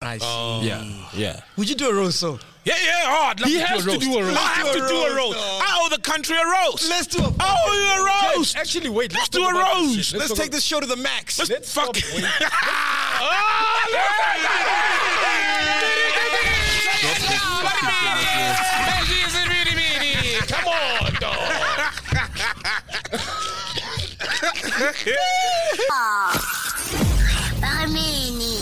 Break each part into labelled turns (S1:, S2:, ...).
S1: I see.
S2: yeah, yeah.
S1: Would you do a roast? So
S2: Yeah, yeah. Oh, I'd love
S3: He
S2: to
S3: has
S2: do
S3: to
S2: a roast.
S3: do a roast.
S2: I have
S1: Let's
S2: to
S1: do a
S2: do a
S1: roast,
S2: roast.
S1: dog.
S2: I owe the country a roast.
S1: let's do a.
S2: I owe you a roast.
S3: Actually, wait.
S2: Let's do
S3: talk
S2: a
S3: about this
S2: roast.
S3: shit.
S1: Let's
S3: talk
S1: take this show to the max.
S2: Let's,
S3: Let's
S2: fuck.
S3: stop.
S2: Come on, dog.
S4: Barmini.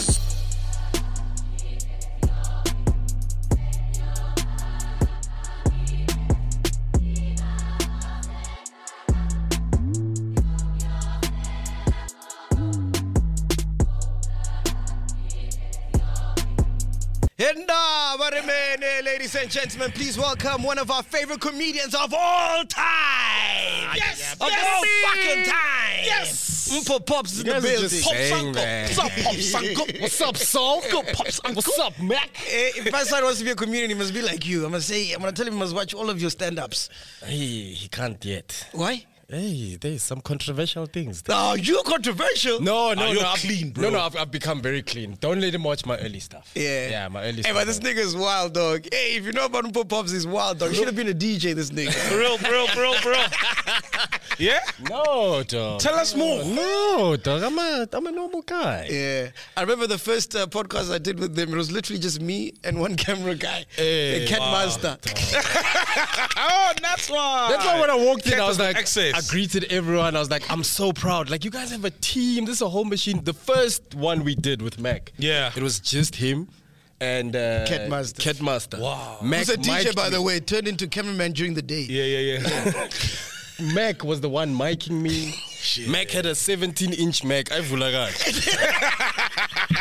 S1: Hinda, what a man, eh, ladies and gentlemen. Please welcome one of our favorite comedians of all time.
S2: Yes,
S1: of
S2: yes,
S1: all
S2: me.
S1: fucking time.
S2: Yes.
S1: Mpo Pops in the
S3: guys are
S1: building.
S3: just
S2: Pops
S3: Dang,
S2: uncle.
S3: man.
S2: What's up, Pops uncle? What's up, Saul? Pops uncle. What's up, Mac?
S1: Eh, if my son wants to be a comedian, he must be like you. I'm gonna say, I'm gonna tell him he must watch all of your stand-ups.
S3: Hey, he can't yet.
S1: Why?
S3: Hey, there's some controversial things.
S1: Oh, you controversial.
S3: No, no,
S2: Ah,
S3: no.
S2: you're
S3: I've-
S2: clean, bro.
S3: No, no, I've, I've become very clean. Don't let him watch my early stuff.
S1: Yeah.
S3: Yeah, my early
S1: Hey,
S3: stuff.
S1: but this nigga's wild, dog. Hey, if you know about Mpo Pops, he's wild, dog. Should have been a DJ, this nigga.
S2: Bro, bro, bro, bro. Yeah?
S3: No, dog.
S2: Tell us more.
S3: No, dog. I'm a, I'm a normal guy.
S1: Yeah, I remember the first uh, podcast I did with them. It was literally just me and one camera guy,
S3: Hey,
S1: the cat
S3: wow,
S1: master.
S2: Oh, that's why.
S3: That's why when I walked in,
S2: Cat
S3: I was
S2: was
S3: like,
S2: access.
S3: I greeted everyone. I was like, I'm so proud. Like, you guys have a team. This is a whole machine. The first one we did with Mac.
S2: Yeah.
S3: It was just him and uh,
S1: Cat Master.
S3: Cat Master.
S2: Wow.
S3: Mac,
S1: Who's a DJ,
S3: mic'd
S1: by
S3: me.
S1: the way, turned into cameraman during the day.
S2: Yeah, yeah, yeah.
S3: Mac was the one miking me. Mac had a 17 inch Mac. I feel like that.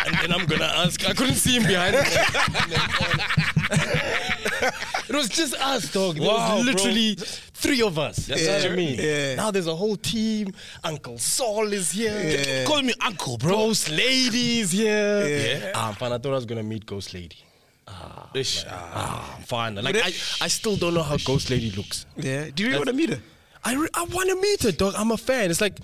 S3: And then I'm gonna ask. I couldn't see him behind. The mic. it was just us, dog. There
S2: Wow,
S3: was
S2: bro.
S3: literally three of us. That's
S1: Yeah.
S3: what I mean.
S1: Yeah.
S3: Now there's a whole team. Uncle Saul is here.
S1: Yeah.
S2: Call me uncle, bro.
S3: Ghost Lady is here.
S1: Yeah.
S3: Ah, I'm fine. I thought I was gonna meet Ghost Lady.
S2: Ish.
S3: Ah, I'm fine. Like I, I still don't know how Ghost Lady looks.
S1: Yeah. Do you really want to meet her?
S3: I, re- I want to meet her, dog. I'm a fan. It's like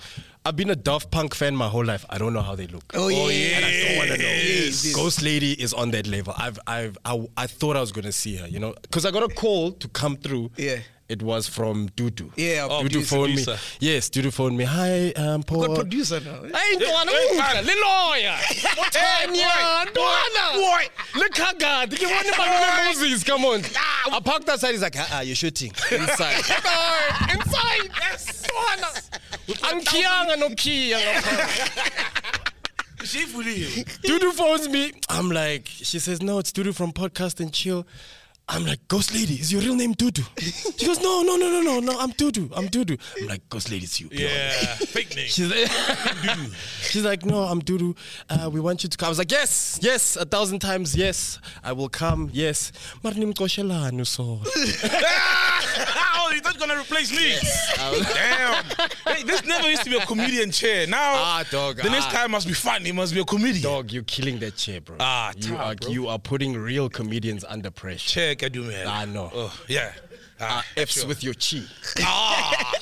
S3: I've been a Daft Punk fan my whole life. I don't know how they look.
S1: Oh, yeah.
S3: And I don't want to know.
S1: Yes.
S3: Ghost Lady is on that level. I've, I've, I, I thought I was going to see her, you know, because I got a call to come through.
S1: Yeah.
S3: It was from Dudu.
S1: Yeah, our
S3: Dudu
S1: producer.
S3: phoned
S2: Producer.
S3: me. Yes, Dudu phoned me. Hi, um, Paul.
S1: What producer now?
S3: I ain't doing
S2: Hey,
S3: it. Little lawyer. Tanya, Dwana.
S2: boy.
S3: Look how God. You want to my Moses? Come on. I parked outside. He's like, ah, ah, you're shooting. Inside. no, inside. Yes. Angkianga no kianga. Dudu phones me. I'm like, she says, no, it's Dudu from Podcast and Chill. I'm like, Ghost Lady, is your real name Dudu? She goes, no, no, no, no, no, no, I'm Dudu. I'm Dudu. I'm like, Ghost Lady, it's you. bro."
S2: Yeah. Fake name.
S3: She's like, she's like, no, I'm Dudu. Uh, we want you to come. I was like, yes, yes, a thousand times, yes, I will come, yes. Marnim Koshelanu, so.
S2: oh, you're not gonna replace me. Damn. Hey, this never used to be a comedian chair. Now
S3: Ah, dog,
S2: the next
S3: ah.
S2: time must be fun. It must be a comedian.
S3: Dog, you're killing that chair, bro.
S2: Ah,
S3: you
S2: damn,
S3: are
S2: bro.
S3: you are putting real comedians under pressure.
S2: Chair can do man.
S3: I know.
S2: Oh, yeah.
S3: Uh,
S2: Ah,
S3: Ah, F's
S2: sure.
S3: with your chi.
S2: ah.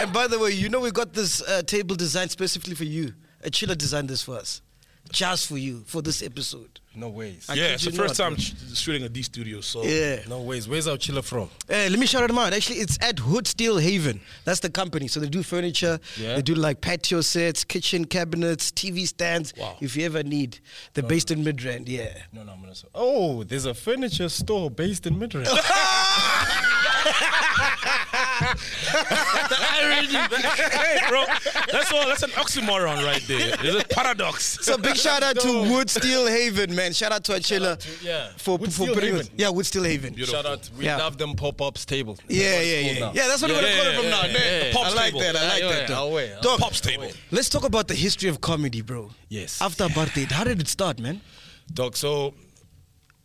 S1: And by the way, you know we got this uh, table designed specifically for you. A chiller designed this for us, just for you for this episode.
S3: No ways.
S1: I
S2: yeah,
S1: kid
S2: it's
S1: you
S2: the first
S1: not,
S2: time sh- shooting at D studio, so
S1: Ah, Yeah.
S3: No ways. Where's our chiller from?
S1: Eh, let me shout them out. Actually, it's at Hood Steel Haven. That's the company. So they do furniture.
S3: Yeah.
S1: They do like patio sets, kitchen cabinets, TV stands.
S2: Wow.
S1: If you ever need, they're based in Midrand. Yeah.
S3: No, no, I'm gonna say. Oh, there's a furniture store based in Midrand.
S2: hey, bro, that's all. That's an oxymoron right there. It's a paradox.
S1: So big shout out to Wood Steel Haven, man. Shout out to Achilla
S3: to- yeah.
S1: for,
S3: Wood
S1: for
S3: Steel
S1: putting
S3: Haven.
S1: us- Yeah, Wood Steel Haven.
S3: Shout out. We
S1: Yeah.
S3: love them pop ups table. That's
S1: Yeah,
S3: what it's
S1: yeah,
S3: called
S1: yeah.
S3: now.
S1: Yeah, that's what we're gonna call it from
S2: yeah,
S1: now.
S2: yeah,
S1: man.
S2: yeah. The
S1: I
S2: Pop's
S1: like
S2: table.
S1: that. I
S3: Yeah,
S1: like
S3: yeah,
S1: that.
S3: yeah.
S1: Dog.
S3: I'll wait, I'll
S1: Dog,
S2: Pop's table.
S1: Let's talk about the history of comedy, bro.
S3: Yes.
S1: After apartheid, how did it start, man?
S3: Doc, so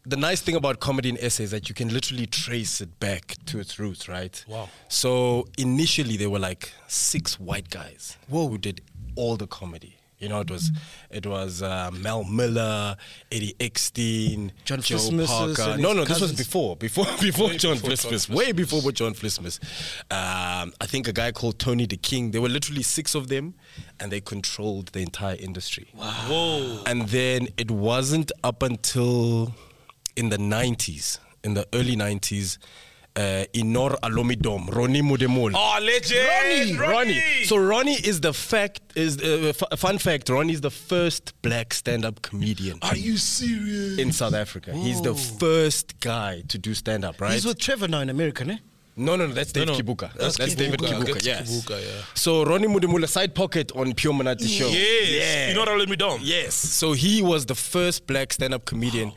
S3: the nice thing about comedy and essay is that you can literally trace it back to its roots, right?
S2: Wow.
S3: So initially there were like six white guys Whoa. who did all the comedy. You know, it was it was uh, Mel Miller, Eddie Eckstein,
S1: John
S3: Joe
S1: Flismus
S3: Parker.
S1: and
S3: No,
S1: his
S3: no, this was
S1: cousins.
S3: before, before, before John
S2: before John
S3: Flismus, way before John Flismus. Um, I think a guy called Tony the King. There were literally six of them, and they controlled the entire industry.
S2: Whoa.
S3: And then it wasn't up until in the 90s, in the early 90s, uh, Inor Alomidom, Ronnie Mudemol.
S2: Oh, legend.
S3: Ronnie, Ronnie. So Ronnie is the fact is uh, f- fun fact. Ronnie is the first black stand-up comedian
S2: are you serious?
S3: in South Africa. He's the first guy to do stand-up, right?
S1: He's with Trevor now in America, eh?
S3: No, no, no, that's Dave
S2: No, no.
S3: Kibuka.
S2: That's
S3: That's, David
S2: Kibuka.
S3: Kibuka,
S2: That's
S3: yes.
S2: Kibuka, yeah.
S3: So Ronnie Mudimula, side pocket on Pure Manati Show.
S2: Yes.
S3: Yeah.
S2: You know what I mean? Dom?
S3: Yes. So he was the first black stand-up comedian.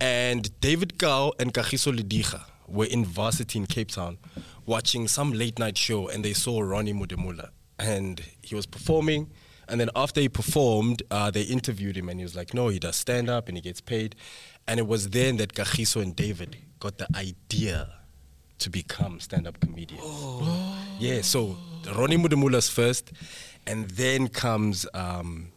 S3: And David Gao and Kagiso Lidiga were in varsity in Cape Town watching some late night show and they saw Ronnie Mudimula. And he was performing. And then after he performed, uh, they interviewed him and he was like, no, he does stand-up and he gets paid. And it was then that Kagiso and David got the idea to become stand-up comedians. Yeah, so Ronnie Mudemula's first, and then comes um,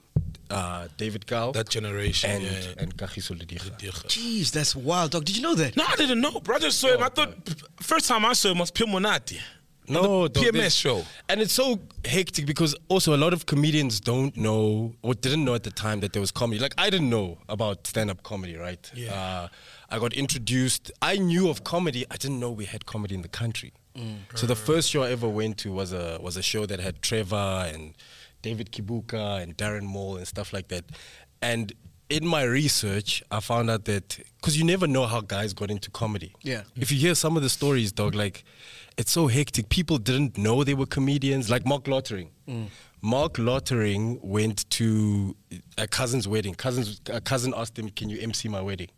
S3: uh, David Gao
S2: That generation.
S3: and
S2: yeah.
S3: and Kagiso Lidiga.
S1: Jeez, that's wild, dog. Did you know that?
S2: No, I didn't know. Bro, I just saw him. I thought first time I saw him was Pio Monati.
S3: No,
S2: the
S3: dog,
S2: PMS
S3: this-
S2: show.
S3: and it's so hectic because also a lot of comedians don't know or didn't know at the time that there was comedy. Like I didn't know about stand-up comedy, right?
S2: Yeah.
S3: Uh, I got introduced. I knew of comedy. I didn't know we had comedy in the country.
S2: Mm.
S3: So the first show I ever went to was a was a show that had Trevor and David Kibuka and Darren Moore and stuff like that. And in my research, I found out that because you never know how guys got into comedy.
S1: Yeah.
S3: If you hear some of the stories, dog, like it's so hectic. People didn't know they were comedians. Like Mark Lottering. Mark Lottering went to a cousin's wedding. Cousins, a cousin asked him, "Can you MC my wedding?"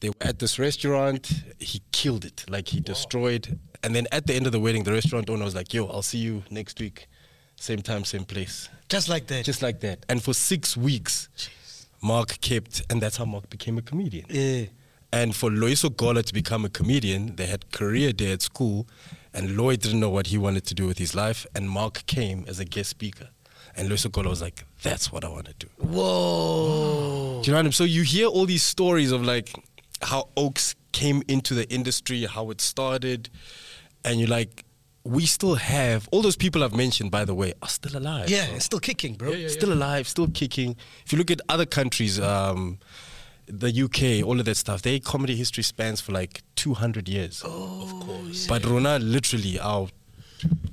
S3: They were at this restaurant. He killed it. Like he destroyed. And then at the end of the wedding, the restaurant owner was like, "Yo, I'll see you next week, same time, same place."
S1: Just like that.
S3: Just like that. And for six weeks, Mark kept, and that's how Mark became a comedian.
S1: yeah.
S3: And for Lois Ogola to become a comedian, they had career day at school, and Lloyd didn't know what he wanted to do with his life, and Mark came as a guest speaker. And Lois Ogola was like, that's what I want to do.
S1: Whoa.
S3: Do you know what I'm So you hear all these stories of like how Oaks came into the industry, how it started, and you're like, we still have all those people I've mentioned, by the way, are still alive.
S1: Yeah,
S3: bro.
S1: it's still kicking, bro.
S3: Oh, still alive, still kicking. If you look at other countries, um, the UK, all of that stuff, their comedy history spans for like 200 years. Oh, of course. But Rona, literally, our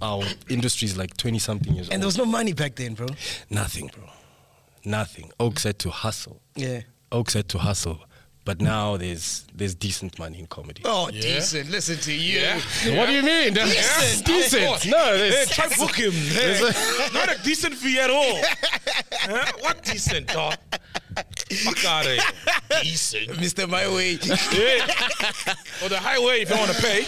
S3: our industry is like 20 something years
S1: And there was
S3: old.
S1: no money back then, bro.
S3: Nothing, bro. Nothing. Oaks had to hustle.
S1: Yeah.
S3: Oaks had to hustle. But now there's there's decent money in comedy.
S1: Oh, decent. Listen to you.
S2: Yeah.
S3: What do you mean? That's
S1: Decent,
S2: of course.
S3: decent. No,
S2: Hey,
S3: there's
S2: try book him. Hey, not a decent fee at all. Huh? What decent, dog? Fuck out here. Decent.
S1: Mr. My Way.
S2: Yeah. Or the highway if you want to pay.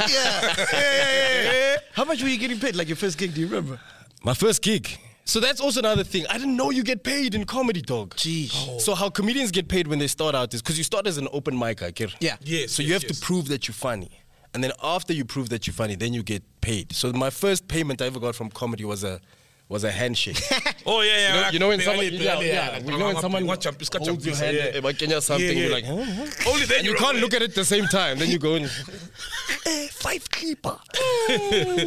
S1: How much were you getting paid? Like your first gig, do you remember?
S3: my first gig. So that's also another thing. I didn't know you get paid in comedy, dog.
S1: Jeez.
S2: Oh.
S3: So how comedians get paid when they start out is because you start as an open micer, okay?
S1: Yeah.
S2: Yes,
S3: So
S2: yes,
S3: you have
S2: yes.
S3: to prove that you're funny, and then after you prove that you're funny, then you get paid. So my first payment I ever got from comedy was a was a handshake.
S2: Oh, yeah, yeah.
S3: You know-
S2: like-
S3: you know when
S2: they-
S3: someone,
S2: they-
S3: yeah, yeah,
S2: like,
S3: you know when
S2: I'm-
S3: someone
S2: watch him, scratch him,
S3: holds your
S2: please,
S3: hand,
S2: yeah.
S3: eh, like, can you something,
S2: Yeah, yeah.
S3: you're like, huh? huh?
S2: Only then
S3: and you
S2: you're
S3: can't
S2: aware.
S3: look at it at the same time. Then you go in, eh, five keeper.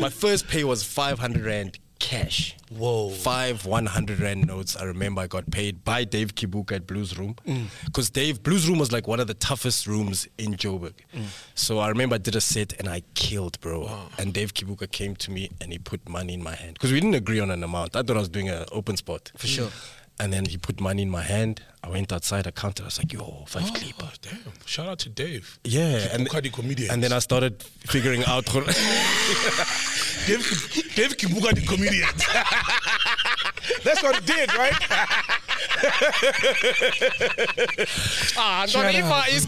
S3: My first pay was 500 rand cash.
S2: Whoa.
S3: Five 100 rand notes. I remember I got paid by Dave Kibuka at Blues Room.
S2: Mm.
S3: Because Dave, Blues Room was like one of the toughest rooms in Joburg.
S2: Mm.
S3: So I remember I did a set and I killed, bro. And Dave Kibuka came to me and he put money in my hand. Because we didn't agree on an amount. I thought I was doing an open spot. For
S1: sure.
S3: And then he put money in my hand. I went outside, I counted. I was like, yo, five
S2: Oh,
S3: keeper.
S2: damn. Shout out to Dave.
S3: Yeah, and,
S2: Kibuka the comedian.
S3: and then I started figuring out.
S2: Dave, Dave Kibuka, the comedian. That's what he did, right?
S3: ah, is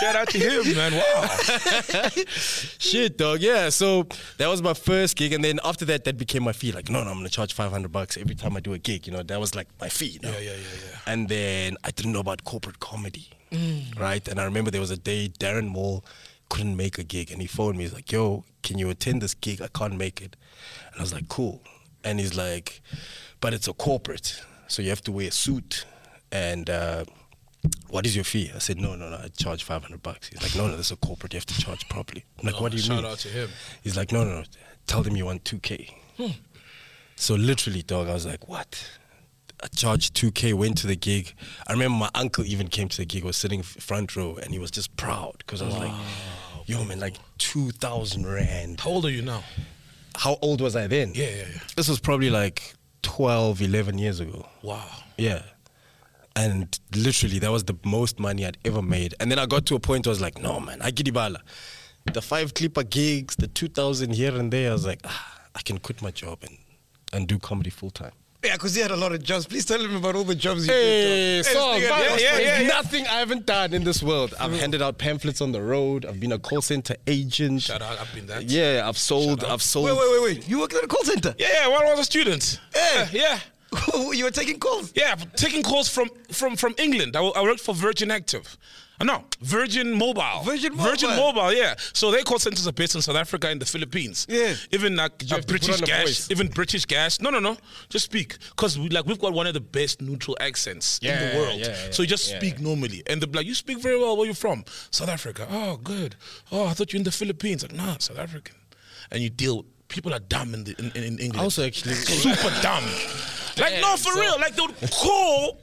S2: Shout out to him, man. Wow.
S3: Shit, dog. Yeah. So that was my first gig, and then after that, that became my fee. Like, no, no, I'm gonna charge 500 bucks every time I do a gig. You know, that was like my fee. You know?
S2: Yeah, yeah, yeah, yeah. Mm.
S3: And then I didn't know about corporate comedy, right? And I remember there was a day Darren Moore couldn't make a gig. And he phoned me. He's like, yo, can you attend this gig? I can't make it. And I was like, cool. And he's like, but it's a corporate. So you have to wear a suit. And uh, what is your fee? I said, no, no, no. I charge 500 bucks. He's like, no, no, this is a corporate. You have to charge properly. I'm like,
S2: Oh,
S3: what do you
S2: shout
S3: mean?
S2: out to him.
S3: He's like, no, no, no. Tell them you want 2K. So literally, dog, I was like, what? I charged 2K, went to the gig. I remember my uncle even came to the gig, was sitting f- front row, and he was just proud because I was like, yo, man, like 2,000 Rand.
S2: How old are you now?
S3: How old was I then?
S2: Yeah, yeah, yeah.
S3: This was probably like 12, 11 years ago.
S2: Wow.
S3: Yeah. And literally, that was the most money I'd ever made. And then I got to a point where I was like, no, man, I get Ibala. The five clipper gigs, the 2,000 here and there, I was like, ah, I can quit my job and, and do comedy full time.
S1: Yeah, because he had a lot of jobs. Please tell him about all the jobs you
S3: Hey,
S1: did. dog.
S3: so
S1: Hey, this nigga-
S2: man. yeah, yeah, Mm. yeah.
S3: nothing I haven't done in this world. I've handed out pamphlets on the road. I've been a call center agent.
S2: Shout out, I've been that.
S3: Yeah, I've sold. I've sold.
S1: Wait, wait, wait, wait. You worked at a call center?
S2: Yeah, yeah. When I was a student.
S1: Hey.
S2: Uh, yeah.
S1: you were taking calls?
S2: Yeah, I've taken calls from from from England. I, wo- I worked for Virgin Active. Uh, No, Virgin Mobile.
S1: Virgin
S2: Virgin
S1: Mobile.
S2: Mobile, yeah. So their call centers are based in South Africa and the Philippines.
S1: Yeah.
S2: Even like uh,
S3: you have to put
S2: British
S3: on a
S2: gas,
S3: voice?
S2: even British gas. No, no, no. Just speak, because we like we've got one of the best neutral accents in
S3: Yeah,
S2: the world.
S3: yeah, yeah,
S2: so you just
S3: yeah.
S2: speak normally, and they're like, "You speak very well. Where you from? South Africa. Oh, good. Oh, I thought you were in the Philippines. Like, nah, South African. And you deal. People are dumb in the in, in, in England
S3: I also actually-
S2: super dumb. Like no, for real. Like they would call.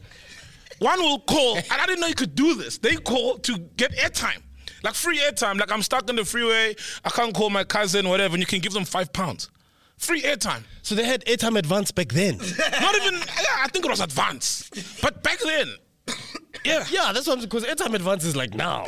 S2: One will call, and I didn't know you could do this. They call to get airtime, like free airtime. Like I'm stuck in the freeway, I can't call my cousin, whatever. And you can give them five pounds, free airtime.
S3: So they had airtime advance back then.
S2: Not even. Yeah, I think it was advance, but back then, yeah, yeah,
S3: yeah, that's what I'm because airtime advance is like now.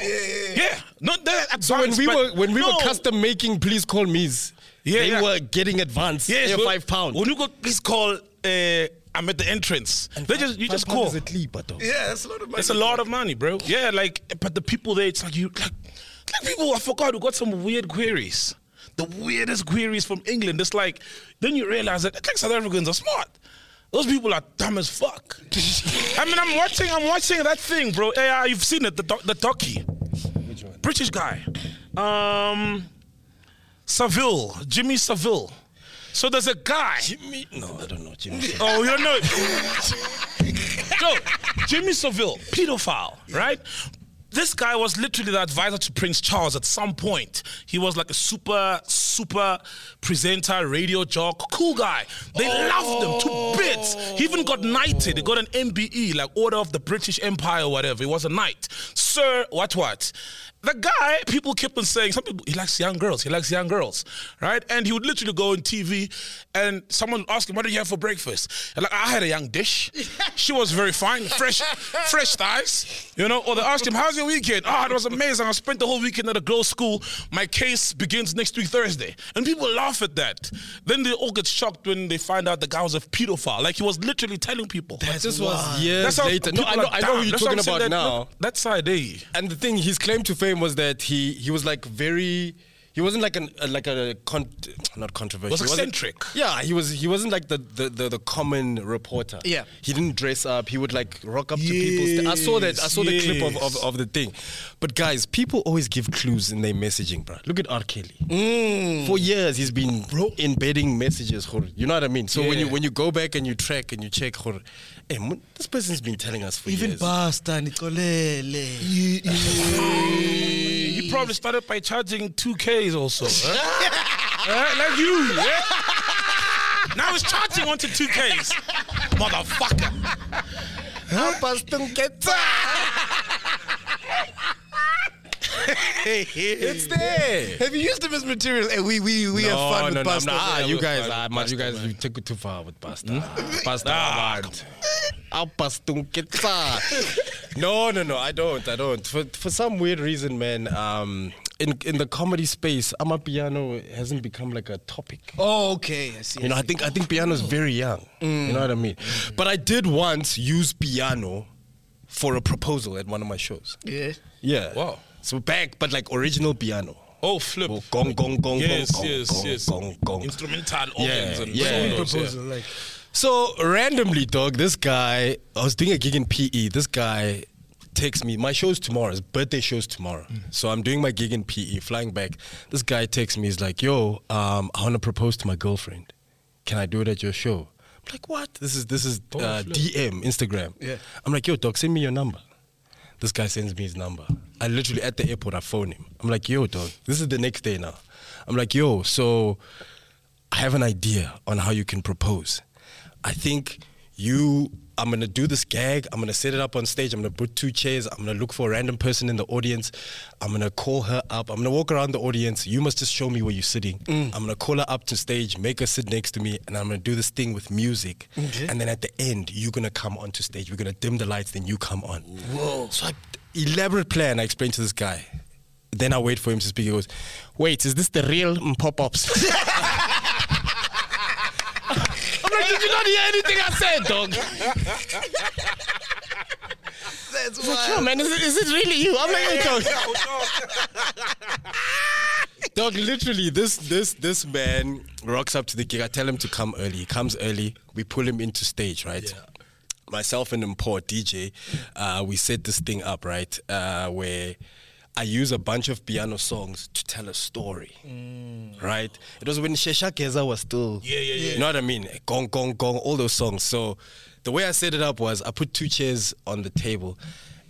S2: not that advance.
S3: So when we
S2: but-
S3: were when we
S2: No.
S3: were custom making, please call me's.
S2: Yeah,
S3: they
S2: yeah.
S3: were getting advance.
S2: Yes,
S3: Yeah,
S2: when-
S3: five pound.
S2: When you go, please call. Uh, I'm at the entrance. they just you just call.
S1: Yeah, that's a lot of money.
S2: It's a lot of money, bro. Yeah, like, but the people there, it's like you, like, like people, I forgot, who got some weird queries. The weirdest queries from England. It's like, then you realize that, like, South Africans are smart. Those people are dumb as fuck. I mean, I'm watching, I'm watching that thing, bro. Yeah, you've seen it, the, doc, the docu.
S3: Which one?
S2: British guy. Um, Saville, Jimmy Saville. So there's a guy.
S3: Jimmy? No, I don't know. Jimmy.
S2: Oh, you don't know. Yo, Jimmy Savile, pedophile, right? This guy was literally the advisor to Prince Charles at some point. He was like a super, super presenter, radio jock, cool guy. They loved him to bits. He even got knighted. He got an MBE, like Order of the British Empire or whatever. He was a knight. Sir, what, what? The guy, people kept on saying, some people, he likes young girls, he likes young girls, right? And he would literally go on TV and someone would ask him, what did you have for breakfast? And like, I had a young dish. She was very fine, fresh, fresh thighs, you know? Or they asked him, how's your weekend? Oh, it was amazing. I spent the whole weekend at a girls' school. My case begins next week, Thursday. And people laugh at that. Then they all get shocked when they find out the guy was a pedophile. Like he was literally telling people. That's,
S3: This was
S1: Wow.
S3: years later. No, I
S2: people
S3: know,
S2: are
S3: I know
S2: dumb.
S3: what you're
S2: That's
S3: talking
S2: I'm saying,
S3: about
S2: that-
S3: now.
S2: That side, eh?
S3: And the thing, his claim to fame was that he he was like very. He wasn't like an uh, like a con- not controversial.
S2: Was
S3: he wasn't-
S2: eccentric.
S3: Yeah, he was. He wasn't like the the, the, the common reporter.
S1: Yeah.
S3: he didn't dress up. He would like rock up to people. st- I saw that. I saw the clip of, of, of the thing. But guys, people always give clues in their messaging, bro. Look at R. Kelly.
S2: Mm.
S1: Mm.
S3: For years, he's been embedding messages. gore- You know what I mean? So when you
S2: Yeah.
S3: when you go back and you track and you check, gore, hey, mon- this person's been telling us for
S1: Even
S3: years.
S1: Basta, Nicolele.
S2: He probably started by charging 2Ks also. Huh? Huh? Uh, like you. yeah? Now he's charging onto 2Ks. Motherfucker.
S3: Help us to get It's there.
S1: Have you used them as material? Hey, we we we have fun with Basta.
S3: Ah,
S1: man.
S3: you guys,
S2: fun
S3: ah,
S2: with
S3: man, you
S2: pasta,
S3: guys,
S2: man. Mm-hmm. Ah,
S3: you took it too far with pasta. Pasta, man. Help us to get No, no, no, I don't, I don't. For for some weird reason, man. Um, in in the comedy space, ama piano hasn't become like a topic.
S1: Oh, okay. I see.
S3: You know, I think I think piano's very young. You know what I mean?
S2: Mm.
S3: But I did once use piano for a proposal at one of my shows.
S1: yeah.
S3: Yeah.
S2: Wow.
S3: So back, but like original piano.
S2: Oh, flip.
S3: Well, gong, gong, gong,
S2: yes,
S3: gong,
S2: yes,
S3: gong,
S2: yes.
S3: gong, gong.
S2: Instrumental organs and
S3: yeah.
S2: solos,
S1: Proposal, like.
S3: So randomly, dog, this E. guy, I was doing a gig in PE. This guy texts me. My show's tomorrow. His birthday show's tomorrow.
S1: Mm.
S3: So I'm doing my gig in PE, flying back. This guy texts me. He's like, "Yo, um, I want to propose to my girlfriend. Can I do it at your show?" I'm like, "What? This is this is uh, DM Instagram."
S1: Yeah.
S3: I'm like, "Yo, doc, send me your number." This guy sends me his number. I literally at the airport, I phone him. I'm like, "Yo, dog, this is the next day now." I'm like, "Yo, so I have an idea on how you can propose. I think you, I'm gonna do this gag. I'm gonna set it up on stage. I'm gonna put two chairs. I'm gonna look for a random person in the audience. I'm gonna call her up. I'm gonna walk around the audience. You must just show me where you're sitting. I'm gonna call her up to stage, make her sit next to me, and I'm gonna do this thing with music.
S1: Okay.
S3: And then at the end, you're gonna come onto stage. We're gonna dim the lights, then you come on.
S1: Whoa.
S3: So I elaborate plan I explained to this guy. Then I wait for him to speak. He goes, Wait, is this the real pop ups? I'm like, Did you not hear anything I said, dog?
S1: That's
S3: He's like, Yo, man, is it, is it really you? I'm like, yo, dog. Dog, literally, this this this man rocks up to the gig. I tell him to come early. He comes early. We pull him into stage, right? Myself and Import DJ, uh, we set this thing up, right? Uh, where I use a bunch of piano songs to tell a story, right? It was when Shesha Keza was still,
S2: Mm. Yeah, yeah, yeah.
S3: You know what I mean? Gong, gong, gong, all those songs. So the way I set it up was I put two chairs on the table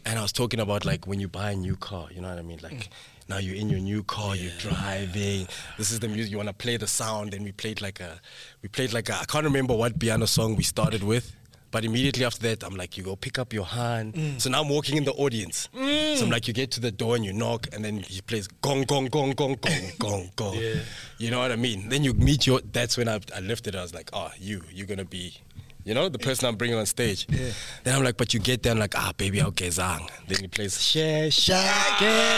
S3: and I was talking about like when you buy a new car, you know what I mean? Like now you're in your new car, you're driving. This is the music you want to play the sound. And we played like a, we played like a, I can't remember what piano song we started with. But immediately after that, I'm like, you go pick up your hand. So now I'm walking in the audience. So I'm like, you get to the door and you knock, and then he plays gong, gong, gong, gong, gong, gong, gong. You know what I mean? Then you meet your. That's when I, I lifted. I was like, ah, you, you're gonna be, you know, the person I'm bringing on stage. Then I'm like, but you get there, I'm like, ah, baby, I'll gezang. Then he plays she she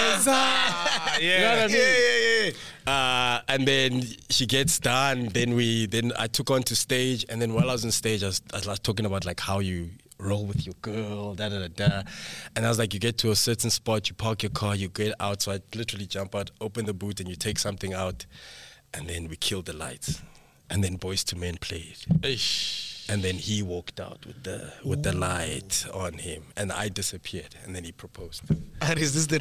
S3: gezang.
S2: yeah.
S3: You know what I
S1: Ah,
S3: mean?
S1: Yeah, yeah, yeah.
S3: Uh, and then she gets done. Then we, then I took on to stage. And then while I was on stage, I was, I was talking about like how you roll with your girl, da da da da. And I was like, you get to a certain spot, you park your car, you get out. So I literally jump out, open the boot, and you take something out. And then we kill the lights. And then Boys to Men played. And then he walked out with the with the light on him, and I disappeared. And then he proposed.
S1: Ah, is this the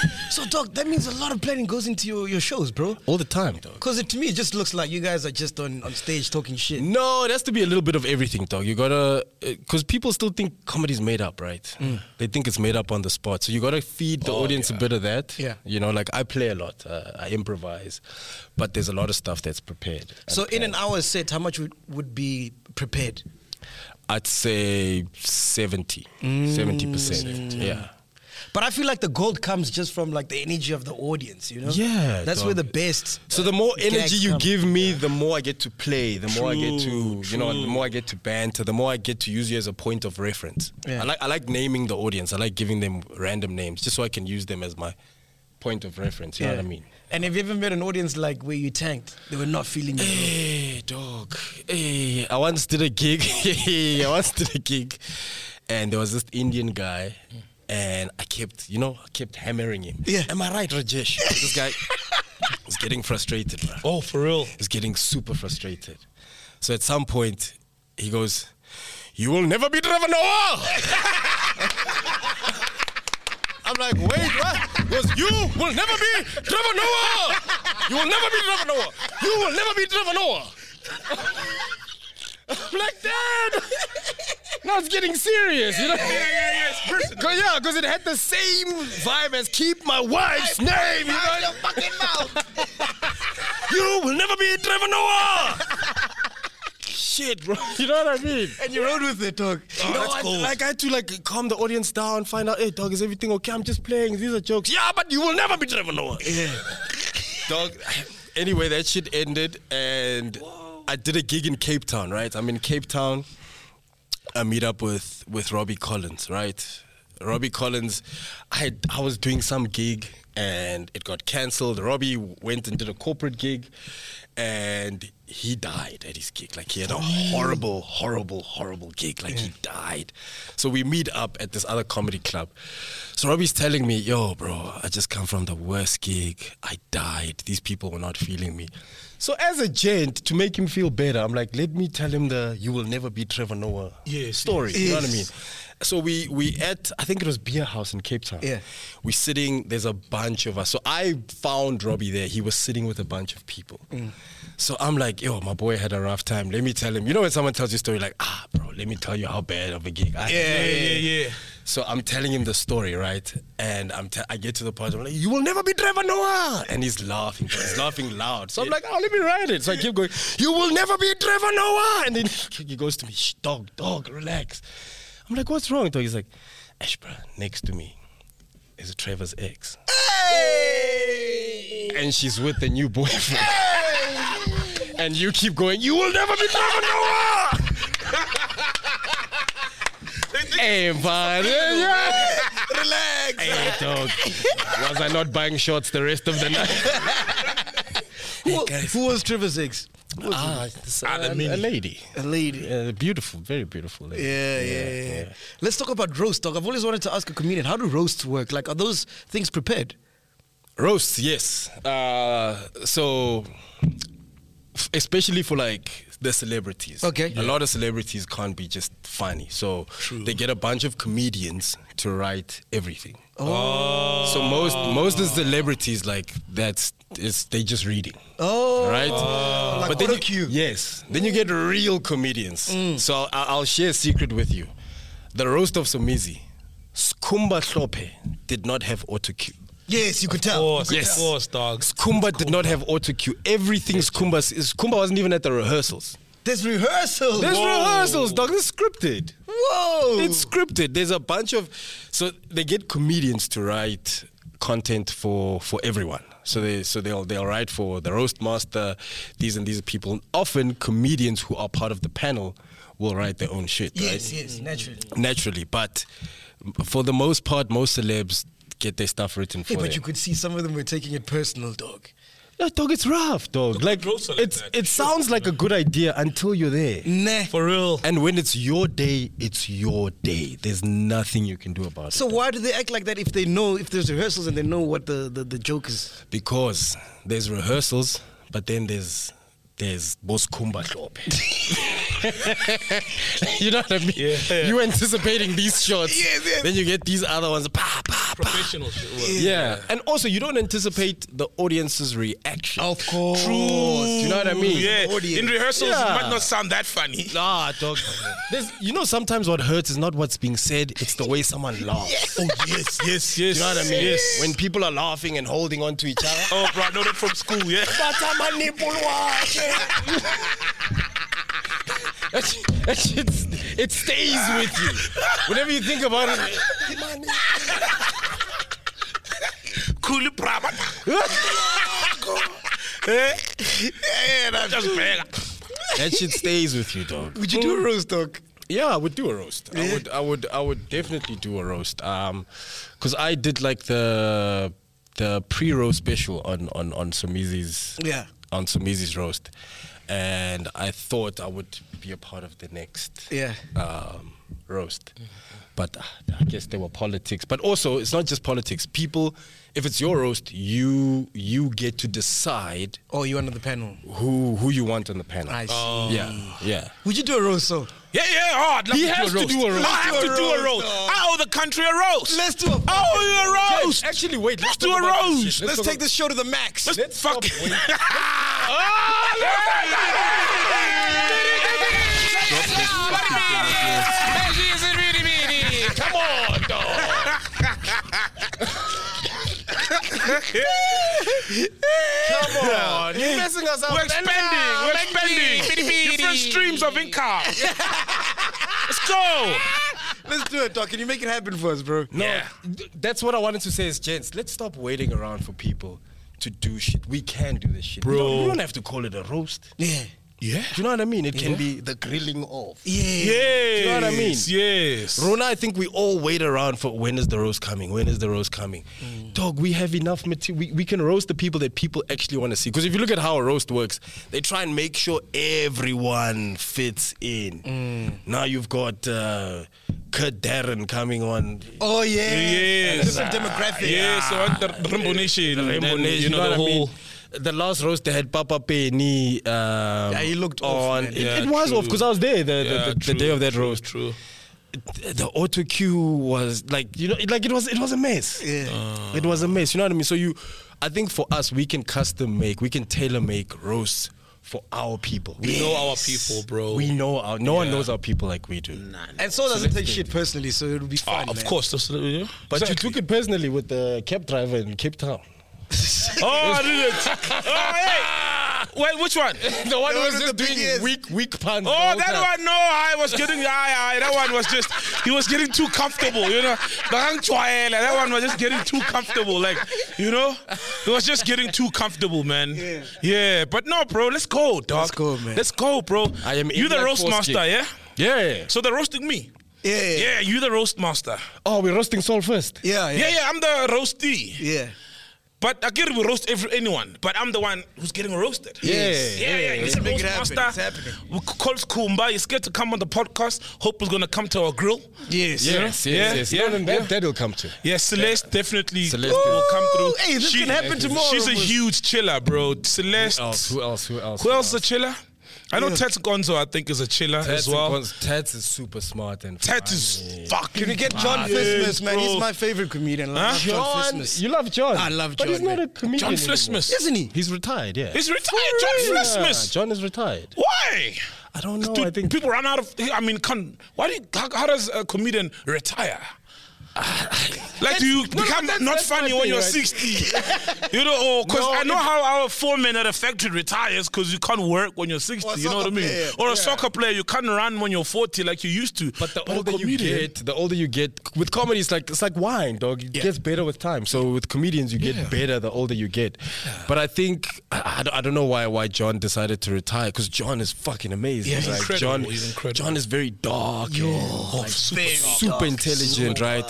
S1: real So, Doc, that means a lot of planning goes into your, your shows, bro.
S3: All the time, dog.
S1: Because to me, it just looks like you guys are just on, on stage talking shit.
S3: No, it has to be a little bit of everything, dog. You gotta, because people still think comedy's made up, right? They think it's made up on the spot. So you gotta feed the audience a bit of that.
S1: Yeah.
S3: You know, like I play a lot, uh, I improvise, but there's a lot of stuff that's prepared.
S1: So, in an hour set, how much would, would be prepared?
S3: I'd say 70, 70%. Yeah.
S1: But I feel like the gold comes just from like the energy of the audience, you know?
S3: Yeah,
S1: That's where the
S3: dog.
S1: best.
S3: So the more
S1: gags
S3: energy you
S1: come.
S3: give me, the more I get to play, the more I get to,
S2: True,
S3: you know, the more I get to banter, the more I get to use you as a point of reference.
S1: Yeah.
S3: I like I like naming the audience. I like giving them random names just so I can use them as my point of reference. You know what I mean?
S1: And have you ever met an audience like where you tanked? They were not feeling you.
S3: Hey, dog. Hey, I once did a gig. I once did a gig, and there was this Indian guy, and I kept, you know, I kept hammering him.
S1: Yeah.
S3: Am I right, Rajesh? this guy was getting frustrated, bro.
S2: Oh, for real.
S3: is getting super frustrated. So at some point, he goes, You will never be Trevor Noah! I'm like, Wait, what? He goes, You will never be Trevor Noah! You will never be Trevor Noah! You will never be Trevor Noah! I'm like, Dad! Now it's getting serious, you know? Yeah, yeah, yeah, it's personal. yeah, because it had the same vibe as keep my wife's name, you know? You will never be Trevor Noah. Shit, bro. You know what I mean?
S1: And you rode with it, dog.
S3: You know,
S2: that's
S3: I,
S2: cold.
S3: like I had to like calm the audience down, find out, hey dog, is everything okay? I'm just playing. These are jokes. Yeah, but you will never be Trevor Noah. Yeah. dog. Anyway, that shit ended, and I did a gig in Cape Town. Right, I'm in Cape Town. I meet up with with Robbie Collins, right? Robbie Collins, I I was doing some gig and it got cancelled. Robbie went and did a corporate gig, and he died at his gig. Like he had a horrible, horrible, horrible gig. Like he died. So we meet up at this other comedy club. So Robbie's telling me, "Yo, bro, I just come from the worst gig. I died. These people were not feeling me." So as a gent, to make him feel better, I'm like, "Let me tell him the you will never be Trevor Noah
S2: Yes,
S3: story." You know what I
S1: yes.
S3: mean? So we we at I think it was Beer House in Cape Town.
S1: Yeah.
S3: We're sitting, there's a bunch of us. So I found Robbie there. He was sitting with a bunch of people.
S1: Mm.
S3: So I'm like, yo, my boy had a rough time. Let me tell him. You know when someone tells you a story like, ah, bro, let me tell you how bad of a gig I had.
S2: Yeah, yeah, yeah.
S3: So I'm telling him the story, right? And I'm te- I get to the part, I'm like, you will never be Trevor Noah. And he's laughing, but he's laughing loud. So I'm like, oh, let me write it. So I keep going, you will never be Trevor Noah. And then he goes to me, shh, dog, dog, relax. I'm like, what's wrong, dog? He's like, Ash, bro, next to me is Trevor's ex. And she's with the new boyfriend. and you keep going, you will never be Trevor Noah. Hey, but yeah.
S1: Relax.
S3: Hey, dog. Was I not buying shots the rest of the night?
S1: Who,
S3: guys.
S1: who was Trevor Six?
S3: ah, this, uh,
S2: Adam
S3: a
S2: Mini.
S3: lady.
S1: A lady.
S3: Uh, beautiful, very beautiful. Lady.
S1: Yeah, yeah, yeah, yeah. Let's talk about roast, dog. I've always wanted to ask a comedian, how do roasts work? Like, are those things prepared?
S3: Roasts, yes. Uh, so, f- especially for like the celebrities.
S1: Okay.
S3: A lot of celebrities can't be just funny. So, they get a bunch of comedians to write everything. Oh. So, most most of the celebrities, like, that's it's, they just reading.
S1: Oh,
S3: right?
S1: like
S3: then you, Mm.
S1: autocue.
S3: yes, then you get real comedians. So I'll, I'll share a secret with you: the roast of Somizi, Skumba Hlope did not have auto cue.
S1: Yes, you could
S2: Of
S1: tell.
S2: course,
S3: Yes.
S2: of course, dog.
S3: Skumba did not have auto cue. Everything Skumba Skumba wasn't even at the rehearsals.
S1: There's rehearsal.
S3: There's
S1: Whoa.
S3: rehearsals, dog. This is scripted.
S1: Whoa.
S3: It's scripted. There's a bunch of so they get comedians to write content for for everyone. So they so they'll they'll write for the roast master, these and these people. And often comedians who are part of the panel will write their own shit,
S1: yes,
S3: right?
S1: yes, naturally.
S3: Naturally, but for the most part, most celebs get their stuff written for
S1: Hey, but
S3: them.
S1: you could see some of them were taking it personal, dog.
S3: no, dog, it's rough, dog. Like
S2: roasts are like
S3: it's
S2: that.
S3: it sounds like a good idea until you're there.
S1: Nah.
S2: For real.
S3: And when it's your day, it's your day. There's nothing you can do about it.
S1: So why do they act like that if they know if there's rehearsals and they know what the, the, the joke is?
S3: because there's rehearsals, but then there's there's Boss Kumba Klopp. you know what I mean?
S2: Yeah.
S3: You anticipating these shots.
S1: Yes, yes.
S3: Then you get these other ones. Pa, pa, pa.
S2: Professional shit. well.
S3: Yeah. And also you don't anticipate the audience's reaction.
S1: Oh, course.
S3: True. Do you know what I mean?
S2: Yeah.
S1: Audience.
S2: In rehearsals,
S3: Yeah.
S2: it might not sound that funny.
S3: Ah, dog. There's, you know, sometimes what hurts is not what's being said; it's the way someone laughs.
S2: Oh, yes, yes, yes.
S3: Do you know what I mean?
S2: Yes.
S3: When people are laughing and holding on to each other,
S2: oh, bro, I know that from school, yeah.
S3: That's my nipple watch. That shit, that shit, it stays with you. Whenever you think about it,
S2: Coolly brava. Eh? Yeah, that's just bad.
S3: that shit stays with you, dog.
S1: Would you do a roast, dog?
S3: Yeah, I would do a roast. I would, I would, I would definitely do a roast. Um, cause I did like the the pre-roast special on on on Sumizi's
S1: Yeah.
S3: on Sumizi's roast, and I thought I would be a part of the next
S1: Yeah.
S3: um, roast. But uh, I guess there were politics. But also, it's not just politics. People, if it's your roast, you you get to decide
S1: Oh, you under the panel.
S3: who who you want on the panel.
S1: I see.
S3: Yeah, yeah.
S1: Would you do a roast, so?
S2: Yeah, yeah, oh, I'd love
S3: He
S2: to,
S3: has
S2: do
S3: to
S2: a roast.
S3: do a roast.
S2: I have to do a roast.
S1: dog.
S2: I owe the country a roast.
S1: Let's do a
S2: I owe you a roast.
S3: Actually, wait.
S2: Let's do
S3: talk
S2: a
S3: about this
S2: roast.
S3: shit.
S1: Let's
S3: talk
S1: take this show to the max.
S2: Let's,
S3: Let's
S2: fuck.
S3: stop.
S2: Come on, dog.
S3: about- Come on, you're messing us up.
S2: We're expanding. We're expanding. Different streams of income. Let's go.
S1: Let's do it, dog. Can you make it happen for us, bro?
S3: No,
S2: Yeah.
S3: th- that's what I wanted to say is, gents, let's stop waiting around for people to do shit. We can do this shit. Bro. You don't, you don't have to call it a roast.
S1: Yeah.
S2: Yeah.
S3: Do you know what I mean? It can be the grilling off.
S2: Yes.
S3: You know what I mean?
S2: Yes.
S3: Rona, I think we all wait around for when is the roast coming? When is the roast coming?
S2: Mm.
S3: Dog, we have enough material. We, we can roast the people that people actually want to see. Because if you look at how a roast works, they try and make sure everyone fits in.
S2: Mm.
S3: Now you've got uh, Kurt Darren coming on.
S1: Oh yeah.
S2: Yes.
S1: Different demographic. Ah.
S2: Yes, so what the the Rainbow Nation.
S3: Rainbow
S2: and,
S3: Nation,
S2: You know, the
S3: what I
S2: whole.
S3: mean? The last roast they had Papa Penny. Um, yeah,
S1: he looked off,
S3: on.
S1: man.
S3: It,
S2: Yeah,
S3: it was
S2: true.
S3: off because I was there the,
S2: Yeah,
S3: the, the,
S2: true,
S3: the day of that
S2: true,
S3: roast.
S2: True.
S3: the auto cue was like you know it, like it was it was a mess.
S1: Yeah.
S3: It was a mess. You know what I mean? So you, I think for us we can custom make, we can tailor make roasts for our people.
S2: We know our people, bro.
S3: We know our no one
S2: Yeah.
S3: knows our people like we do.
S1: And so doesn't take shit personally, so it'll be
S2: Ah,
S1: fun.
S2: of
S1: man.
S2: course. That's, yeah.
S3: But
S2: Exactly.
S3: you took it personally with the cab driver in Cape Town.
S2: Oh, I did it. Oh, hey. Wait, which one?
S3: The one
S1: who
S3: who
S1: was
S3: was
S1: with
S3: just
S1: the big
S3: doing
S1: ears.
S3: weak weak puns. the
S2: Oh,
S3: whole
S2: that
S3: time.
S2: one, no, I was getting, I, I, that one was just, he was getting too comfortable, you know. Barangchwaela, That one was just getting too comfortable, like, you know, it was just getting too comfortable, man.
S1: Yeah.
S2: Yeah, but no, bro, let's go, dog.
S1: Let's go, man.
S2: Let's go, bro.
S3: I am
S2: You
S3: in
S2: the
S3: like
S2: roast
S3: four
S2: master,
S3: skin.
S2: yeah?
S3: Yeah.
S2: So they're roasting me.
S1: Yeah. Yeah.
S2: Yeah, you the roast master.
S3: Oh, we're roasting Saul first.
S1: Yeah.
S2: Yeah, yeah, I'm the roastee.
S1: Yeah.
S2: But I get we roast every anyone, but I'm the one who's getting roasted.
S3: Yes.
S2: Yeah, yeah, he's a
S1: Make it
S2: roast
S1: happen.
S2: master.
S1: It's happening.
S2: We c- call Kumba. He's scared to come on the podcast. Hope is gonna come to our grill.
S1: Yes.
S3: Yes, yes,
S2: Yeah,
S3: yes.
S2: yeah,
S3: no, no, that, that'll come to.
S2: Yeah, Celeste definitely
S3: Celeste
S2: will
S3: is-
S2: come through.
S1: Ooh, hey, this can happen tomorrow,
S2: She's a
S1: bro.
S2: huge chiller, bro. Celeste.
S3: Who else? Who else? Who else?
S2: Who else is a chiller? I know Tats Gonzo. I think is a chiller as well.
S3: Tats is super smart and
S2: Tats is fucking.
S1: Can we get John
S2: mad.
S1: Fismus, man?
S2: Bro.
S1: He's my favorite comedian. I love
S2: Huh?
S1: Ah, John
S3: John,
S1: Fismus.
S3: you love John.
S1: I love
S3: But he's
S1: John,
S3: not a
S1: man.
S3: comedian.
S2: John
S3: anymore.
S2: Flesmus.
S1: Isn't he?
S3: He's retired, yeah.
S2: He's retired. John
S3: Yeah,
S2: Flesmus.
S3: John is retired.
S2: Why?
S3: I don't know.
S2: Dude,
S3: I think
S2: people run out of. I mean, can, why do you, how, how does a comedian retire? like, do you
S3: no,
S2: become
S3: that's-
S2: not
S3: that's my
S2: funny when
S3: thing,
S2: you're
S3: right?
S2: 60? you know, because
S3: No,
S2: I know
S3: it-
S2: how our foreman at a factory retires because you can't work when you're 60.
S1: Or a
S2: You know what I
S1: soccer
S2: mean?
S1: player,
S2: Or a soccer player, you can't run when you're 40 like you used to.
S3: But the
S2: a
S3: older you
S2: comedian-
S3: get, the older you get with comedy, it's like it's like wine, dog. It
S2: Yeah.
S3: gets better with time. So with comedians, you get better the older you get. But I think I, I don't- I don't know why why John decided to retire because John is fucking amazing.
S2: Yeah, he's
S3: Like,
S2: incredible.
S3: John,
S2: He's incredible.
S3: John is very dark. and,
S2: Oh,
S3: like,
S2: super dark.
S3: super intelligent, right?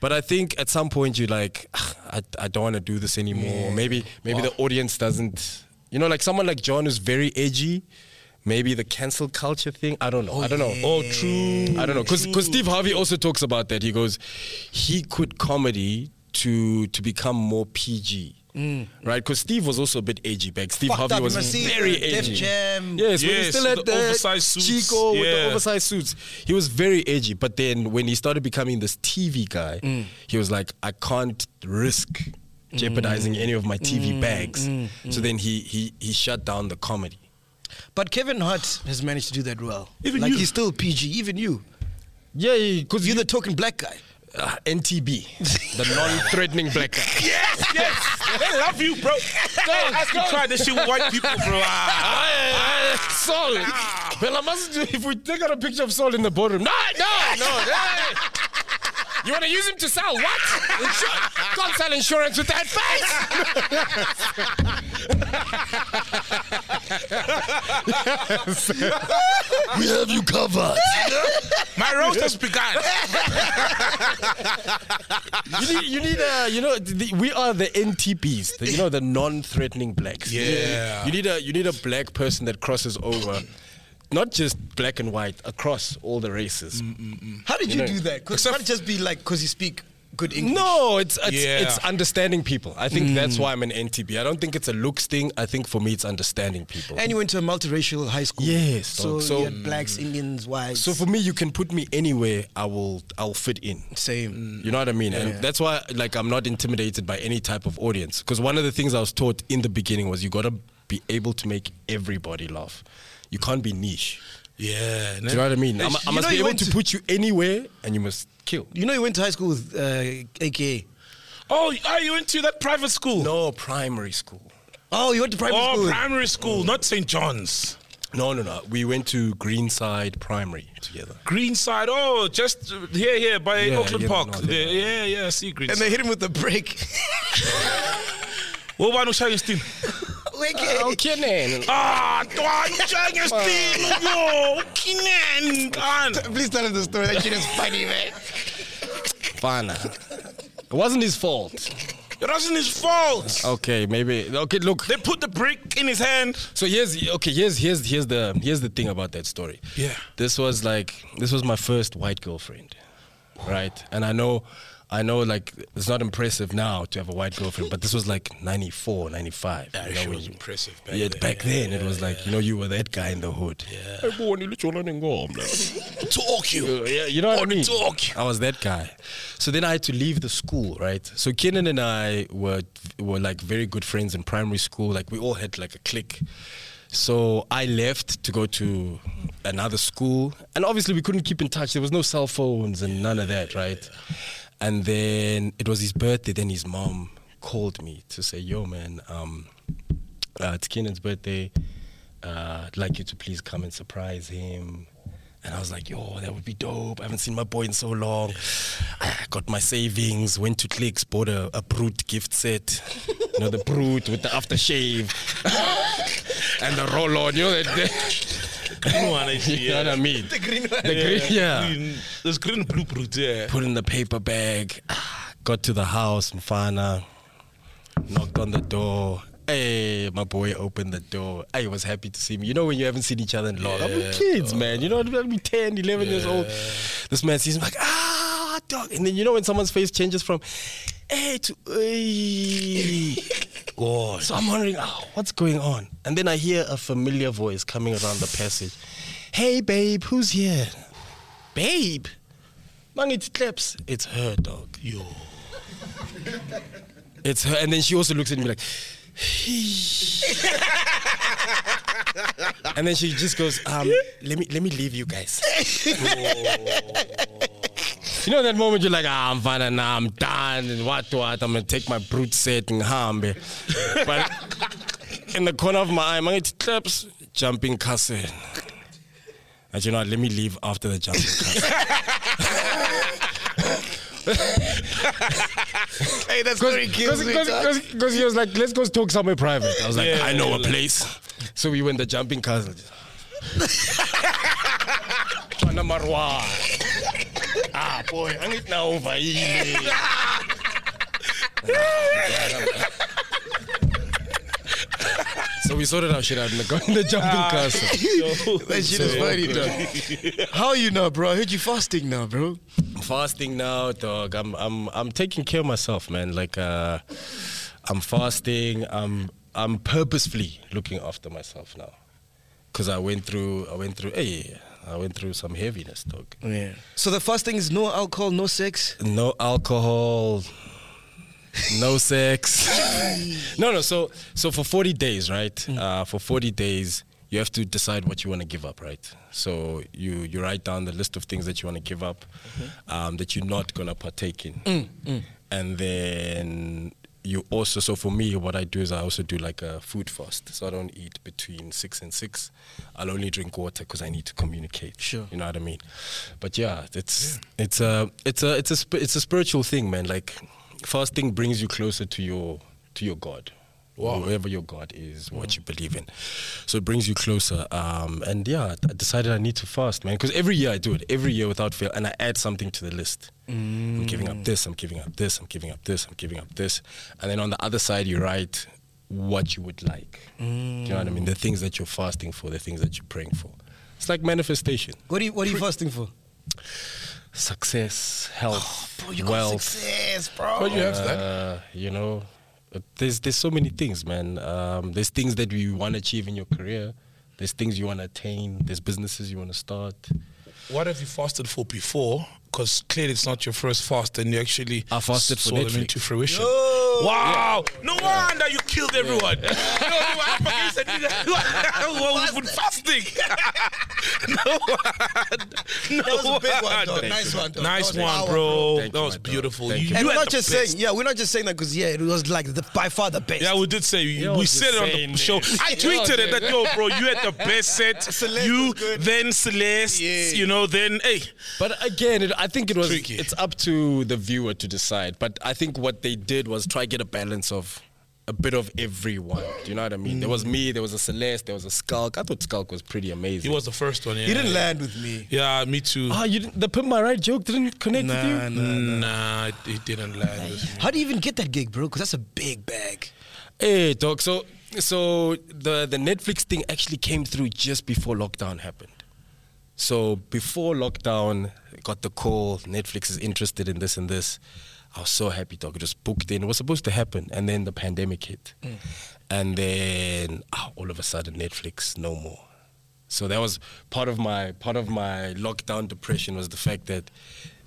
S3: But I think at some point you're like, "Ah, I, I don't want to do this anymore. Maybe maybe the audience doesn't, you know, like someone like John is very edgy. Maybe the cancel culture thing. I don't know. I don't know.
S2: Oh, true.
S3: I don't know because Steve Harvey also talks about that. He goes, he quit comedy to to become more PG.
S2: Mm.
S3: Right, because Steve was also a bit edgy back. Steve
S1: Fucked
S3: Harvey
S1: up,
S3: was
S1: Massive,
S3: very
S1: Def
S3: edgy.
S1: Jam.
S3: Yes, when he
S2: uh, Yes,
S3: still had
S2: the
S3: the
S2: oversized suits.
S3: Chico with
S2: Yeah.
S3: the oversized suits, he was very edgy. But then when he started becoming this TV guy,
S2: Mm.
S3: he was like, I can't risk jeopardizing any of my TV
S2: Mm.
S3: bags. So then he he he shut down the comedy.
S1: But Kevin Hart has managed to do that well.
S2: Even
S1: like
S2: you.
S1: he's still PG. Even you,
S3: Yeah, because
S1: you're the token black guy.
S3: uh, NTB, the non-threatening black guy.
S2: Yes, yes. they love you, bro. Don't ask me try this shit with white people, bro. Ah.
S3: Sol. Ah. Well, I must do if we take out a picture of Sol in the boardroom. No, no, no. no. You want to use him to sell what? Insur- can't sell insurance with that face. we have you covered.
S2: My roast has begun.
S3: You need, you need a, you know, the, we are the NTPs, the, you know, the non-threatening blacks. You need-
S2: Yeah.
S3: You need a, you need a black person that crosses over, not just black and white, across all the races.
S1: How did you,
S3: know,
S1: do that? Cause it can't just be like because you speak good English.
S3: No, it's it's,
S2: Yeah. Mm.
S3: it's understanding people. I think that's why I'm an NTP. I don't think it's a looks thing. I think for me, it's understanding people.
S1: And you went to a multiracial high school.
S3: Yes,
S1: So, mm.
S3: dog. So-
S1: you had blacks, Indians, whites.
S3: so for me, you can put me anywhere. I will I'll fit in.
S1: same.
S3: You know what I mean? And that's why like I'm not intimidated by any type of audience. Because one of the things I was taught in the beginning was you gotta be able to make everybody laugh. You can't be niche.
S2: Yeah.
S3: Do you know what I mean? I, mu- I
S1: You
S3: must
S1: know
S3: be
S1: you
S3: able
S1: went
S3: to,
S1: to-
S3: put you anywhere, and you must kill.
S1: You know, you went to high school with uh, AKA.
S2: Oh, oh, you went to that private school?
S3: No primary school.
S1: Oh, you went to private
S2: Oh,
S1: school.
S2: primary school, not St. John's.
S3: No, no, no. We went to Greenside Primary together.
S2: Greenside. Oh, just uh, here, here by
S3: Yeah,
S2: Auckland
S3: yeah,
S2: Park.
S3: no,
S2: There, yeah, yeah, I see
S1: and
S2: Greenside.
S1: they hit him with the brick.
S2: What about Ushayistin?
S1: Weke.
S3: Kenan.
S2: Ah, Twanjang is team, yo, Kinan, man.
S1: Please tell us the story. That shit is funny, man.
S3: Fana. It wasn't his fault.
S2: It wasn't his fault.
S3: Okay, maybe. Okay, look.
S2: They put the brick in his hand.
S3: So here's okay. Here's here's here's the here's the thing about that story.
S2: Yeah.
S3: This was like this was my first white girlfriend, right? And I know, I know, like it's not impressive now to have a white girlfriend, but this was like 94, 95. Yeah,
S2: she was impressive back
S3: yeah,
S2: then,
S3: back then it was like you know you were that guy in the hood. Yeah.
S2: Talk you.
S3: Yeah, you know what I
S2: On
S3: mean?
S2: talk.
S3: I was that guy. So then I had to leave the school, right? So Kenan and I were were like very good friends in primary school. Like we all had like a clique. So I left to go to another school, and obviously we couldn't keep in touch. There was no cell phones and none of that, right? And then it was his birthday. Then his mom called me to say, "Yo, man, um, uh, it's Kenan's birthday. Uh, I'd like you to please come and surprise him. And I was like, yo, that would be dope. I haven't seen my boy in so long. I got my savings, went to Clicks, bought a, a Brute gift set. You know, the Brute with the aftershave and the roll on. You know, that,
S2: Green one, I
S3: you
S2: see.
S3: know what I
S2: Yeah.
S3: mean?
S1: The green one.
S3: The green, yeah.
S2: Green, there's green blueprint, yeah.
S3: Put in the paper bag, got to the house, Mfana, knocked on the door. Hey, my boy opened the door. I was happy to see me. You know when you haven't seen each other in long. I'm with kids, man. You know, I'd be 10, 11 years old. This man sees me like, ah, dog. And then you know when someone's face changes from, hey, to, hey.
S2: God.
S3: So I'm wondering, oh, what's going on? And then I hear a familiar voice coming around the passage. Hey, babe, who's here? Babe? Man, it's Clips. It's her, dog.
S2: Yo.
S3: It's her. And then she also looks at me like, and then she just goes, um, let me let me leave you guys. you know that moment you're like, ah, I'm fine and nah, I'm done and what what I'm gonna take my brute set and hambe. But in the corner of my eye, my clips jumping castle. And you know, what, let me leave after the jumping castle.
S1: Hey, that's very cute.
S3: Because he was like, let's go talk somewhere private. I was like,
S2: Yeah,
S3: I know
S2: yeah,
S3: a
S2: like-
S3: place. So we went the jumping castle. Twana Marwa. Ah, boy, I need now over here. So we sorted our shit out in the, in the jumping
S1: Ah.
S3: castle.
S1: That shit is funny, dog. How you know, bro? I heard you fasting now, bro.
S3: I'm fasting now, dog. I'm I'm I'm taking care of myself, man. Like uh I'm fasting. I'm I'm purposefully looking after myself now. Cause I went through I went through hey I went through some heaviness, dog.
S1: Yeah. So the first thing is no alcohol, no sex.
S3: No alcohol, no sex. no, no, so so for 40 days, right? Uh, for 40 days you have to decide what you want to give up, right? So you you write down the list of things that you want to give up, um, that you're not gonna partake in, and then you also. So for me, what I do is I also do like a food fast. So I don't eat between six and six. I'll only drink water because I need to communicate.
S1: Sure.
S3: you know what I mean. But yeah, it's it's a it's a it's a sp- it's a spiritual thing, man. Like fasting brings you closer to your to your God wow. whoever your God is, what you believe in. So it brings you closer. Um, and yeah, I decided I need to fast, man, because every year I do it, every year without fail, and I add something to the list. I'm giving up this, I'm giving up this, I'm giving up this, I'm giving up this. And then on the other side, you write what you would like. Do you know what I mean? The things that you're fasting for, the things that you're praying for. It's like manifestation,
S1: What are you What are you fasting for?
S3: success, health, wealth.
S1: success, bro.
S3: you You know, uh, there's there's so many things, man. Um, there's things that you want to achieve in your career. There's things you want to attain. There's businesses you want to start.
S2: What have you fasted for before? Because clearly it's not your first fast, and you actually
S3: I fasted for
S2: saw
S3: Netflix.
S2: them into fruition. Wow! No wonder you killed everyone. Yo, you were up against it. You were- well, we've been fasting. no wonder. No
S1: was a big one, dog.
S2: wonder.
S1: Nice one, dog.
S2: Nice
S1: That was a
S2: one,
S1: power,
S2: bro.
S3: Thank
S2: that
S3: you,
S2: was
S3: my dog.
S2: beautiful.
S3: Thank
S2: You-
S3: you.
S2: you
S1: And we're
S2: had
S1: not
S2: the
S1: just
S2: best.
S1: saying, yeah, we're not just saying that because yeah, it was like the by far the best.
S2: Yeah, we did say
S3: Yo,
S2: we
S3: just
S2: said it on
S3: saying,
S2: the show.
S3: man.
S2: I
S3: Yo,
S2: tweeted it that yo, bro, you had the best set.
S1: Celeste
S2: you
S1: was good.
S2: then Celeste,
S1: Yeah.
S2: you know, then hey,
S3: But again, it, I think it was.
S2: Tricky.
S3: It's up to the viewer to decide. But I think what they did was try get a balance of a bit of everyone. Do you know what I mean? There was me, there was a Celeste, there was a Skulk. I thought Skulk was pretty
S2: He
S3: amazing.
S2: was the first one. Yeah.
S1: You didn't land with me.
S2: Yeah, me too.
S3: Ah, you didn't, the Pimp My Ride joke didn't connect with you?
S1: Nah, nah.
S2: Nah, it- it didn't land. with me.
S1: How do you even get that gig, bro? Because that's a big bag.
S3: Hey, dog. So, so the the Netflix thing actually came through just before lockdown happened. So before lockdown, I got the call. Netflix is interested in this and this. I was so happy, dog. It was booked in. It was supposed to happen, and then the pandemic hit, and then ah, all of a sudden, Netflix no more. So that was part of my part of my lockdown depression was the fact that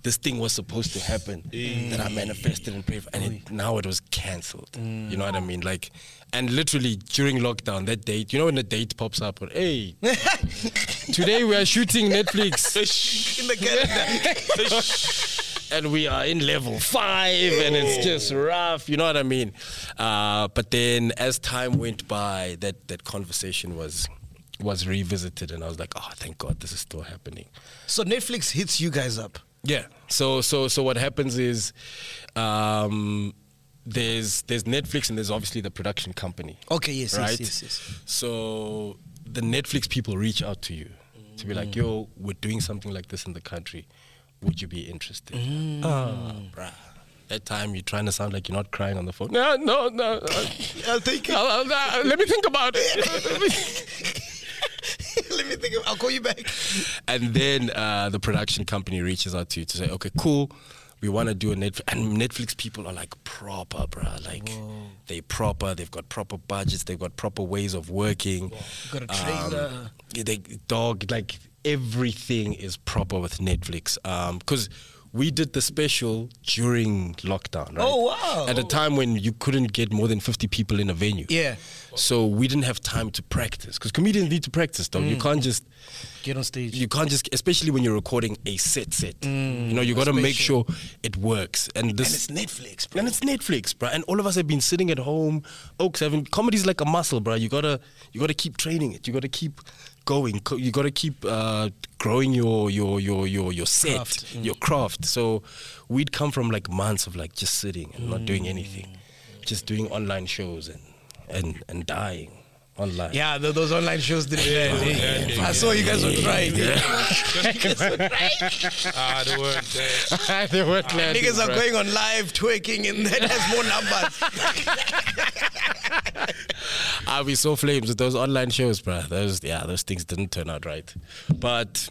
S3: this thing was supposed to happen that I manifested and prayed for, and it, now it was cancelled. You know what I mean? Like, and literally during lockdown, that date, you know when the date pops up, or hey, today we are shooting Netflix.
S1: In the calendar.
S3: and we are in level five and it's just rough you know what i mean uh, but then as time went by that that conversation was was revisited and i was like oh thank god this is still happening
S1: so Netflix hits you guys up.
S3: yeah. So so so what happens is, um, there's there's Netflix and there's obviously the production company.
S1: Okay, Oh, yes, yes,
S3: right.
S1: yes, yes.
S3: So the Netflix people reach out to you to be
S1: Mm.
S3: like, yo, we're doing something like this in the country. Would you be interested?
S1: Mm.
S3: Ah, bruh. That time you're trying to sound like you're not crying on the phone. No, no, no.
S1: I'll take it.
S3: I'll- I'll- I'll- let me think about it.
S1: Let me think. Of, I'll call you back.
S3: and then uh, the production company reaches out to you to say, okay, cool, we want to do a Netflix. And Netflix people are like proper, bruh. Like they proper. They've got proper budgets. They've got proper ways of working. Um,
S1: Got a trailer.
S3: yeah, they dog like everything is proper with Netflix. Um, because. We did the special during lockdown, right?
S1: Oh, wow.
S3: At a time when you couldn't get more than 50 people in a venue.
S1: Yeah.
S3: So we didn't have time to practice because comedians need to practice, though.
S1: Mm.
S3: You can't just
S1: Get on stage.
S3: you can't just, especially when you're recording a set set. you know, you got to make sure it works. And
S1: Mm, and
S3: this
S1: it's Netflix, bro.
S3: and it's Netflix, bruh. And all of us have been sitting at home. Oaks having comedy's like a muscle, bruh. You gotta you gotta keep training it. You gotta keep going. Co- You gotta keep uh, growing your your your your your set,
S1: Craft, mm.
S3: your craft. So we'd come from like months of like just sitting and not doing anything, just doing online shows and and and dying online.
S1: Yeah, th- those online shows didn't end. eh? I saw you guys were trying.
S2: Ah, they weren't there.
S3: they were glad,
S1: Niggas are
S3: bruh.
S1: going on live twerking and that has more numbers.
S3: I we saw flames with those online shows, bro. Those yeah, those things didn't turn out right. But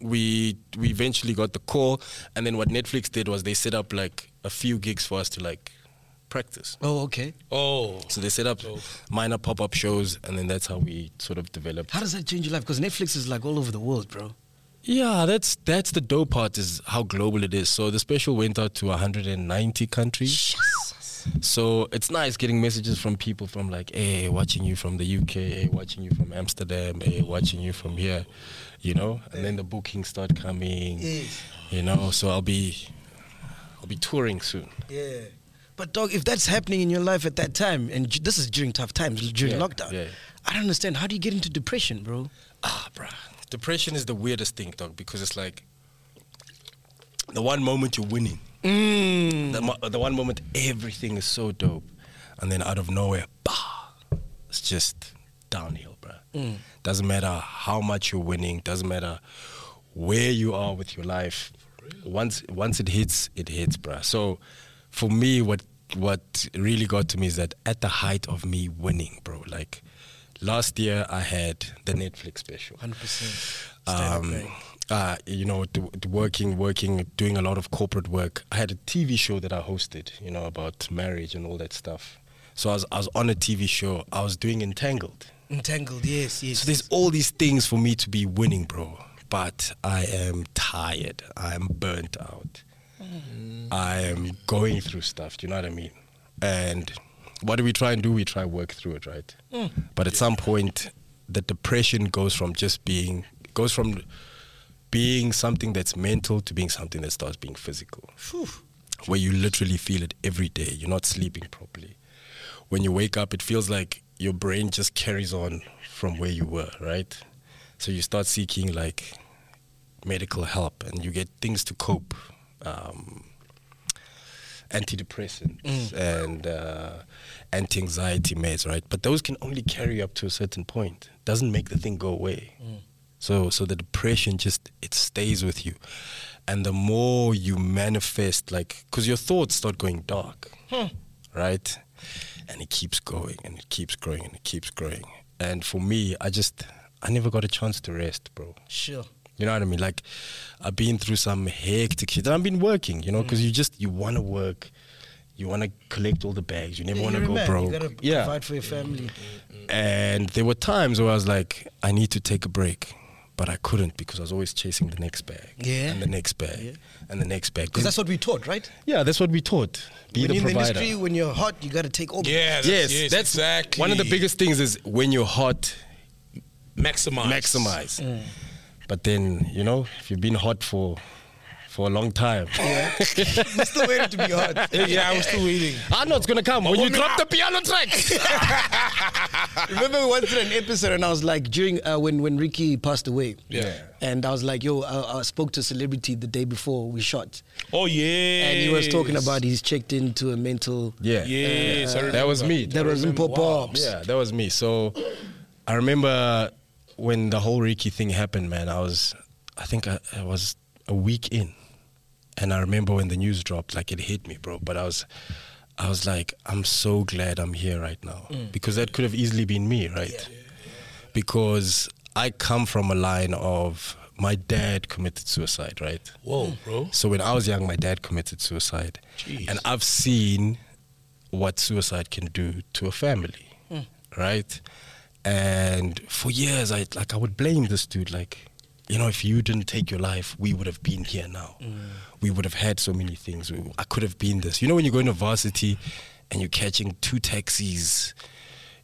S3: we we eventually got the call, and then what Netflix did was they set up like a few gigs for us to like practice.
S1: Oh, okay.
S2: Oh,
S3: So they set up minor pop up shows, and then that's how we sort of developed.
S1: How does that change your life? Because Netflix is like all over the world, bro.
S3: Yeah, that's that's the dope part is how global it is. So the special went out to 190 countries. So it's nice getting messages from people from like, hey, watching you from the UK, hey, watching you from Amsterdam, hey, watching you from here, you know. And then the bookings start coming,
S1: Yes.
S3: you know. So I'll be, I'll be touring soon.
S1: Yeah. But dog, if that's happening in your life at that time, and j- this is during tough times, during
S3: Yeah,
S1: lockdown,
S3: yeah.
S1: I don't understand. How do you get into depression, bro?
S3: Ah, bruh. Depression is the weirdest thing, dog, because it's like the one moment you're winning,
S1: Mm.
S3: the, mo- the one moment everything is so dope, and then out of nowhere, bah, it's just downhill, bruh. Doesn't matter how much you're winning, doesn't matter where you are with your life. Once once it hits, it hits, bruh. So for me, what what really got to me is that at the height of me winning, bro, like last year I had the Netflix special
S1: Hundred percent.
S3: um, uh, you know, d- d- working, working, doing a lot of corporate work. I had a TV show that I hosted, you know, about marriage and all that stuff. So I was, I was on a TV show. I was doing Entangled.
S1: Entangled. Yes. Yes.
S3: So there's all these things for me to be winning, bro. But I am tired. I am burnt out. I am going through stuff. Do you know what I mean? And what do we try and do? We try work through it, right? But at some point, the depression goes from just being goes from being something that's mental to being something that starts being physical where you literally feel it every day. You're not sleeping properly. When you wake up, it feels like your brain just carries on from where you were, right? So you start seeking like medical help and you get things to cope. Um, antidepressants and uh, anti-anxiety meds, right? But those can only carry up to a certain point. Doesn't make the thing go away. So, so the depression just it stays with you, and the more you manifest, like, because your thoughts start going dark, right? And it keeps going, and it keeps growing, and it keeps growing. And for me, I just I never got a chance to rest, bro.
S1: Sure.
S3: You know what I mean? Like, I've been through some hectic shit. And I've been working, you know, because you just you want to work, you want to collect all the bags, you never want to
S1: You're a
S3: go
S1: man,
S3: broke.
S1: You gotta
S3: yeah.
S1: provide for your family.
S3: And there were times where I was like, I need to take a break, but I couldn't because I was always chasing the next bag,
S1: Yeah.
S3: and the next bag,
S1: Yeah.
S3: and the next bag.
S1: Because that's what we taught, right?
S3: yeah, that's what we taught. Be
S1: when
S3: the
S1: you're in the
S3: provider.
S1: industry, when you're hot, you gotta take over.
S2: Yeah, that's,
S3: yes,
S2: yes,
S3: that's
S2: exactly
S3: one of the biggest things is when you're hot,
S2: maximize.
S3: maximize.
S1: Mm.
S3: But then you know, if you've been hot for for a long time.
S1: We're still waiting to be hot.
S2: Yeah, yeah, I was still waiting.
S3: I know it's gonna come when you
S2: woman-
S3: drop the piano track.
S1: Remember we went through an episode and I was like, during uh, when when Ricky passed away.
S2: Yeah.
S1: And I was like, yo, I, I spoke to a celebrity the day before we shot,
S2: Oh yeah.
S1: and he was talking about he's checked into a mental.
S3: yeah,
S2: Yes, I
S3: that was
S2: remember.
S3: me.
S1: That was in pop ups.
S3: Yeah, that was me. So I remember when the whole Ricky thing happened, man. I was, I think I, I was a week in, and I remember when the news dropped, like it hit me, bro. But I was, I was like, I'm so glad I'm here right now because that could have easily been me, right? Because I come from a line of my dad committed suicide, right?
S1: Hmm.
S2: Whoa, bro.
S3: So when I was young, my dad committed suicide,
S2: Jeez.
S3: and I've seen what suicide can do to a family, right? And for years, I like I would blame this dude, like, you know, if you didn't take your life, we would have been here now. We would have had so many things. We, I could have been this. You know, when you go into varsity and you're catching two taxis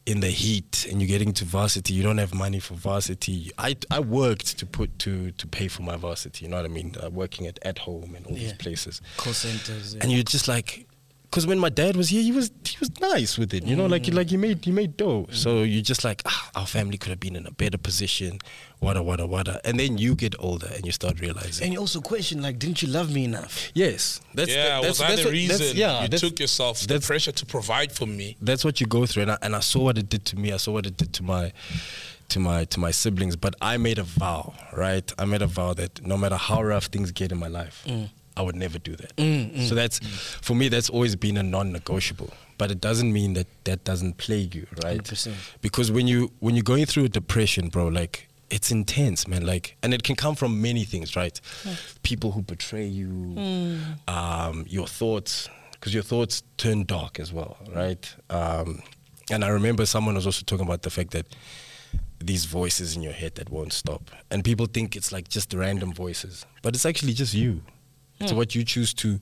S3: in the heat and you're getting to varsity, you don't have money for varsity. I, I worked to put to to pay for my varsity. You know what I mean? Uh, working at at home and all these
S1: Yeah.
S3: places.
S1: Call centers.
S3: And you're just like, because when my dad was here, he was he was nice with it. You know, like he like he made he made dough. So you're just like, ah, our family could have been in a better position. Wada wada wada. And then you get older and you start realizing.
S1: And you also question like, didn't you love me enough?
S3: Yes, that's
S2: yeah,
S3: that- that's,
S2: was that
S3: that's
S2: the
S3: what-
S2: reason
S3: that's- yeah,
S2: you
S3: that's-
S2: took yourself the
S3: that's-
S2: pressure to provide for me?
S3: that's what you go through and I, and I saw what it did to me i saw what it did to my to my to my siblings but i made a vow right i made a vow that no matter how rough things get in my life i would never do that so that's for me that's always been a non-negotiable but it doesn't mean that that doesn't plague you right
S1: 100%.
S3: because when you when you're going through a depression bro like it's intense man like and it can come from many things right people who betray you um, your thoughts because your thoughts turn dark as well right um, and i remember someone was also talking about the fact that these voices in your head that won't stop and people think it's like just random voices but it's actually just you it's what you choose to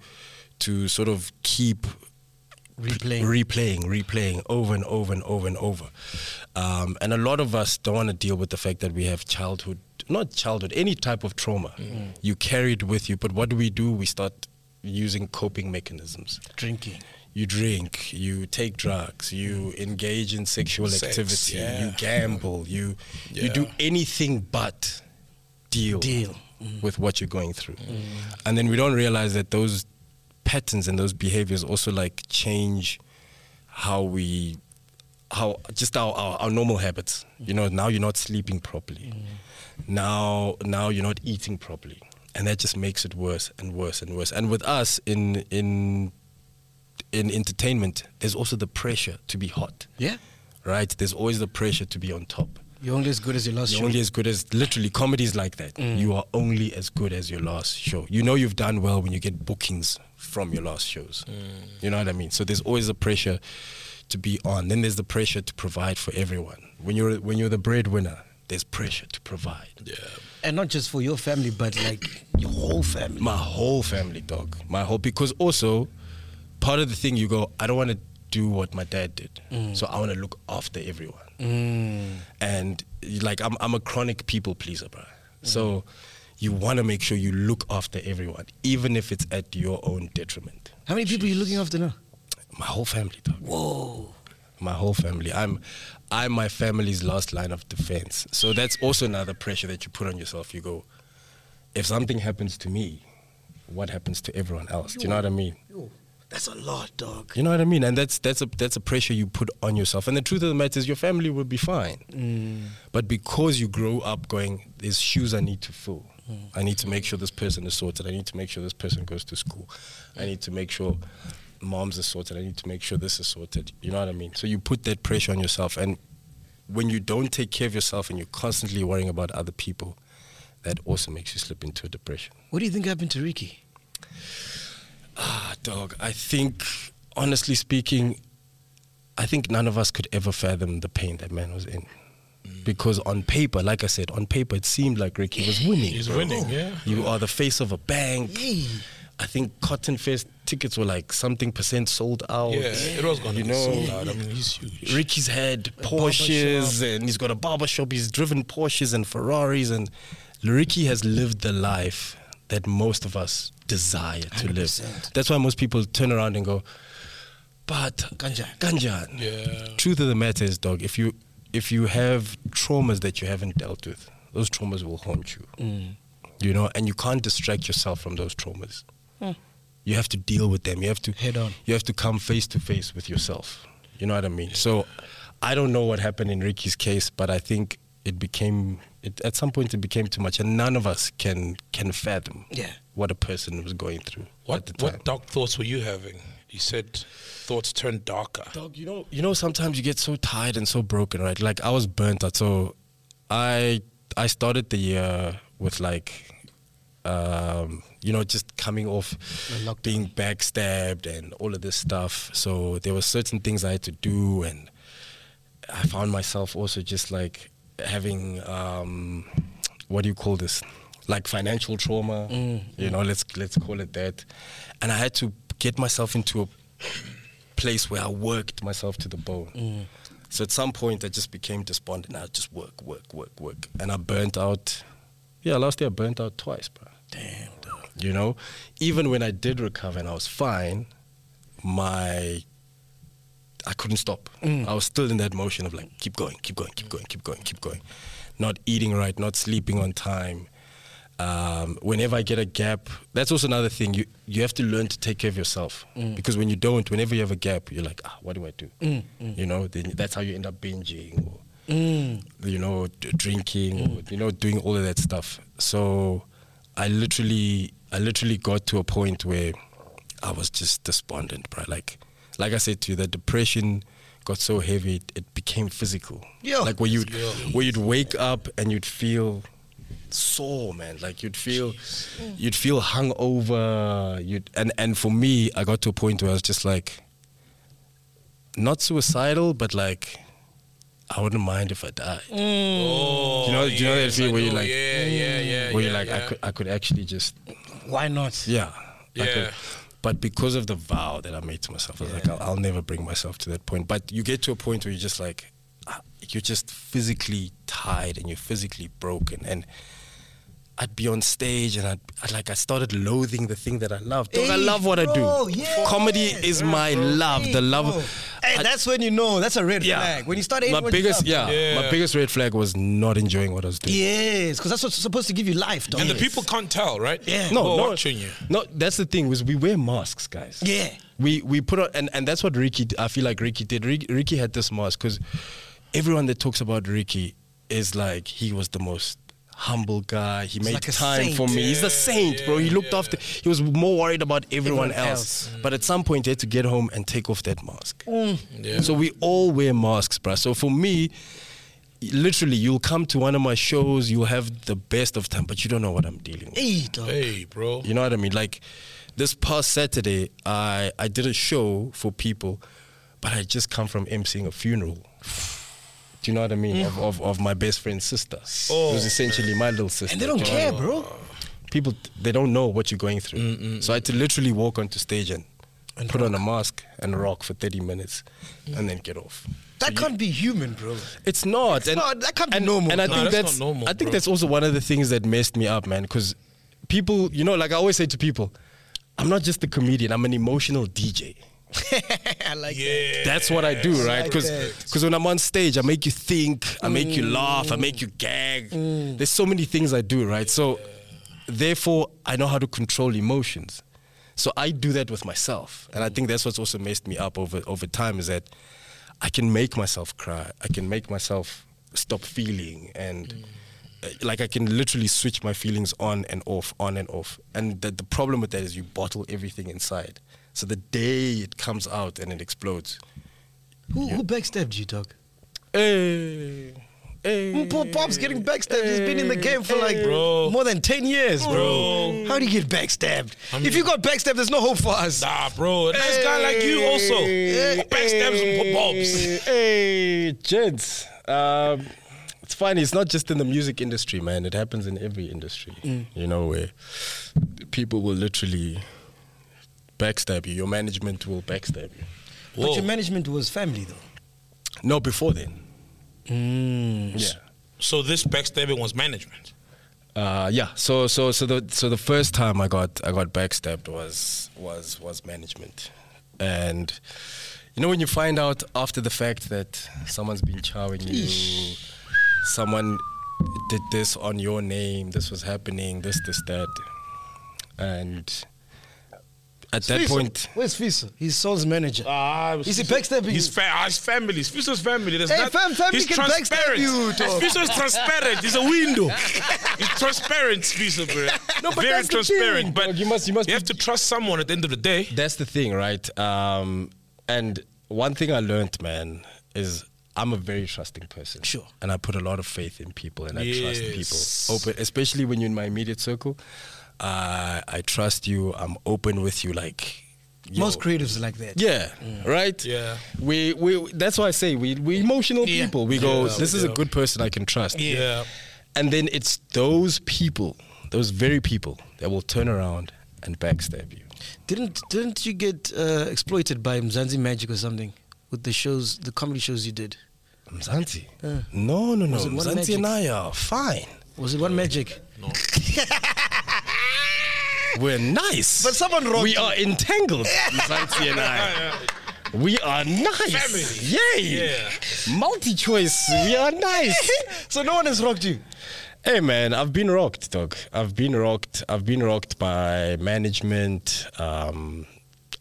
S3: to sort of keep
S1: Replaying.
S3: replaying, replaying over and over and over and over. Um, and a lot of us don't want to deal with the fact that we have childhood, not childhood, any type of trauma you carry it with you. But what do we do? We start using coping mechanisms.
S1: Drinking.
S3: You drink, you take drugs, you engage in sexual
S2: Mm. Sex,
S3: activity,
S2: yeah.
S3: you gamble, you you
S2: Yeah.
S3: do anything but deal
S1: Deal.
S2: Mm.
S3: with what you're going through. And then we don't realize that those patterns and those behaviors also like change how we how just our, our, our normal habits. You know, now you're not sleeping properly.
S2: Mm.
S3: Now now you're not eating properly. And that just makes it worse and worse and worse. And with us in in in entertainment, there's also the pressure to be hot.
S1: Yeah.
S3: Right? There's always the pressure to be on top.
S1: You're only as good as your last
S3: You're
S1: show.
S3: only as good as literally comedies like that. You are only as good as your last show. You know you've done well when you get bookings from your last shows. You know what I mean? So there's always a pressure to be on. Then there's the pressure to provide for everyone. When you're when you're the breadwinner, there's pressure to provide.
S2: Yeah.
S1: and not just for your family, but like your whole family.
S3: My whole family, dog. My whole because also part of the thing you go, I don't want to do what my dad did. So I want to look after everyone. And like I'm I'm a chronic people pleaser, bro. So you want to make sure you look after everyone, even if it's at your own detriment.
S1: How many people are you looking after now?
S3: My whole family, dog.
S1: Whoa.
S3: My whole family. I'm I'm my family's last line of defense. So that's also another pressure that you put on yourself. You go, if something happens to me, what happens to everyone else? Do you know what I mean?
S1: That's a lot, dog.
S3: You know what I mean? And that's that's a that's a pressure you put on yourself. And the truth of the matter is your family will be fine. But because you grow up going, there's shoes I need to fill. I need to make sure this person is sorted. I need to make sure this person goes to school. I need to make sure moms are sorted. I need to make sure this is sorted. You know what I mean? So you put that pressure on yourself and when you don't take care of yourself and you're constantly worrying about other people, that also makes you slip into a depression.
S1: What do you think happened to Ricky?
S3: Ah, dog. I think, honestly speaking, I think none of us could ever fathom the pain that man was in.
S2: Mm.
S3: Because on paper, like I said, on paper, it seemed like Ricky was winning.
S2: He's
S3: bro.
S2: winning, yeah.
S3: You are the face of a bank.
S1: Yeah.
S3: I think Cotton Fest tickets were like something percent sold out.
S2: Yeah, it was gonna
S3: Oh, You
S2: be
S3: know,
S2: sold out. I mean, he's huge.
S3: Ricky's had Porsches and he's got a barber shop. He's driven Porsches and Ferraris. And Ricky has lived the life that most of us desire to live.
S1: 100%.
S3: That's why most people turn around and go, but
S1: Kanjani."
S3: Ganjan.
S2: Yeah.
S3: Truth of the matter is, dog, if you if you have traumas that you haven't dealt with, those traumas will haunt you.
S1: Mm.
S3: You know, and you can't distract yourself from those traumas. You have to deal with them. You have to
S1: Hmm. Head on.
S3: You have to come face to face with yourself. You know what I mean? So I don't know what happened in Ricky's case, but I think it became it, at some point it became too much, and none of us can can fathom
S1: Yeah.
S3: what a person was going through at
S2: What
S3: the time.
S2: what dark thoughts were you having? You said thoughts turned darker.
S3: Dog, you know, you know, sometimes you get so tired and so broken, right? Like I was burnt out, so I I started the year with like, um, you know, just coming off
S1: The lockdown.
S3: being backstabbed and all of this stuff. So there were certain things I had to do, and I found myself also just like having um, what do you call this? Like financial trauma,
S1: Mm,
S3: you know. Let's let's call it that. And I had to get myself into a place where I worked myself to the bone.
S1: Mm.
S3: So at some point, I just became despondent. I just work, work, work, work, and I burnt out. Yeah, last year I burnt out twice, bro.
S1: Damn, dog.
S3: You know, even when I did recover and I was fine, my I couldn't stop.
S1: Mm.
S3: I was still in that motion of like, keep going, keep going, keep going, keep going, keep going. Not eating right, not sleeping on time. Um, whenever I get a gap, that's also another thing. You you have to learn to take care of yourself because when you don't, whenever you have a gap, you're like, ah, what do I do? You know, then that's how you end up binging or you know d- drinking or you know doing all of that stuff. So I literally I literally got to a point where I was just despondent, bro. Like like I said to you, the depression got so heavy it, it became physical.
S1: Yo.
S3: Like where you would where you'd wake up and you'd feel sore, man. Like you'd feel you'd feel hungover. You'd and and for me, I got to a point where I was just like not suicidal, but like I wouldn't mind if I died.
S2: Oh,
S3: You know- you know that
S2: yes,
S3: feeling
S2: I
S3: where you
S2: know.
S3: like-
S2: yeah, yeah, yeah,
S3: Where
S2: yeah,
S3: you're like, I
S2: yeah.
S3: could I could actually just
S1: Why not?
S3: yeah. Like
S2: Yeah.
S3: A, but because of the vow that I made to myself, I was like, I'll, I'll never bring myself to that point. But you get to a point where you're just like, ah, you're just physically tired and you're physically broken. And I'd be on stage and I'd, I'd like, I started loathing the thing that I love. Dog, I
S1: Hey,
S3: love what
S1: bro,
S3: I do.
S1: yeah.
S3: Comedy is my love.
S1: Hey,
S3: the love.
S1: bro. Hey,
S3: I-
S1: that's when you know. That's a red
S3: yeah.
S1: flag. When you start hating
S3: my
S1: what you
S3: biggest,
S1: love.
S3: yeah,
S2: Yeah.
S3: my biggest red flag was not enjoying what I was doing.
S1: Yes, because that's what's supposed to give you life, dog.
S2: and the people can't tell, right?
S1: Yeah.
S2: No,
S3: oh, no, no,
S2: watching you.
S3: No, that's the thing was we wear masks, guys.
S1: Yeah.
S3: we we put on, and and that's what Ricky. d- I feel like Ricky did. Ricky, Ricky had this mask because everyone that talks about Ricky is like he was the most humble guy. He made
S1: like a
S3: time
S1: saint.
S3: for me. He's the saint, bro. He looked after. He was more worried about everyone,
S1: Everyone
S3: else. But at some point, he had to get home and take off that mask.
S1: Mm.
S2: Yeah.
S3: So we all wear masks, bruh. So for me, literally, you'll come to one of my shows, you'll have the best of time, but you don't know what I'm dealing with.
S1: Hey, dog.
S2: Hey, bro.
S3: You know what I mean? Like this past Saturday, I I did a show for people, but I just come from emceeing a funeral. Do you know what I mean? Of, of, of my best friend's sister,
S2: Oh,
S3: who's essentially my little sister.
S1: And they don't
S3: Do you know what I
S1: care,
S3: mean?
S1: bro.
S3: People they don't know what you're going through. So I had to literally walk onto stage and,
S1: Mm, And
S3: put on a mask and rock for 30 minutes, and then get off.
S1: That can't be human, bro.
S3: It's not. and,
S1: not. That can't be
S3: and,
S1: normal.
S3: And I
S2: No,
S3: think
S2: that's
S3: that's,
S2: not normal,
S3: I think
S2: bro.
S3: that's also one of the things that messed me up, man. Because people, you know, like I always say to people, I'm not just a comedian. I'm an emotional DJ.
S1: I like
S2: Yeah.
S3: That's what I do, right?
S1: like
S3: Because
S1: that. Mm.
S3: when I'm on stage, I make you think, I make you laugh, I make you gag. There's so many things I do, right? So therefore, I know how to control emotions. So I do that with myself, and I think that's what's also messed me up over over time is that I can make myself cry, I can make myself stop feeling, and
S1: Mm.
S3: uh, like I can literally switch my feelings on and off, on and off. And the, the problem with that is you bottle everything inside. So the day it comes out and it explodes,
S1: Who, who backstabbed you, dog?
S3: Hey. Hey.
S1: Poor Pop's getting backstabbed. He's been in the game for like
S2: Bro.
S1: more than 10 years, bro.
S2: Bro.
S1: How do you get backstabbed? if you got backstabbed, there's no hope for us.
S2: Nah, bro. A nice guy like you also. Backstabs and bobs.
S3: Hey, gents. Um, it's funny. It's not just in the music industry, man. It happens in every industry. You know, where people will literally backstab you. Your management will backstab you.
S1: But your
S2: Whoa.
S1: management was family, though.
S3: No, before then. Yeah.
S2: So this backstabbing was management.
S3: Uh, yeah. So so so the so the first time I got I got backstabbed was was was management, and you know when you find out after the fact that someone's been chowing you, someone did this on your name, this was happening, this this that, and at that
S1: Fiso.
S3: point. Ah,
S1: Where's Fiso? He's Soul's manager. Is he backstabbing
S2: His,
S1: you?
S2: fa- ah, his family, his Fiso's family. There's
S1: Hey,
S2: not-
S1: fam- family
S2: he's
S1: can backstab
S2: transparent.
S1: you, dog.
S2: Fiso's transparent. He's a window. he's transparent, Fiso, bro.
S3: No, but
S2: Very
S3: that's the
S2: transparent.
S3: thing,
S2: but
S3: dog. You must- you must
S2: you
S3: be-
S2: have to trust someone at the end of the day.
S3: That's the thing, right? Um, and one thing I learned, man, is I'm a very trusting person.
S1: Sure.
S3: And I put a lot of faith in people and I
S2: Yes.
S3: trust people. Open, especially when you're in my immediate circle. Uh, I trust you. I'm open with you. Like, yo.
S1: Most creatives are like that.
S3: Yeah. Right.
S2: Mm. Yeah.
S3: We we. That's why I say we we emotional
S2: Yeah.
S3: people. We go.
S2: Yeah.
S3: This is a
S2: Yeah.
S3: good person I can trust.
S2: Yeah.
S3: And then it's those people, those very people, that will turn around and backstab you.
S1: Didn't didn't you get uh, exploited by Mzanzi Magic or something with the shows, the comedy shows you did?
S3: Mzansi?
S1: Yeah.
S3: No, no, no.
S1: Was it one
S3: Mzansi and
S1: magic?
S3: I are fine.
S1: Was it one magic?
S3: We're nice.
S1: But someone wrote
S3: We
S1: you.
S3: are entangled, Mzansi and I. We are nice.
S2: Family.
S3: Yay.
S2: Yeah.
S3: Multi choice. We are nice.
S1: so no one has rocked you.
S3: hey, man, I've been rocked, dog. I've been rocked. I've been rocked by management. Um,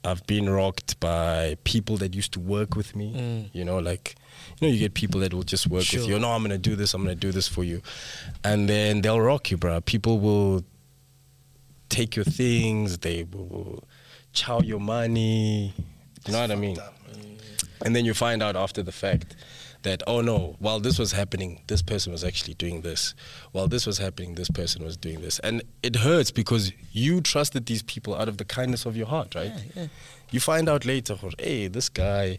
S3: I've been rocked by people that used to work with me. You know, like, you know, you get people that will just work
S1: Mm. Sure.
S3: with you. "Oh, No, I'm going to do this. I'm going to do this for you. And then they'll rock you, bro. People will take your things, they will chow your money. You know what I mean? And then you find out after the fact that, oh no, while this was happening, this person was actually doing this. While this was happening, this person was doing this. And it hurts because you trusted these people out of the kindness of your heart, right? You find out later, oh, hey, this guy,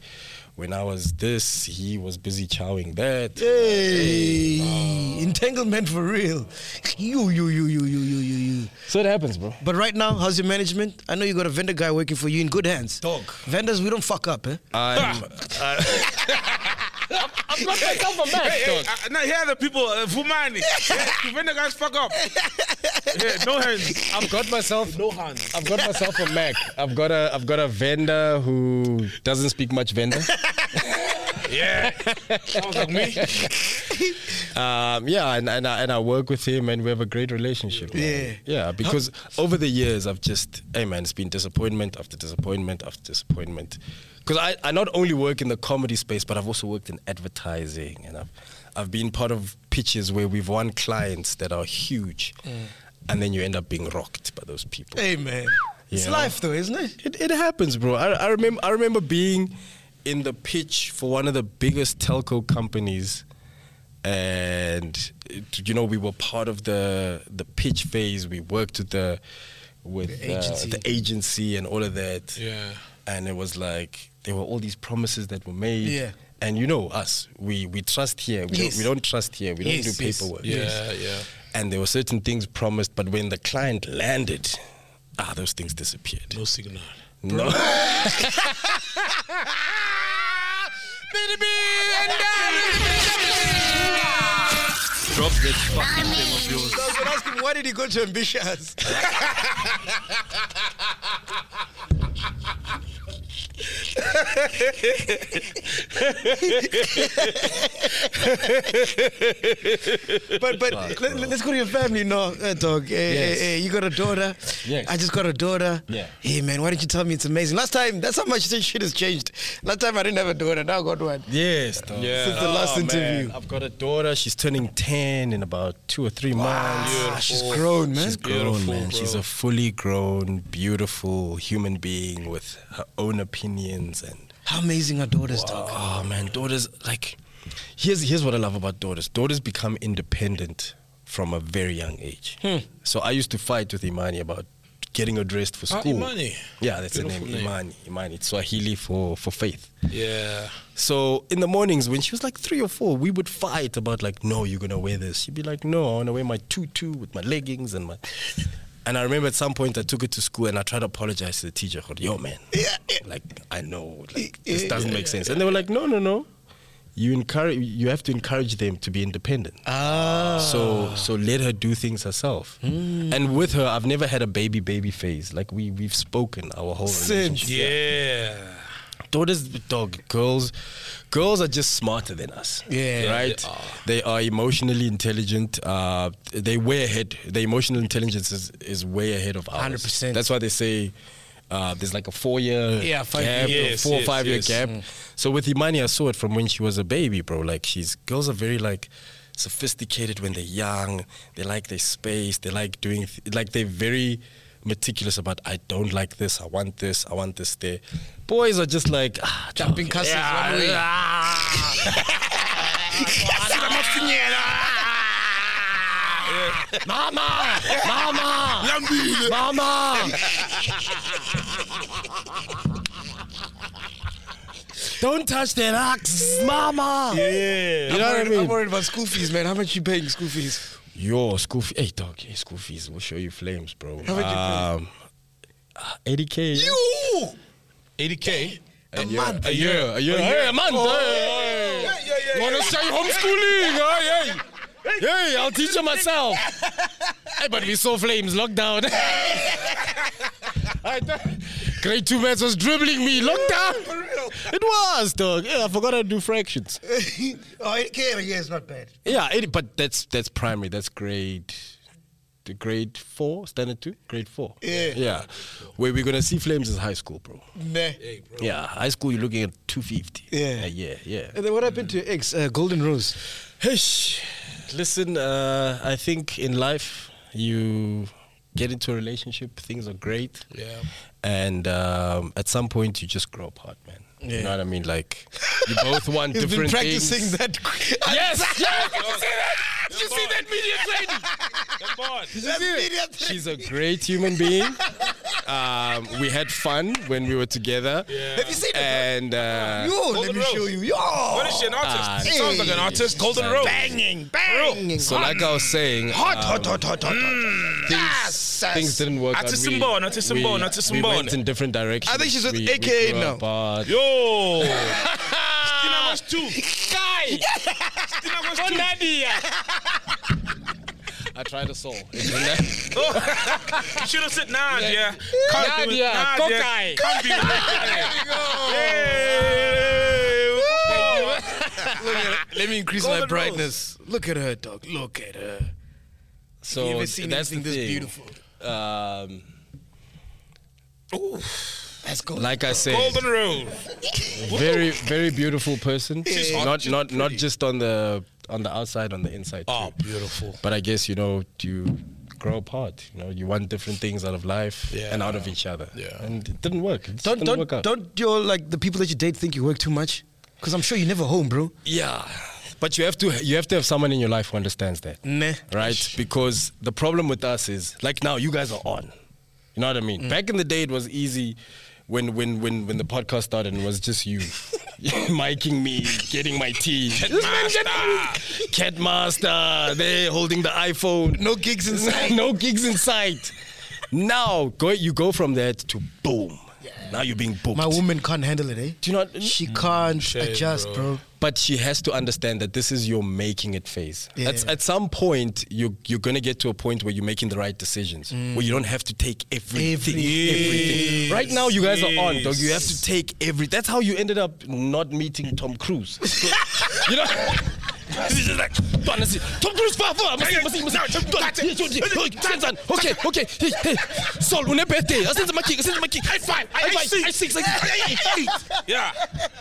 S3: when I was this, he was busy chowing that.
S1: Hey, entanglement for real. You you you you you you you you.
S3: So it happens, bro.
S1: But right now, how's your management? I know you got a vendor guy working for you in good hands.
S2: Dog.
S1: Vendors, we don't fuck up, eh?
S3: I'm, I'm not myself a man,
S2: Hey, hey, I, now here are the people, uh, Vumani. yeah, when the guys fuck up. Yeah, no hands.
S3: I've got myself
S2: No hands.
S3: I've got myself a Mac. I've got a I've got a vendor who doesn't speak much vendor.
S2: Yeah. Sounds like me.
S3: Um, yeah, and and I, and I work with him, and we have a great relationship. man.
S1: Yeah.
S3: yeah. Because over the years, I've just hey man, it's been disappointment after disappointment after disappointment. Because I, I not only work in the comedy space, but I've also worked in advertising, and I've I've been part of pitches where we've won clients that are huge, and then you end up being rocked by those people.
S1: Hey man, it's
S3: Yeah.
S1: life though, isn't it?
S3: It, it happens, bro. I, I remember I remember being in the pitch for one of the biggest telco companies, and it- you know we were part of the the pitch phase. We worked with the with
S1: The
S3: uh,
S1: agency.
S3: the agency and all of that.
S2: Yeah.
S3: And it was like there were all these promises that were made.
S1: Yeah.
S3: And you know us, we we trust here. We,
S1: Yes.
S3: don't, we don't trust here. We
S1: Yes,
S3: don't do
S1: yes,
S3: paperwork.
S2: Yeah, yeah.
S3: And there were certain things promised, but when the client landed, ah, those things disappeared.
S2: No signal.
S3: No.
S4: Drop that fucking thing of yours.
S1: I was gonna ask him why did he go to ambitious? But but let, us go to your family now, uh, dog. Hey,
S3: Yes.
S1: hey, hey, you got a daughter.
S3: Yes.
S1: I just got a daughter.
S3: Yeah.
S1: Hey man, why didn't you tell me it's amazing? Last time, that's how much this shit has changed. Last time I didn't have a daughter. Now I got one.
S3: Yes, dog.
S2: Yeah.
S1: Since the last
S3: Oh, man.
S1: interview.
S3: I've got a daughter. She's turning 10 in about two or three months.
S1: Ah, she's grown, man.
S3: She's grown,
S2: Beautiful,
S3: man. She's
S2: bro.
S3: a fully grown, beautiful human being with her own opinions and
S1: How amazing are daughters, dog.
S3: oh man, daughters like here's here's what I love about daughters. Daughters become independent from a very young age.
S1: Hmm.
S3: So I used to fight with Imani about getting her dressed for
S2: Ah,
S3: school.
S2: Imani.
S3: Yeah, that's
S2: Beautiful
S3: her name,
S2: name.
S3: Imani. Imani. It's Swahili for, for faith.
S2: Yeah.
S3: So in the mornings when she was like three or four, we would fight about like, no, you're gonna wear this. She'd be like, no, I wanna wear my tutu with my leggings and my. And I remember at some point I took it to school and I tried to apologize to the teacher. I go, Yo, man,
S1: Yeah, yeah.
S3: like I know, like
S1: Eh,
S3: this doesn't make sense. And they were like, no, no, no. You encourage. You have to encourage them to be independent.
S1: Ah. Hmm.
S3: So so let her do things herself. And with her, I've never had a baby baby phase. Like we we've spoken our whole
S1: Same.
S3: relationship
S2: Yeah.
S3: daughters dog girls girls are just smarter than us
S1: Yeah,
S3: right
S2: they are.
S3: they are, emotionally intelligent uh, they way ahead their emotional intelligence is, is way ahead of ours
S1: 100%.
S3: that's why they say uh, there's like a four year
S1: Yeah, five
S3: gap,
S2: years.
S3: or
S2: Yes,
S3: four or
S2: yes,
S3: five
S2: yes.
S3: year gap so with Imani I saw it from when she was a baby bro like she's girls are very like sophisticated when they're young they like their space they like doing th- like they're very meticulous about I don't like this, I want this, I want this there. Boys are just like ah,
S1: Jumping castles
S2: Yeah.
S1: one way.
S3: Mama, mama, mama. don't touch the rocks, mama.
S2: Yeah.
S3: You know what I
S1: I'm worried- I'm
S3: mean?
S1: worried about school fees, man. How much you paying school fees?
S3: Yo, school fee. Hey, dog. Hey, school fees. We'll show you flames, bro.
S1: How much you pay?
S3: Um, uh, 80k. yeah?
S2: 80K.
S3: A, Oh, year, a year, a year, hey, a month. hey, hey, hey. You want to say homeschooling? hey, hey. Hey, I'll teach you myself. hey, but we saw flames, lockdown. I th- Grade two maths was dribbling me, lockdown. It was, dog. Yeah, I forgot how to do fractions.
S1: oh, it can. Yeah, it's not bad.
S3: Yeah, it, but that's that's primary. That's grade, the grade four, standard two, grade four.
S1: Yeah.
S3: yeah. Where we're gonna see flames is high school, bro.
S1: Nah.
S3: Yeah, high school you're looking at 250.
S1: Yeah.
S3: Uh, yeah, yeah.
S1: And then what happened to your ex, uh, Golden Rose?
S3: Hish. Listen, uh, I think in life you get into a relationship, things are great.
S2: Yeah.
S3: And um, at some point you just grow apart, man. You know what I mean? Like you both want
S1: He's been
S3: different
S1: practicing
S3: things.
S1: that.
S3: Yes, yes.
S2: Did you see that media training?
S1: That's idiot.
S3: She's a great human being. Um, we had fun when we were together.
S1: Have you seen it?
S3: And uh,
S1: Yo, let
S2: Golden
S1: me
S2: Rose.
S1: show you. Yo.
S2: What is she, an
S3: Ah,
S2: artist? Sounds like an artist. Golden Rose. Banging, banging.
S3: so, like I was saying, um,
S1: Hot, hot, hot, hot, hot, hot. Yes.
S3: Mm. things didn't work out.
S2: Athi
S3: We-
S2: Simbone, Athi
S3: we-
S2: Simbone, Athi
S3: We
S2: Simbone.
S3: went in different directions.
S1: I think she's with
S3: we,
S1: AKA
S3: we grew
S1: now.
S3: apart.
S2: Yo. Stina was two.
S3: Guy,
S2: Stina was two.
S3: I tried a soul.
S2: You should have said Nadia. Yeah. Can't be with
S3: Nadia,
S2: Nadia.
S3: cockeye.
S2: Can't be with Nadia. Hey.
S1: Let me increase
S2: Golden
S1: my
S2: Rose.
S1: brightness. Look at her, dog. Look at her.
S3: so
S1: you ever seen
S3: that's the
S1: anything this
S3: thing.
S1: beautiful?
S3: Um,
S1: That's golden.
S3: like I said,
S2: Golden Rose.
S3: very very beautiful person.
S2: She's hot,
S3: not
S2: she's
S3: not not just on the on the outside, on the inside.
S2: Oh,
S3: too.
S2: beautiful.
S3: But I guess you know you grow apart. You know you want different things out of life
S2: Yeah.
S3: and out of each other.
S2: Yeah.
S3: and it didn't work. It just
S1: don't
S3: didn't work
S1: don't
S3: out.
S1: don't your like the people that you date think you work too much? Because I'm sure you're never home, bro.
S3: Yeah, but you have to you have to have someone in your life who understands that.
S1: Nah.
S3: right? Because the problem with us is like now you guys are on. You know what I mean?
S1: Mm.
S3: Back in the day, it was easy when when when when the podcast started and it was just you. Miking me, getting my tea. This man getting- Cat master, they holding the iPhone.
S1: No gigs inside.
S3: no gigs in sight. Now go, you go from that to boom. Now you're being booked.
S1: My woman can't handle it, eh?
S3: Do you not-
S1: She can't
S2: Shame,
S1: adjust,
S2: bro.
S1: bro.
S3: but she has to understand that this is your making it phase.
S1: Yeah.
S3: At, at some point, you, you're going to get to a point where you're making the right decisions, where you don't have to take everything.
S1: Every-
S3: everything. Right now, you guys are on, dog. You have
S2: Yes.
S3: to take every. That's how you ended up not meeting Tom Cruise. So, you know? This is just like, honestly, Tom Cruise, far, far. Must see, must see, must see. Okay, okay. Hey, hey. Sol, une birthday. I sent him a kick. I sent him a kick. High five. High five. High six. High six.
S2: Yeah,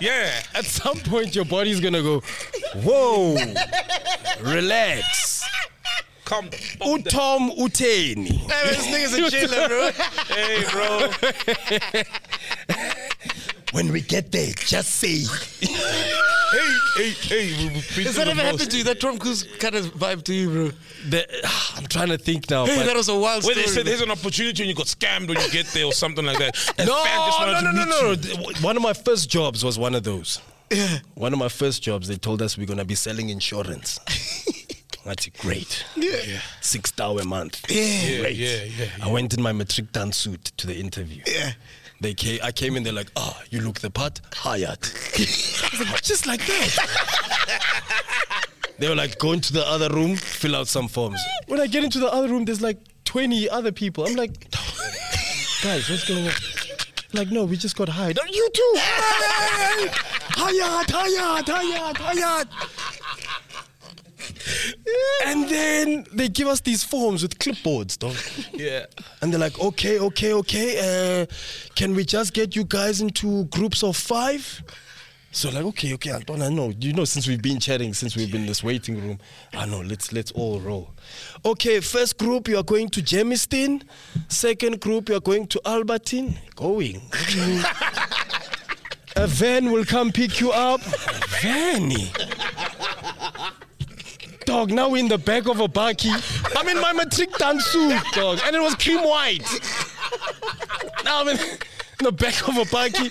S2: yeah.
S3: At some point, your body's gonna go, whoa, relax.
S2: Come.
S3: Utom uteni.
S1: this nigga's a chiller, bro.
S2: Hey, bro.
S3: When we get there, just say.
S2: hey, hey, hey. We, we preaching
S1: Has that
S2: the
S1: ever
S2: most.
S1: happened to you? That Tom Cruise kind of vibe to you, bro?
S3: The, I'm trying to think now.
S1: Hey,
S3: but-
S1: that was a wild
S2: Where
S1: story.
S2: they said
S1: bro.
S2: there's an opportunity and you got scammed when you get there or something like that. And
S3: no,
S2: fan just wanted
S3: no, no,
S2: to
S3: no,
S2: meet
S3: no,
S2: you.
S3: no. One of my first jobs was one of those. Yeah. One of my first jobs, they told us we're gonna be selling insurance. That's great.
S1: Yeah.
S3: Six thou a month.
S1: Yeah.
S3: Great.
S2: yeah, yeah,
S3: I went in my matric dance suit to the interview.
S1: Yeah.
S3: They came, I came in, they're like, oh, you look the part, hired. I was like, Just like that. they were like, go into the other room, fill out some forms. When I get into the other room, there's like 20 other people. I'm like, guys, what's going on? Like, no, we just got hired. "Oh, You too. hired, hired, hired, hired. And then they give us these forms with clipboards, dog.
S2: Yeah.
S3: And they're like, okay, okay, okay. Uh, can we just get you guys into groups of five? So like, okay, okay, Anton, I know. You know, since we've been chatting, since we've been in this waiting room, I know. Let's let's all roll. Okay, first group you are going to Jemistin. Second group you are going to Albertine. Going. What do you mean? A van will come pick you up. Vanny. Dog, now we're in the back of a baki. I'm in my matric dance suit, dog, and it was cream white. Now I'm in the back of a baki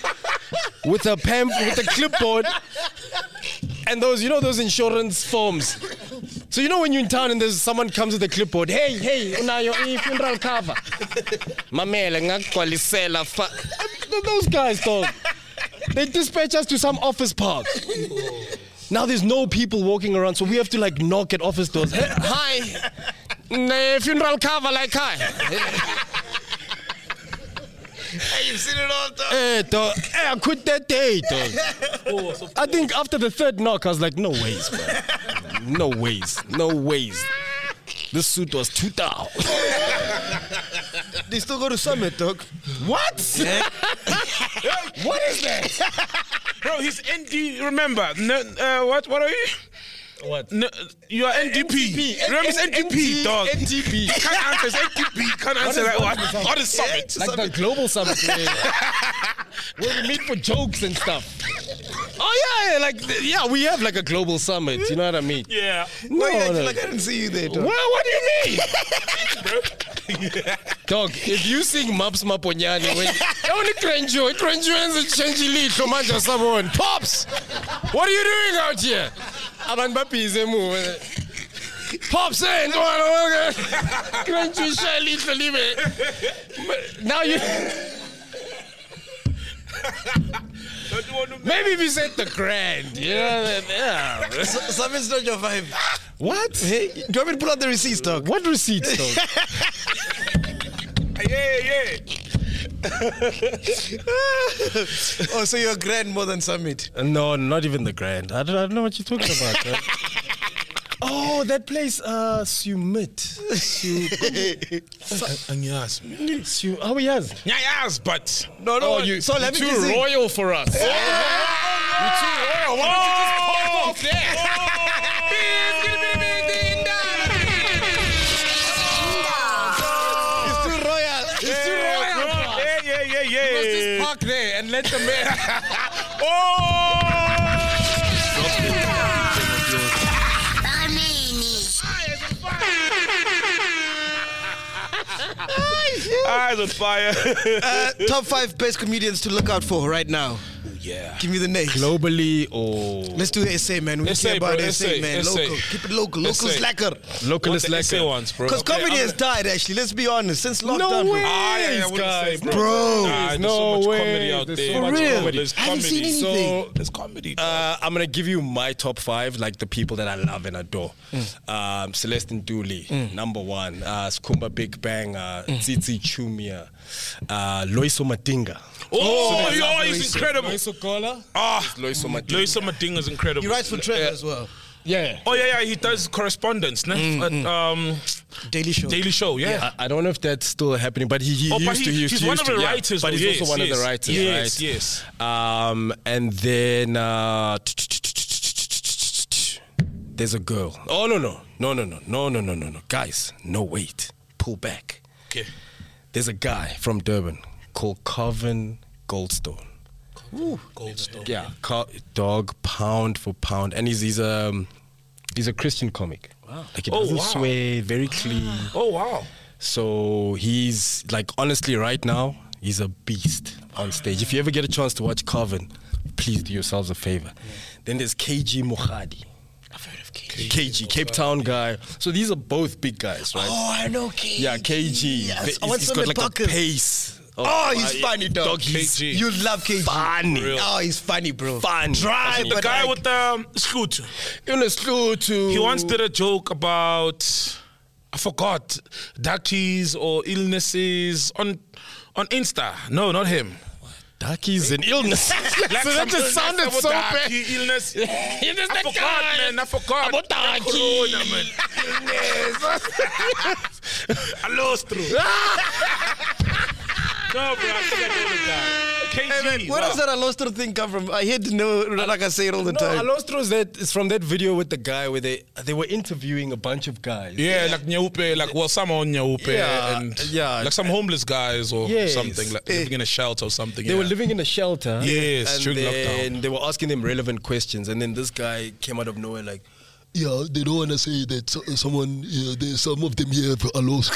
S3: with a pam with a clipboard and those, you know, those insurance forms. So you know when you're in town and there's someone comes with a clipboard, hey, hey, unayo i funeral cover. Mamela ngakugcwalisela fa. Th- Those guys, dog. They dispatch us to some office park. Now there's no people walking around, so we have to like knock at office doors. Hey, hi, Ne- funeral cover like hi.
S1: Hey, you've seen it all, Tom.
S3: Eh, dog. Eh, I quit that day, dog. I think after the third knock, I was like, no ways, bro. No ways, no ways. This suit was two thou.
S1: They still go to Summit, dog.
S3: What? what is that?
S2: Bro, he's ND. Remember, no, uh, what? What are you?
S3: What?
S2: No, you are NDP. Remember, it's NDP, dog.
S3: NTP.
S2: Can't answer. It's NDP. Can't answer that one. On the summit.
S3: Like the global summit where, where we meet for jokes and stuff. Oh yeah, yeah, like th- yeah, we have like a global summit. You know what I mean?
S2: Yeah.
S3: No,
S1: Wait, I
S3: no.
S1: feel like I didn't see you there,
S3: Well,
S1: dog.
S3: what do you mean? Dog, if you sing Maps Maponyani, when only Krenjo, Krenjo and Chenjili, Komanja someone, Pops, what are you doing out here? Abantu babhize mu. Pops, eh, ntwana, Krenjo ishaya ilihlo libe. Now you. Maybe if you said the grand, you know, then, yeah.
S1: Su- Summit's not your vibe.
S3: What?
S1: Hey, do you want me to pull out the receipts, dog?
S3: What receipts, dog?
S2: Yeah, yeah.
S1: oh, so you're grand more than Summit.
S3: Uh, No, not even the Grand. I don't, I don't know what you're talking about. man. oh, that place, uh, Sumit. Su-
S2: Yes,
S3: Su- how are you?
S2: yes, but.
S1: No, no, Oh, so let me just see.
S3: Oh, royal for us.
S2: Oh, oh,
S1: It's too royal.
S3: It's too royal for us.
S2: yeah, yeah, yeah,
S3: Let's
S2: yeah.
S3: just park there and let the man.
S2: Oh! Eyes on fire.
S1: Uh, top five best comedians to look out for right now.
S2: Yeah.
S1: Give me the names.
S3: globally oh. or
S1: Let's do the essay, man. We
S2: SA,
S1: care about
S2: bro,
S1: essay,
S2: SA,
S1: man.
S2: SA.
S1: Local. Keep it local. Local
S2: SA.
S1: slacker.
S3: local
S2: What
S3: is
S2: the
S3: like
S2: SA ones, bro?
S1: Because
S2: Okay,
S1: comedy
S2: I'm
S1: has
S2: gonna-
S1: died, actually. Let's be honest. Since lockdown, bro.
S3: way.
S2: Ah, yeah, yeah, I wouldn't
S3: Guys,
S2: say, bro.
S1: bro.
S2: Ah, there's
S3: No
S2: so much
S3: way.
S2: comedy out
S3: There's
S2: there.
S3: so
S1: For
S3: much
S1: real.
S3: comedy.
S2: There's
S1: I haven't seen
S2: comedy.
S1: anything.
S3: So
S2: There's comedy.
S3: Uh, I'm gonna give you my top five, like the people that I love and adore.
S2: Mm.
S3: Um, Celestine Dooley, number one. Uh, Skumba Big Bang, uh,
S2: Mm.
S3: Tsitsi Chumia, uh, Loiso Matinga.
S2: oh,
S3: I
S2: yo,
S3: love
S2: he's
S3: Loiso.
S2: incredible.
S3: Loiso Kola. Mm.
S2: Ah,
S3: Loiso Matinga.
S2: Loiso Madinga's incredible.
S1: He writes for Trevor as well.
S3: Yeah.
S2: Oh yeah, yeah, he does correspondence. Ne? At, um,
S1: Daily Show.
S2: Daily Show, yeah.
S3: I, I don't know if that's still happening, but he, he
S2: Oh,
S3: used
S2: but
S3: to.
S2: he-
S3: He used
S2: he's
S3: to,
S2: one
S3: used
S2: of the
S3: to, yeah.
S2: writers,
S3: But he's
S2: yes,
S3: also one of
S2: yes.
S3: the writers,
S2: Yes,
S3: right?
S2: yes.
S3: Um, and then uh, there's a girl. Oh no no no no no no no no no no guys, no wait, pull back.
S2: Okay.
S3: There's a guy from Durban called Coven Goldstone.
S2: Goldstone.
S3: Yeah, co- dog pound for pound, and he's he's um he's a Christian comic. Wow. Like he
S2: Oh,
S3: doesn't
S2: wow.
S3: swear, very clean.
S2: Oh wow.
S3: So he's like honestly right now he's a beast on stage. If you ever get a chance to watch Coven, please do yourselves a favor. Then there's KG Mukhadi.
S1: I've heard of
S3: KG, Cape Town guy. So these are both big guys, right?
S1: Oh, I know KG.
S3: yeah, KG.
S1: Yes,
S3: He's
S1: I want some
S3: got like
S1: Parker.
S3: a pace. of-
S1: Oh, he's funny, dog.
S3: he's
S2: KG.
S1: You love KG.
S3: Funny. Real.
S1: Oh, he's funny, bro.
S3: Funny.
S1: Dry,
S3: Funny.
S2: The
S1: but
S2: guy
S1: like,
S2: with the scoot.
S3: in a school to
S2: He once did a joke about I forgot duckies or illnesses on on Insta. No, not him.
S3: duckies and illness. so that
S2: something
S3: just sounded
S2: about
S3: so
S2: ducky,
S3: bad.
S2: Illness.
S3: Illness,
S2: I
S3: that
S2: forgot,
S3: guy.
S2: man. I forgot.
S3: About ducky.
S2: Corona, man. I lost through. no, bro, I forgot the other guy.
S1: Hey, man,
S2: KG,
S1: where
S2: wow.
S1: does that Alostro thing come from? I hear to know, like I say it all the
S3: No,
S1: time.
S3: Alostro's that is from that video with the guy where they they were interviewing a bunch of guys.
S2: Yeah, like Nyaupe, like well, some on Nyaupe,
S3: Yeah,
S2: and
S3: yeah.
S2: like some homeless guys or
S3: Yes.
S2: something, like living in a shelter or something.
S3: They
S2: yeah.
S3: were living in a shelter.
S2: Yes,
S3: and
S2: during
S3: then they were asking them relevant questions, and then this guy came out of nowhere like,
S5: Yeah, they don't want to say that so- someone, yeah, there's some of them here are lost.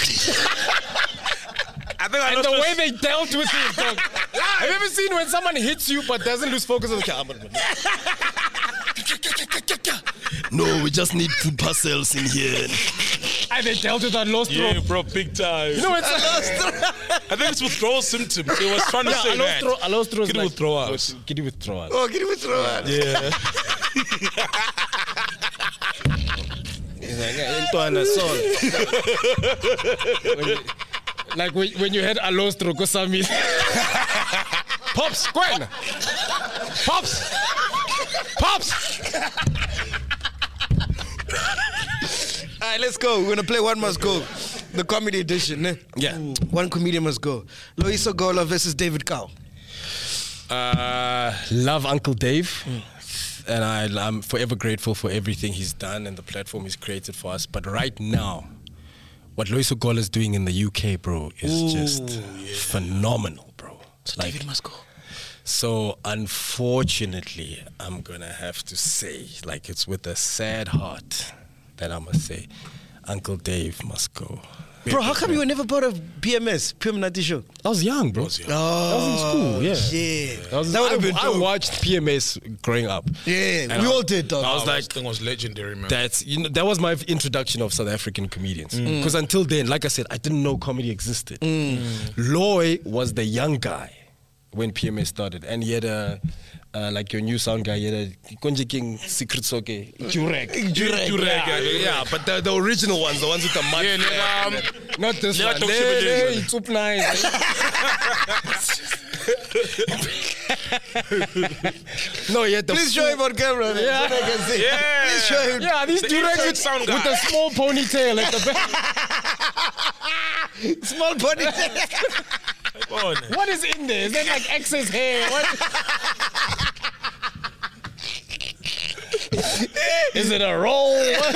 S2: I think I
S3: and the way they dealt with it. dog. Have you ever seen when someone hits you but doesn't lose focus on the camera?
S5: no, we just need food parcels in here.
S3: And they dealt with that lost
S2: yeah, bro, big time.
S3: You know it's
S2: I think it's withdrawal symptoms. It was trying to say that.
S3: Alostro, Alostro's
S2: Kid
S3: like,
S2: withdrawals.
S3: Kid withdrawals.
S1: oh, get him a throw out.
S2: Yeah.
S3: Intwana, sorry. When you- like when, when you had Alostro Kosami. Pops, Gwen. Pops. Pops.
S1: All right, let's go. We're gonna play One Must Go, the comedy edition. eh?
S3: Yeah.
S1: Ooh. One comedian must go. Loiso Gola versus David Cow.
S3: Uh, love Uncle Dave. And I, I'm forever grateful for everything he's done and the platform he's created for us. But right now, what Lois O'Gall is doing in the UK, bro, is just phenomenal, bro. Like,
S1: must go.
S3: So unfortunately, I'm gonna have to say, like it's with a sad heart that I'm gonna say, Uncle Dave must go.
S1: Bro, how come you were never part of BMS, Pure Nati Show?
S3: I was young, bro.
S1: Oh,
S3: I was in school, yeah.
S1: Yeah.
S3: I was-
S1: That would have
S3: I-
S1: been
S3: I
S1: dope.
S3: watched PMS growing up.
S1: Yeah,
S3: And
S1: we
S3: I-
S1: all did, dog.
S2: I was
S3: was
S2: like,
S3: like-
S2: this thing was legendary, man.
S3: That's you know that was my introduction of South African comedians because until then, like I said, I didn't know comedy existed. Loy was the young guy when PMS started, and he had a uh, like your new sound guy, he had a Konje King Secret Soke Jurek.
S2: Jurek, Jurek,
S3: yeah,
S2: yeah,
S3: yeah, but the, the original ones, the ones with the mud.
S2: Yeah, nigga, um,
S3: not this
S2: nigga,
S3: one.
S2: talk
S3: Hey,
S2: shit with this
S3: hey,
S2: one.
S3: it's up nice. no, he had the
S1: Please show him on camera, man.
S3: Yeah.
S1: so they can see.
S2: Yeah.
S1: Please show him.
S3: yeah, these
S2: The
S3: Durex
S2: inside
S3: with,
S2: sound guy.
S3: with a small ponytail at the back.
S1: Small body.
S2: Come on.
S3: What is in there? Is that like excess hair? What? is it a roll? What-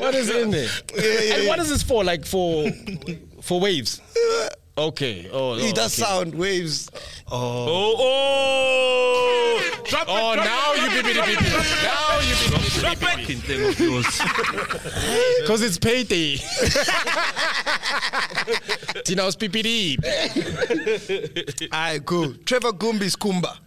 S3: what is in there? and what is this for? Like for for waves? Okay. Oh,
S1: he
S3: oh,
S1: does
S3: okay.
S1: sound waves.
S2: Oh, oh. Drop it.
S3: Oh,
S2: drop
S3: now
S2: it,
S3: you
S2: drop it,
S3: beep
S2: drop
S3: beep
S2: it,
S3: beep. Now you beep
S2: Drop it.
S4: Fucking thing of yours.
S3: because it's payday. Tina's PPD.
S1: I go. Trevor Gumbi's Kumba.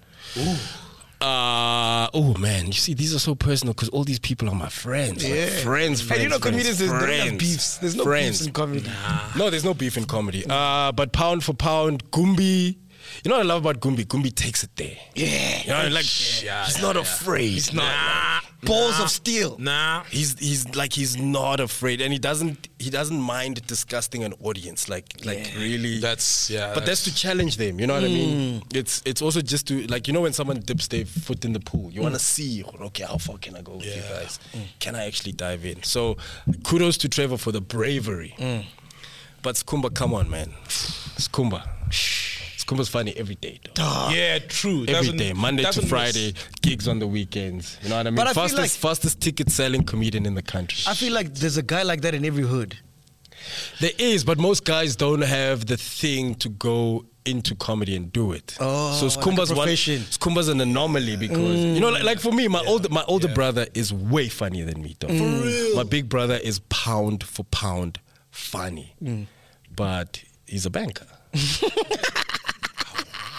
S3: Uh, oh man, you see, these are so personal because all these people are my friends. like friends, friends.
S1: And you know,
S3: friends,
S1: comedians, there's
S3: friends,
S1: no beefs. There's no
S3: friends. Ah.
S1: beefs in comedy.
S3: No, there's no beef in comedy. Uh, but pound for pound, Gumbi. You know what I love about Gumbi? Gumbi takes it there.
S1: Yeah.
S3: You know, like he's not afraid. He's not.
S2: Nah,
S1: Balls of steel.
S2: nah.
S3: He's he's like he's not afraid, and he doesn't he doesn't mind disgusting an audience. Like like really.
S2: That's yeah.
S3: but that's to challenge them. You know what I mean?
S1: Hmm.
S3: It's it's also just to like you know when someone dips their foot in the pool, you want to see okay how far can I go with you
S2: Yeah.
S3: guys?
S1: Hmm.
S3: Can I actually dive in? So kudos to Trevor for the bravery.
S1: Hmm.
S3: But Skumba, come on, man, Skumba. Skumba's funny every day. Though.
S2: yeah, true.
S3: Every
S2: Doesn't-
S3: day, Monday to
S2: doesn't miss.
S3: Friday, gigs on the weekends. You know what I mean?
S1: But I feel
S3: fastest,
S1: like-
S3: fastest ticket selling comedian in the country.
S1: I feel like there's a guy like that in every hood.
S3: There is, but most guys don't have the thing to go into comedy and do it.
S1: Oh,
S3: so
S1: like a
S3: Skumba's one.
S1: profession. Mm.
S3: Skumba's an anomaly because you know, like, like for me, my older my older brother is way funnier than me, though. For real, my big brother is pound for pound funny,
S1: Mm.
S3: but he's a banker.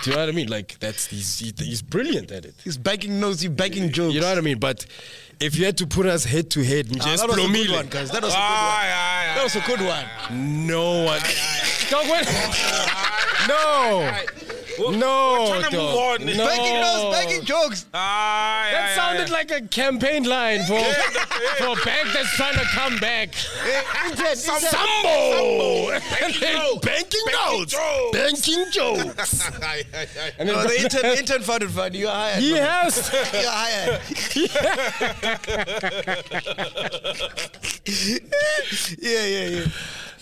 S3: do you know what I mean? Like that's he's he- he's brilliant at it.
S1: He's banking notes, he's banking jokes.
S3: You know what I mean? But if you had to put us head to head,
S1: Ah,
S3: just
S1: that was a good
S3: Blomile.
S1: one, guys. That was a good one.
S2: Aye, aye, aye.
S1: That was a good one.
S3: No one. Dog, what? No.
S2: We're-
S3: No.
S2: we're trying to move
S3: dog.
S2: on.
S3: No.
S1: Banking notes, banking jokes.
S2: Aye,
S3: That
S2: aye,
S3: sounded
S2: aye.
S3: like a campaign line for, for a bank that's trying to come back.
S1: Intent, intent.
S3: Sambo! And then
S2: jokes.
S3: Banking
S2: Banking
S3: notes!
S2: jokes.
S3: Banking jokes! And then
S1: No, the intern, intern found it funny. You're hired.
S3: he has.
S1: bro. You're hired. yeah, yeah, yeah.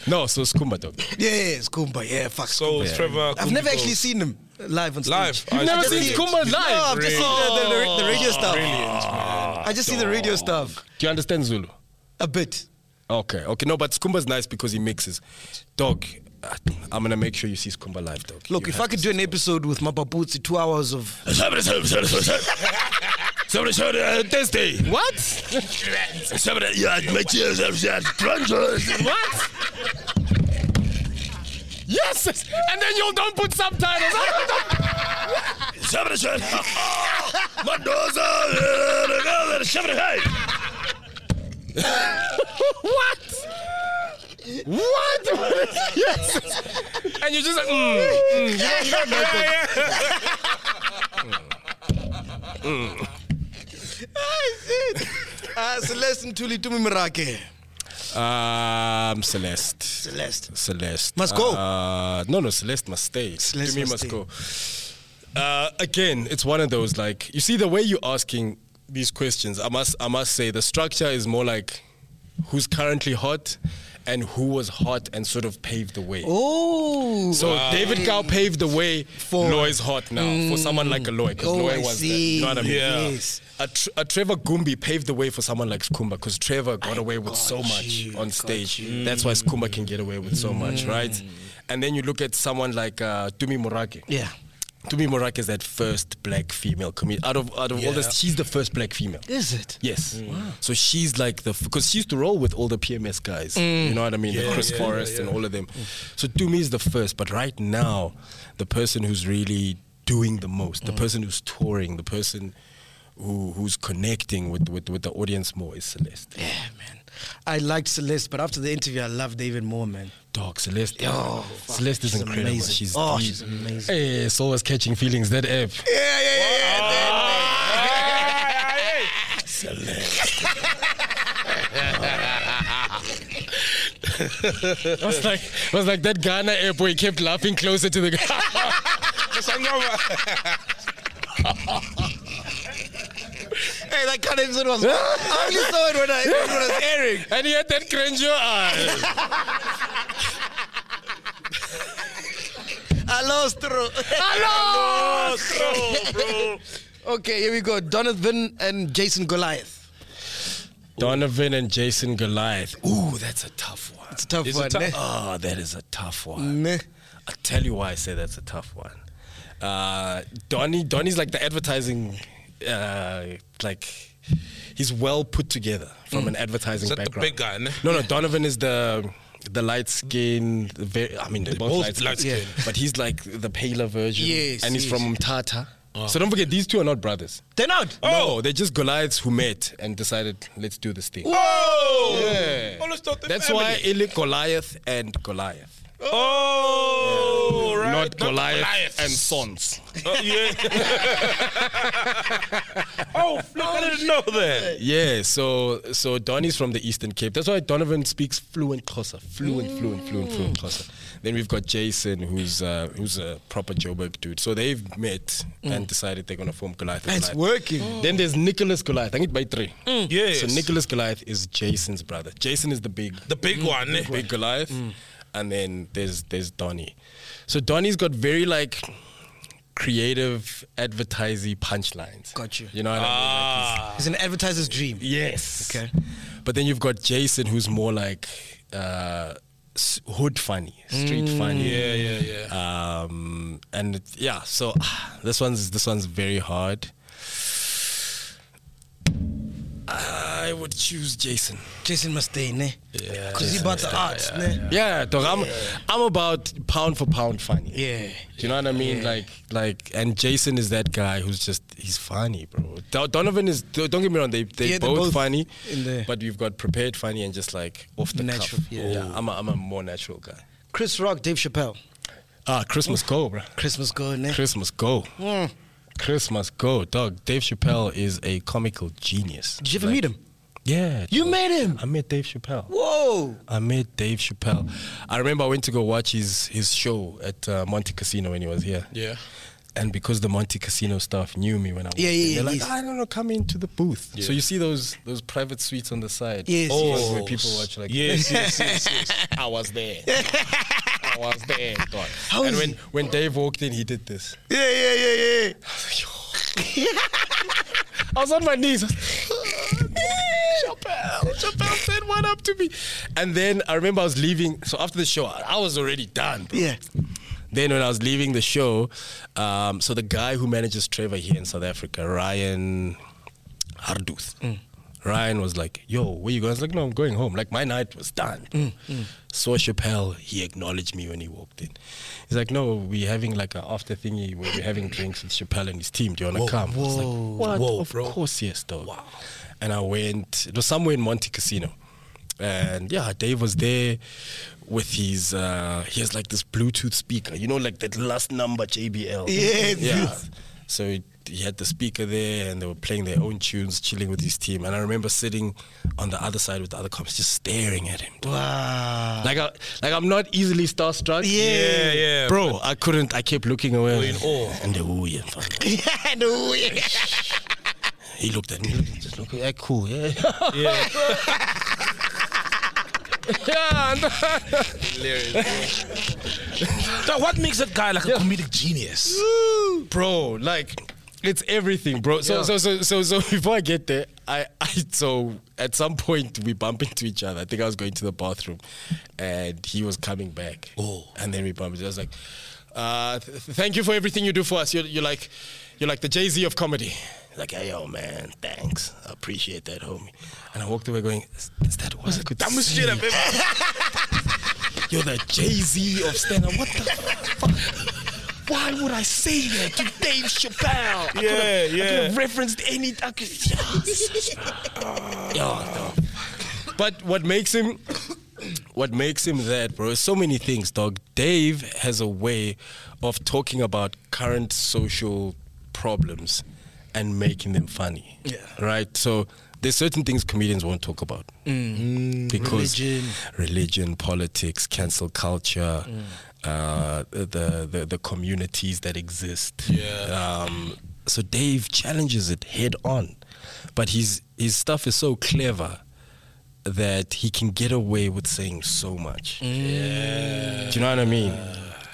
S3: No, so Skumba dog.
S1: Yeah, yeah, it's Kumba. Yeah, fuck.
S2: So
S1: Skumba.
S2: Trevor.
S1: I've never actually seen him live on stage.
S2: Live. You've
S1: I've
S3: never
S1: just
S3: seen
S1: seen-
S3: Kumba live?
S1: No, I've just seen the, the, the, the radio stuff.
S2: Ah. Brilliant.
S1: I just see the radio stuff
S3: Do you understand Zulu?
S1: a bit.
S3: Okay, okay. No, but Skumba's nice because he mixes. Dog, I- I'm gonna make sure you see Skumba live, dog.
S1: Look, if I could do an episode with Mapaputsi, two hours of
S3: eh, Thursday. What? What? Yes, and then you don't put subtitles. eh, what? What? yes. And you just like, mm, mm, you don't- you don't know that.
S1: uh, Celeste and Tuli Tumi Mirake.
S3: Um, Celeste.
S1: Celeste.
S3: Celeste
S1: Must go.
S3: Uh, no, no, Celeste must stay.
S1: Celeste
S3: Celeste must,
S1: must
S3: go. Uh, again, it's one of those like you see the way you're asking these questions. I must, I must say, the structure is more like who's currently hot and who was hot and sort of paved the way.
S1: Oh.
S3: So David Gao paved the way for Loy's hot now for someone like a Loy because
S1: Mm. Oh,
S3: Loy
S1: I
S3: was the-
S1: see.
S3: you know what I mean?
S1: Yeah. Yes.
S3: A, tr- a Trevor Gumbi paved the way for someone like Skumba because Trevor got away with so
S1: got
S3: much
S1: you, Mm.
S3: on
S1: got
S3: stage. That's why Skumba can get away with so much, right? And then you look at someone like uh, Tumi Murake.
S1: Yeah.
S3: Tumi Murake is that first black female comedian. Out of out of all this, she's the first black female.
S1: Is it?
S3: Yes. Mm. So she's like the because she used to roll with all the PMS guys.
S1: Mm.
S3: You know what I mean? the Chris Forrest and all of them. So to me is the first, but right now, the person who's really doing the most,
S1: Mm.
S3: the person who's touring, the person who who's connecting with with, with the audience more is Celeste.
S1: Yeah, man. I liked Celeste, but after the interview, I loved David more, man.
S3: Dog Celeste.
S1: Oh, fuck,
S3: Celeste is
S1: she's
S3: incredible.
S1: amazing.
S3: She's
S1: Oh,
S3: deep.
S1: she's amazing.
S3: Hey, it's always catching feelings. That app.
S1: Yeah, yeah, yeah.
S3: It was like it was like that Ghana app where he kept laughing closer to the guy.
S1: Hey, that kind of episode was. I only saw it when I when it was airing.
S3: And he had that cringe eye.
S1: I lost through.
S2: Oh, so, bro.
S1: okay, here we go. Donovan and Jason Goliath.
S3: Donovan and Jason Goliath. Ooh, that's a tough one.
S1: It's a tough
S2: Is it
S1: one.
S2: tough?
S1: eh?
S3: Oh, that is a tough one.
S1: Meh.
S3: I tell you why I say that's a tough one. Uh, Donnie, Donnie's like the advertising, uh, like he's well put together from
S1: Mm.
S3: an advertising
S2: Is that the
S3: background.
S2: big guy, ne?
S3: No, no, Donovan is the the light skin. Very, I mean, they're both,
S2: both
S3: light,
S2: light
S3: skin,
S2: skin.
S3: but he's like the paler version.
S1: Yes,
S3: and he's
S1: yes.
S3: from Tata.
S2: Oh.
S3: So don't forget, these two are not brothers.
S1: They're not.
S3: No, they're just Goliaths who met and decided, let's do this thing.
S2: Whoa!
S3: Yeah.
S2: Oh, let's talk the
S3: That's
S2: family.
S3: why Eli Goliath and Goliath.
S2: Oh, right.
S3: Not Goliath, and Sons.
S2: Oh, yeah. oh, look, I didn't know that.
S3: Yeah, so so Donnie's from the Eastern Cape. That's why Donovan speaks fluent Xhosa, fluent, fluent, fluent, fluent Xhosa. Then we've got Jason, who's uh, who's a proper Joburg dude. So they've met and decided they're gonna form Goliath. and
S1: It's
S3: Goliath.
S1: working.
S3: Then there's Nicholas Goliath. I think by three.
S2: Yes.
S3: So Nicholas Goliath is Jason's brother. Jason is the big,
S2: The big one. eh?
S3: big Goliath, and then there's there's Donnie. So Donnie's got very like creative, advertisey punchlines.
S1: Got you.
S3: You know what I mean? Like, he's-
S2: Ah.
S1: It's an advertiser's dream.
S3: Yes.
S1: Okay.
S3: But then you've got Jason, who's more like uh, s- hood funny, street funny.
S2: Yeah, yeah, yeah.
S3: Um, and it- yeah, so ah, this one's this one's very hard. I would choose Jason.
S1: Jason must stay, ne?
S3: Yeah,
S1: Because he about the arts, ne?
S3: Yeah, dog. I'm I'm about pound for pound funny.
S1: Yeah.
S3: Do you know what I mean? Like, like, and Jason is that guy who's just he's funny, bro. Do- Donovan is. do- Don't get me wrong, they they
S1: Yeah, they're
S3: both,
S1: both
S3: funny,
S1: in there.
S3: but we've got prepared funny and just like off the
S1: Natural,
S3: cuff.
S1: yeah.
S3: I'm a, I'm a more natural guy.
S1: Chris Rock, Dave Chappelle.
S3: Ah, Christmas go, bro.
S1: Christmas go, ne?
S3: Christmas go.
S1: Mm.
S3: Christmas go, dog. Dave Chappelle is a comical genius.
S1: Did you ever
S3: Like-
S1: meet him?
S3: Yeah,
S1: You
S3: dog.
S1: met him?
S3: I met Dave Chappelle.
S1: Whoa.
S3: I met Dave Chappelle. I remember I went to go watch his his show at uh, Monte Casino when he was here.
S2: Yeah.
S3: And because the Monte Casino staff knew me when I was
S1: Yeah, yeah,
S3: they're
S1: yeah,
S3: like,
S1: yes.
S3: I don't know, come into the booth. So you see those those private suites on the side.
S1: Yes, Oh,
S3: Those
S1: yes.
S3: where people watch like
S2: Yes, yes, yes, yes.
S3: I was there. I was there. dog.
S1: How
S3: and
S1: is
S3: when
S1: he?
S3: when Dave walked in, he did this.
S1: Yeah, yeah, yeah, yeah.
S3: I was on my knees. I was, Chappelle, Chappelle said what up to me. And then I remember I was leaving. So after the show, I I was already done, bro.
S1: Yeah.
S3: Then when I was leaving the show, um, so the guy who manages Trevor here in South Africa, Ryan Harduth, Ryan was like, "Yo, where you going?" I was like, "No, I'm going home." Like my night was done. Saw Chappelle. He acknowledged me when he walked in. He's like, "No, we're having like an after thingy where we're having drinks with Chappelle and his team. Do you wanna come?" I was like, "What? of course, yes, dog." And I went. It was somewhere in Monte Casino. And yeah, Dave was there with his uh he has like this Bluetooth speaker, you know, like that last number JBL.
S1: Yeah,
S3: yeah. So he, he had the speaker there, and they were playing their own tunes, chilling with his team. And I remember sitting on the other side with the other comics, just staring at him.
S1: Wow.
S3: Like, I, like I'm not easily starstruck.
S2: Yeah, yeah.
S3: Bro, I couldn't. I kept looking away.
S2: in awe.
S3: And the woo, yeah, fuck.
S1: Yeah, no, yeah.
S3: He looked at me, just looked, yeah, cool, yeah.
S2: Yeah. Dog, what makes that guy like a comedic genius?
S3: bro like it's everything bro so so so so so before i get there I, I so at some point we bump into each other i think i was going to the bathroom and he was coming back
S2: Oh.
S3: and then we bumped i was like uh th- th- thank you for everything you do for us you're, you're like you're like the jay-z of comedy like hey yo man thanks i appreciate that homie and i walked away going "Is- is that was I could
S2: That must
S3: say?
S2: shit up, baby.
S3: You're the Jay Z of stand up. What the fuck? Why would I say that to Dave Chappelle? I
S2: Yeah,
S3: could've- I
S2: yeah.
S3: could have referenced any. I could, yeah, no. But what makes him, what makes him that, bro? is So many things, dog. Dave has a way of talking about current social problems and making them funny.
S1: Yeah.
S3: Right. So there's certain things comedians won't talk about because
S1: Mm. Religion. Mm.
S3: religion, politics, cancel culture, uh, the, the the communities that exist.
S2: Yeah.
S3: Um, so Dave challenges it head on, but his his stuff is so clever that he can get away with saying so much. Do you know what I mean?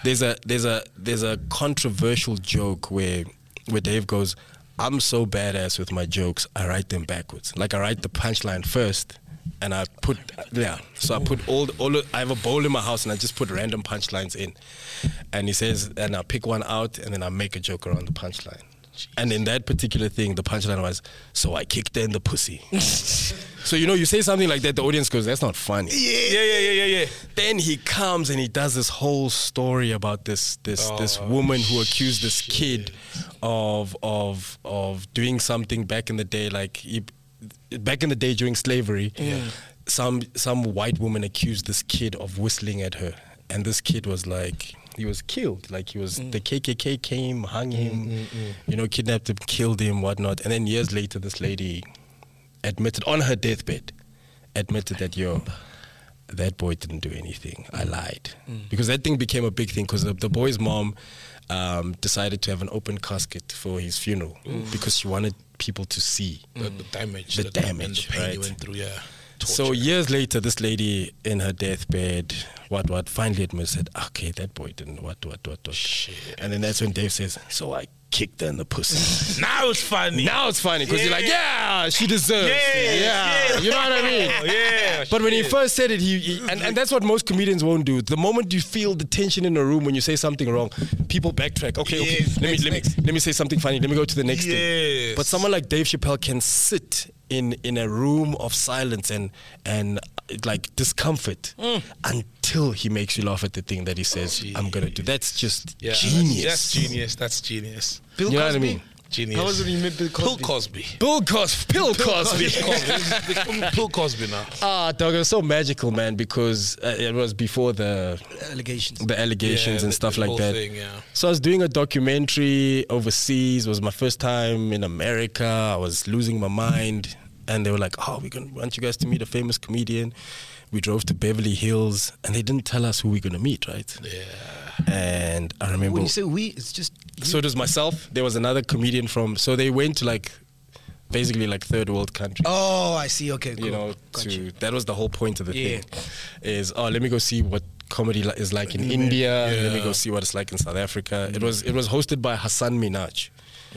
S3: There's a there's a there's a controversial joke where where Dave goes, I'm so badass with my jokes, I write them backwards. Like I write the punchline first and I put yeah. So I put all all I have a bowl in my house and I just put random punchlines in. And he says and I pick one out and then I make a joke around the punchline. And in that particular thing, the punchline was, "So I kicked her in the pussy." So you know, you say something like that, the audience goes, "That's not funny."
S2: Yeah, yeah, yeah, yeah, yeah.
S3: Then he comes and he does this whole story about this this this woman who accused this kid of of of doing something back in the day, like he, back in the day during slavery. Some some white woman accused this kid of whistling at her, and this kid was like. He was killed. Like he was, the KKK came, hung him, you know, kidnapped him, killed him, whatnot. And then years later, this lady admitted on her deathbed, admitted that yo, that boy didn't do anything. I lied
S2: Mm.
S3: because that thing became a big thing because the, the boy's mom um, decided to have an open casket for his funeral because she wanted people to see.
S2: Mm. The, the damage,
S3: The
S2: that- and
S3: damage,
S2: the pain he
S3: right.
S2: went through. Yeah.
S3: So years later, this lady in her deathbed, what what, finally admits that okay, that boy didn't what what what what. And then that's when Dave says, "So I kicked her in the pussy."
S2: now it's funny.
S3: now it's funny because you're like, yeah, she deserves.
S2: Yes,
S3: it. Yeah,
S2: yes.
S3: you know what I mean.
S2: Oh, yeah.
S3: But when he first said it, he, he- and, and that's what most comedians won't do. The moment you feel the tension in a room when you say something wrong, people backtrack. Okay, okay,
S2: Yes,
S3: let me let me let me say something funny. Let me go to the next thing.
S2: Yes.
S3: But someone like Dave Chappelle can sit in in a room of silence and and uh, like discomfort
S2: Mm.
S3: until he makes you laugh at the thing that he says I'm gonna do. That's just
S2: Yeah, that's-
S3: genius.
S2: That's genius. That's genius.
S1: Bill
S3: You know what I
S1: Cosby.
S3: mean?
S2: Genius.
S1: How was it when you met Bill Cosby?
S2: Bill Cosby.
S3: Bill Cos Bill Cosby.
S2: They call me Bill Cosby now.
S3: Ah, dog, it was so magical, man, because uh, it was before the
S1: Allegations.
S3: the allegations
S2: Yeah,
S3: and
S2: the-
S3: stuff
S2: the
S3: like
S2: whole
S3: that.
S2: thing, yeah.
S3: So I was doing a documentary overseas. It was my first time in America. I was losing my mind, and they were like, "Oh, we're gonna want you guys to meet a famous comedian." We drove to Beverly Hills, and they didn't tell us who we're gonna meet, right? Yeah. And I remember
S1: When you say we, it's just
S3: so it was myself. There was another comedian from. So they went to like, basically like third world countries
S1: oh, I see. Okay, cool.
S3: you know,
S1: Gotcha.
S3: to that was the whole point of the
S1: Yeah.
S3: thing is oh let me go see what comedy li- is like in, India. Let me
S2: Yeah.
S3: go see what it's like in South Africa.
S1: Mm.
S3: It was it was hosted by Hassan Minaj,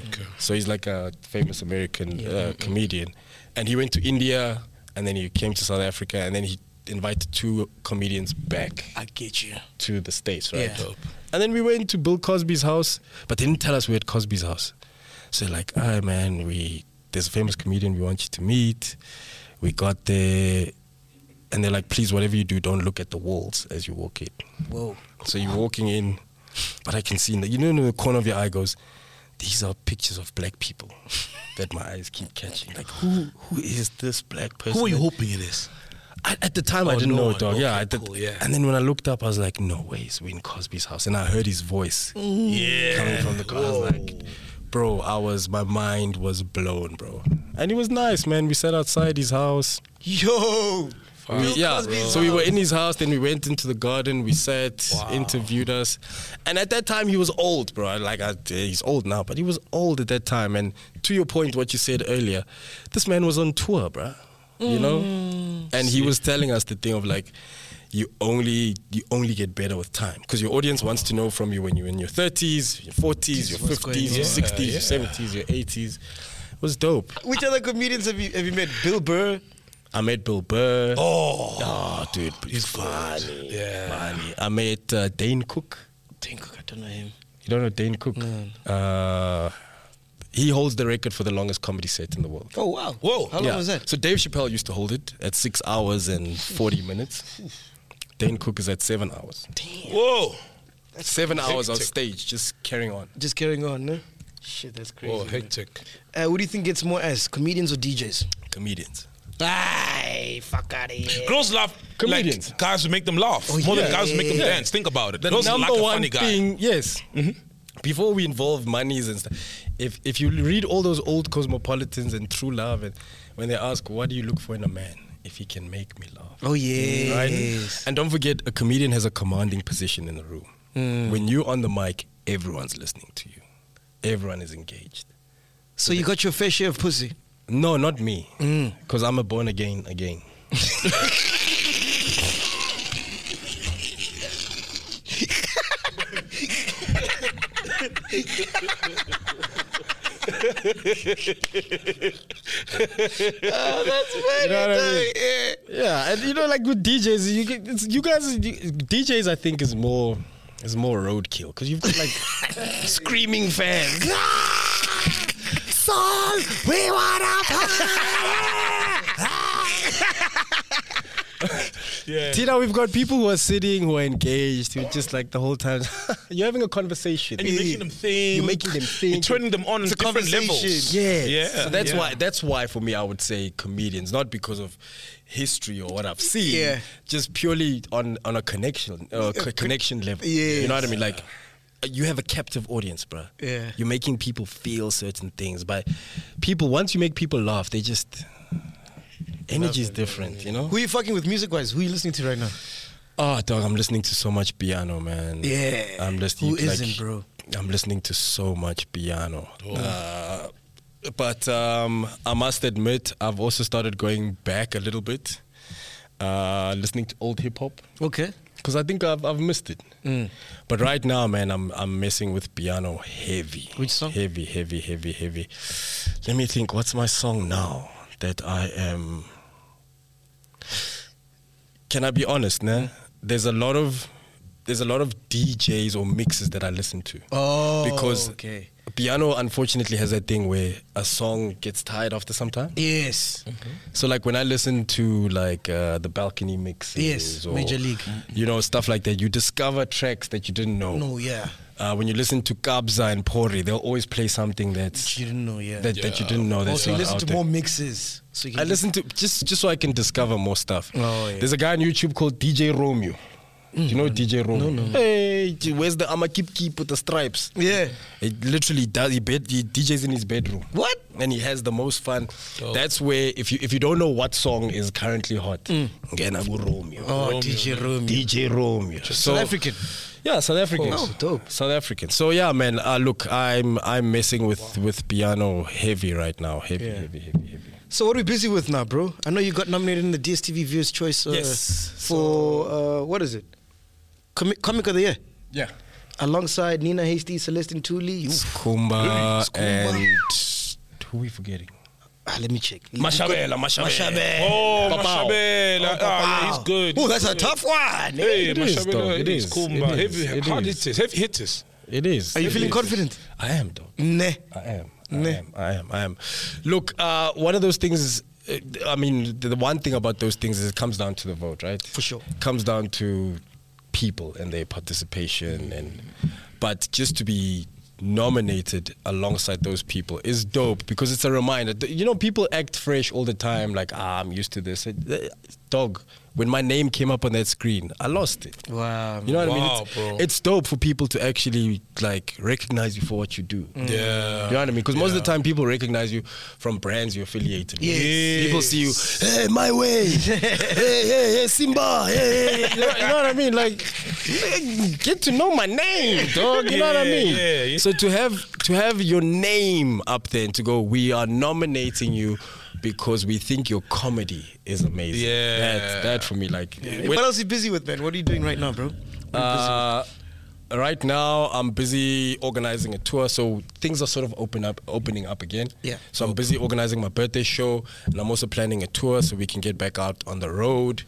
S2: Okay.
S3: so he's like a famous American uh,
S1: Mm-hmm.
S3: comedian, and he went to India and then he came to South Africa and then he invited two comedians back
S1: I get you.
S3: to the states, right?
S1: Yeah. Dope.
S3: And then we went to Bill Cosby's house, but they didn't tell us we are at Cosby's house. So they're like, ah man, we there's a famous comedian we want you to meet. We got there, and they're like, please, whatever you do, don't look at the walls as you walk in.
S1: Whoa.
S3: So you're walking in, but I can see in the, you know, in the corner of your eye goes, these are pictures of black people that my eyes keep catching. Like, who who is this black person?
S2: Who are you
S3: that-
S2: hoping it is?
S3: I, at the time, I
S2: Oh,
S3: didn't
S2: no
S3: know,
S2: one.
S3: dog. yeah,
S2: Okay,
S3: I did.
S2: cool, yeah.
S3: And then when I looked up, I was like, no ways, we're in Cosby's house. And I heard his voice
S2: Yeah.
S3: coming from the car. I was like, bro, I was, my mind was blown, bro. And it was nice, man. We sat outside his house.
S1: Yo.
S3: We- yeah. So we were in his house, then we went into the garden, we sat, interviewed us. And at that time, he was old, bro. Like, I, he's old now, but he was old at that time. And to your point, what you said earlier, this man was on tour, bro. You know? And he was telling us the thing of like, you only you only get better with time because your audience wants to know from you when you're in your 30s, your 40s, your
S1: What's going
S3: 50s, your 60s, your 70s, your 80s. It was dope.
S1: Which other comedians have you have you met? Bill Burr.
S3: I met Bill Burr.
S2: Oh.
S3: Oh, dude, but he's funny.
S2: Yeah.
S3: funny. I met uh, Dane Cook.
S1: Think I don't know him.
S3: You don't know Dane Cook? Uh, he holds the record for the longest comedy set in the world.
S1: Oh wow.
S2: Whoa.
S1: How long
S3: Yeah.
S1: was that?
S3: So Dave Chappelle used to hold it at six hours and forty minutes. Dane Cook is at seven hours.
S2: Whoa.
S3: seven hours on
S2: hectic.
S3: stage, just carrying on.
S1: Just carrying on, no? Oh, Shit, that's crazy.
S2: Whoa,
S1: man.
S2: hectic.
S1: Uh, who do you think gets more ass, comedians or DJs?
S3: Comedians.
S1: Aye, fuck out of here.
S2: Girls love
S3: Comedians.
S2: like guys who make them laugh
S1: Oh,
S2: more than
S1: yeah.
S2: guys who make them
S1: Yeah.
S2: dance. Think about it.
S3: The
S2: Girls
S3: number
S2: like a
S3: one
S2: funny guy. Mm-hmm.
S3: thing, yes. Before we involve monies and stuff, if if you read all those old cosmopolitans and true love, and when they ask, "What do you look for in a man?" If he can make me laugh.
S1: Oh yes.
S3: And don't forget, a comedian has a commanding position in the room.
S2: Hmm.
S3: When you're on the mic, everyone's listening to you. Everyone is engaged.
S1: So you got your fair share of pussy.
S3: No, not me, because I'm a born again again.
S1: You
S3: know what I mean? Yeah, and you know, like with DJs, you get- it's, you guys, you- DJs, I think is more is more roadkill because you've got like screaming fans. Soul, we wanna party.
S2: Yeah.
S3: Tina, we've got people who are sitting, who are engaged, who are just like the whole time. You're having a conversation.
S2: and you're making them think.
S3: You're making them
S2: You're
S3: think.
S2: turning them on
S1: It's
S2: at
S1: a
S2: different levels.
S1: conversation.
S3: Yeah.
S2: Yeah,
S3: So that's
S2: yeah.
S3: why that's why for me I would say comedians, not because of history or what I've seen.
S1: Yeah.
S3: Just purely on on a connection uh, co- connection level. You know what I mean? Like uh, you have a captive audience, bro.
S1: Yeah.
S3: You're making people feel certain things. But people once you make people laugh, they just energy is different, you know?
S1: Who you fucking with music wise? Who you listening to right now?
S3: Oh, dog, I'm listening to so much piano, man.
S1: Yeah.
S3: I'm listening.
S1: Who
S3: to, like,
S1: isn't, bro?
S3: I'm listening to so much piano. Uh, but um, I must admit, I've also started going back a little bit, uh, listening to old hip hop
S1: Okay.
S3: because I think I've, I've missed it.
S1: Mm.
S3: But right now, man, I'm I'm messing with piano heavy.
S1: Which song?
S3: Heavy, heavy, heavy, heavy. Let me think. What's my song now that I am? Can I be honest, nah? There's a lot of there's a lot of DJs or mixes that I listen to.
S1: Oh,
S3: because
S1: okay.
S3: piano unfortunately has that thing where a song gets tired after some time.
S1: Yes.
S3: So like when I listen to like uh, the balcony mixes,
S1: Yes,
S3: or,
S1: Major League.
S3: you know stuff like that, you discover tracks that you didn't know.
S1: No, yeah.
S3: Uh, when you listen to Kabza and Pori, they'll always play something that's
S1: You didn't know, yeah.
S3: that, that you didn't know. That's
S1: also, Oh, you
S3: not
S1: listen
S3: out
S1: to
S3: there.
S1: more mixes. So you can
S3: I listen to just just so I can discover more stuff.
S1: Oh, yeah. Mm-hmm.
S3: There's a guy on YouTube called DJ Romeo. Do you know DJ Romeo? No, no. Hey, gee, where's the I'ma keep keep with the stripes?
S1: Yeah.
S3: It literally does. He, bed, he DJs in his bedroom.
S1: What?
S3: And he has the most fun. That's where if you if you don't know what song is currently hot, again I'm Romeo.
S1: Mm. Oh, DJ Romeo.
S3: DJ Romeo. So-
S1: South African?
S3: Yeah, South African.
S1: Oh, dope.
S3: South African. So yeah, man. Uh, look, I'm I'm messing with with piano heavy right now. Heavy, heavy, heavy, heavy.
S1: So what are we busy with now, bro? I know you got nominated in the DSTV Viewers Choice uh,
S3: Yes.
S1: for uh, what is it? Comic, comic of the year,
S3: Yeah.
S1: alongside Nina Hasty, Celestine Tooley. Oof.
S3: Skumba and who we forgetting?
S1: Ah, let me check.
S3: Mashabela, Mashabela.
S1: Mashabela.
S2: Oh,
S3: Papao.
S2: Mashabela. ah, yeah, he's good.
S1: Oh, that's a tough one.
S2: Hey,
S3: It is,
S2: Mashabela.
S3: dog. It
S2: he's
S3: is.
S2: cool,
S3: It
S2: man.
S3: is.
S2: Heavy,
S3: It
S2: hard
S3: is.
S2: hitters. Heavy hitters.
S3: It is.
S1: Are you
S3: It
S1: feeling
S3: is.
S1: confident?
S3: I am, dog.
S1: Nah.
S3: I am. I
S1: Nah.
S3: am. I am. I am. Look, uh, one of those things is, uh, I mean, the, the one thing about those things is it comes down to the vote, right?
S1: For sure.
S3: comes down to people and their participation, and but just to be nominated alongside those people is dope because it's a reminder. Th- You know, people act fresh all the time, like ah, I'm used to this. It- eh, Dog, when my name came up on that screen, I lost it.
S1: Wow.
S3: You know what I
S2: Wow,
S3: mean? It's,
S2: bro.
S3: it's dope for people to actually like recognize you for what you do.
S2: Yeah.
S3: You know what I mean? Because most of the time people recognize you from brands you're affiliated with.
S1: Yes.
S3: People see you, hey, my way. hey, hey, hey, Simba. Hey, hey, hey." You, know, you know what I mean? Like, get to know my name, dog. You know what I
S2: Yeah,
S3: mean?
S2: yeah, yeah.
S3: So to have to have your name up there and to go, we are nominating you because we think your comedy is amazing.
S2: Yeah.
S3: That, that for me, like,
S1: what else are you busy with, man? What are you doing right now, bro?
S3: uh, right now, I'm busy organizing a tour, so things are sort of open up, opening up again.
S1: Yeah.
S3: So I'm busy organizing my birthday show, and I'm also planning a tour so we can get back out on the road.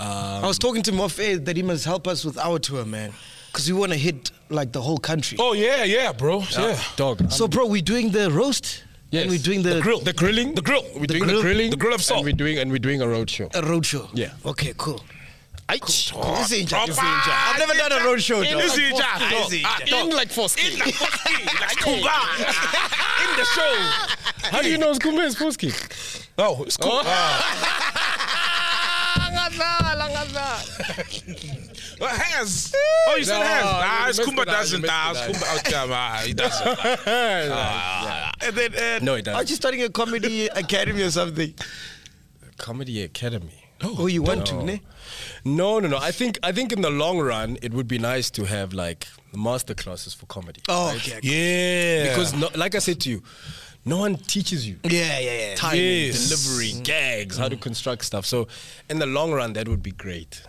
S1: I
S3: Um,
S1: was talking to Moff that he must help us with our tour, man, because we want to hit like the whole country.
S2: Oh, yeah, yeah, bro. Oh, Yeah.
S3: dog.
S1: So, bro, we're doing the roast.
S3: Yes.
S1: And we're doing the,
S2: grill.
S3: the grilling,
S2: The grill.
S3: We're doing
S1: grill.
S3: the grilling,
S2: The grill of salt. Uh,
S3: and we're doing and we're doing a road show.
S1: a road show.
S3: Yeah.
S1: Okay, cool.
S3: Aight.
S1: Cool. This is Inja.
S2: Proper.
S1: This is Inja. I've never done a road show,
S2: In
S1: dog.
S2: this is Jack,
S1: Ah,
S2: dog.
S1: this is
S2: Ah,
S1: Jack.
S2: dog.
S3: In like four skin.
S2: In the fucking, like, Kumba. In the show.
S3: How do you know it's Kumba is four skin?
S2: Oh, it's cool. Well, hands. Uh, Oh, you said
S3: No,
S2: hands.
S3: you
S2: Nah, it's
S3: missed
S2: Kumba
S3: it, nah, you
S2: doesn't.
S3: missed
S2: Nah,
S3: it,
S2: it's
S3: nah.
S2: Kumba out there. Nah, he doesn't. Ah. And then, uh,
S3: no, it
S1: Aren't
S3: doesn't.
S1: you starting a comedy academy or something?
S3: Comedy Academy.
S1: Oh, you want to,
S3: No.
S1: ne?
S3: no, no, no. I think I think in the long run, it would be nice to have like master classes for comedy.
S1: Oh, okay. Yeah,
S2: yeah.
S3: Because, no, like I said to you, no one teaches you
S1: yeah, yeah.
S3: timing,
S2: Yes. Mm.
S3: delivery, gags, how to construct stuff. So, in the long run, that would be great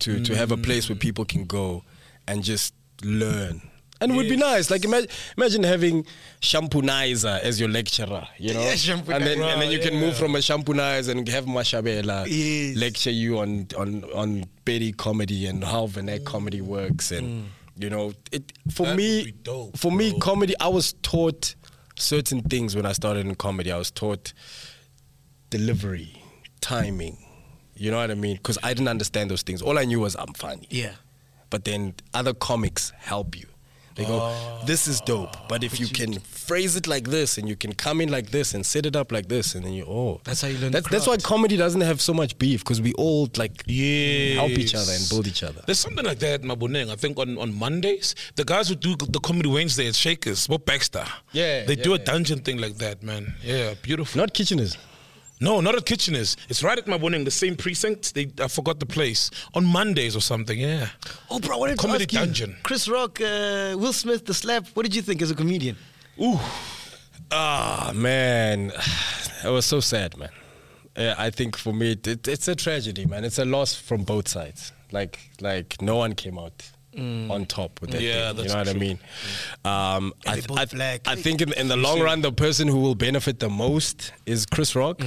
S3: to to have a place
S2: Mm.
S3: where people can go and just learn. And it would be nice. Like imagine, imagine having Shampunizer as your lecturer, you know,
S1: Yeah,
S3: and then and then you can
S2: Shampunizer,
S3: move from a Shampunizer and have Mashabela
S1: Yes.
S3: lecture you on on on Betty comedy and how vernac comedy works, and you know, it for
S2: Mm. That
S3: me
S2: would be dope,
S3: for me
S2: bro.
S3: comedy I was taught certain things when I started in comedy. I was taught delivery, timing. You know what I mean? Because I didn't understand those things. All I knew was I'm funny.
S1: Yeah.
S3: But then other comics help you. They go,
S1: Ah.
S3: this is dope. But if you can phrase it like this and you can come in like this and set it up like this and then you, oh.
S1: That's how you learn the
S3: That's, that's why
S1: craft.
S3: comedy doesn't have so much beef because we all like
S2: Yeah.
S3: help each other and build each other.
S2: There's something like that at Maboneng. I think on, on Mondays, the guys who do the comedy Wednesday at Shakers, Bob Baxter.
S3: Yeah,
S2: They do
S3: yeah,
S2: a dungeon thing like that, man. Yeah, beautiful.
S3: Not kitcheners.
S2: No, not at Kitcheners. It's right at Maboneng, the same precinct. They I forgot the place. On Mondays or something, yeah.
S1: Oh, bro, I wanted
S2: Comedy
S1: to ask
S2: Dungeon.
S1: you. Chris Rock, uh, Will Smith, The Slap. What did you think as a comedian?
S2: Ooh.
S3: Ah man, it was so sad, man. Uh, I think for me, it, it, it's a tragedy, man. It's a loss from both sides. Like, like no one came out on top with that. thing,
S2: Yeah,
S3: you
S2: that's
S3: know what I
S2: true.
S3: mean. Um, I,
S1: they
S3: th-
S1: both
S3: I th-
S1: black.
S3: I think in, in the long run, the person who will benefit the most is Chris Rock.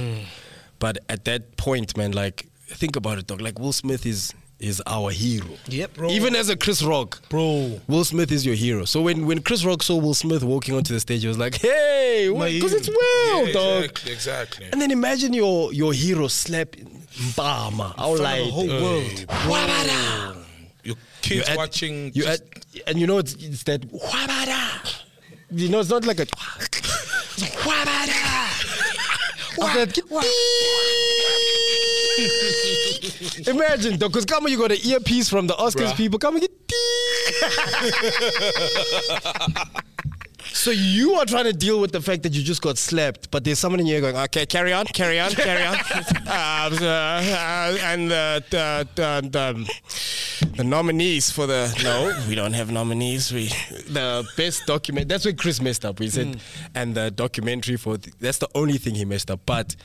S3: But at that point, man, like think about it, dog. Like Will Smith is is our hero.
S1: Yep, bro.
S3: Even as a Chris Rock,
S2: Bro.
S3: Will Smith is your hero. So when, when Chris Rock saw Will Smith walking onto the stage, he was like, "Hey, because it's Will,
S2: Yeah,
S3: dog."
S2: Exactly, exactly.
S3: And then imagine your your hero slap Mbama. How
S1: front of the
S3: like
S1: whole world.
S3: Wabada.
S2: Your kids watching.
S3: You
S2: just-
S3: at, and you know it's, it's that wabada. You know it's not like a wabada. After that, get- Imagine, though, because come on, you got an earpiece from the Oscars
S2: Bruh.
S3: people. Come and get. So you are trying to deal with the fact that you just got slapped, but there's someone in here going, "Okay, carry on, carry on, carry on," uh, uh, uh, and uh, the, the, the, the nominees for the no, we don't have nominees. We the best document. That's where Chris messed up. He said, and the documentary for th- that's the only thing he messed up. But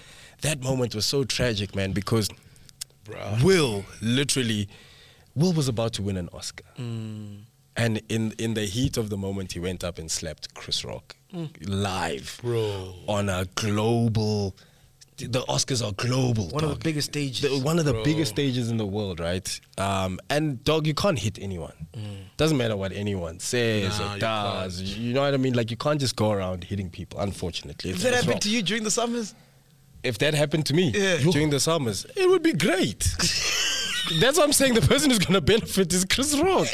S3: that moment was so tragic, man, because
S2: Bruh.
S3: Will literally, Will was about to win an Oscar. And in, in the heat of the moment, he went up and slapped Chris Rock live
S2: Bro.
S3: on a global. The Oscars are global.
S1: One of
S3: dog.
S1: the biggest stages.
S3: The- one of the biggest stages in the world, right? Um, and dog, you can't hit anyone. Doesn't matter what anyone says
S2: Nah,
S3: or
S2: you
S3: does. You, know what I mean? Like you can't just go around hitting people. Unfortunately,
S1: Did
S3: It's-
S1: that
S3: it's
S1: happen
S3: wrong.
S1: to you during the summers?
S3: If that happened to me
S1: Yeah.
S3: during the summers, it would be great. That's what I'm saying. The person who's gonna benefit is Chris Rock.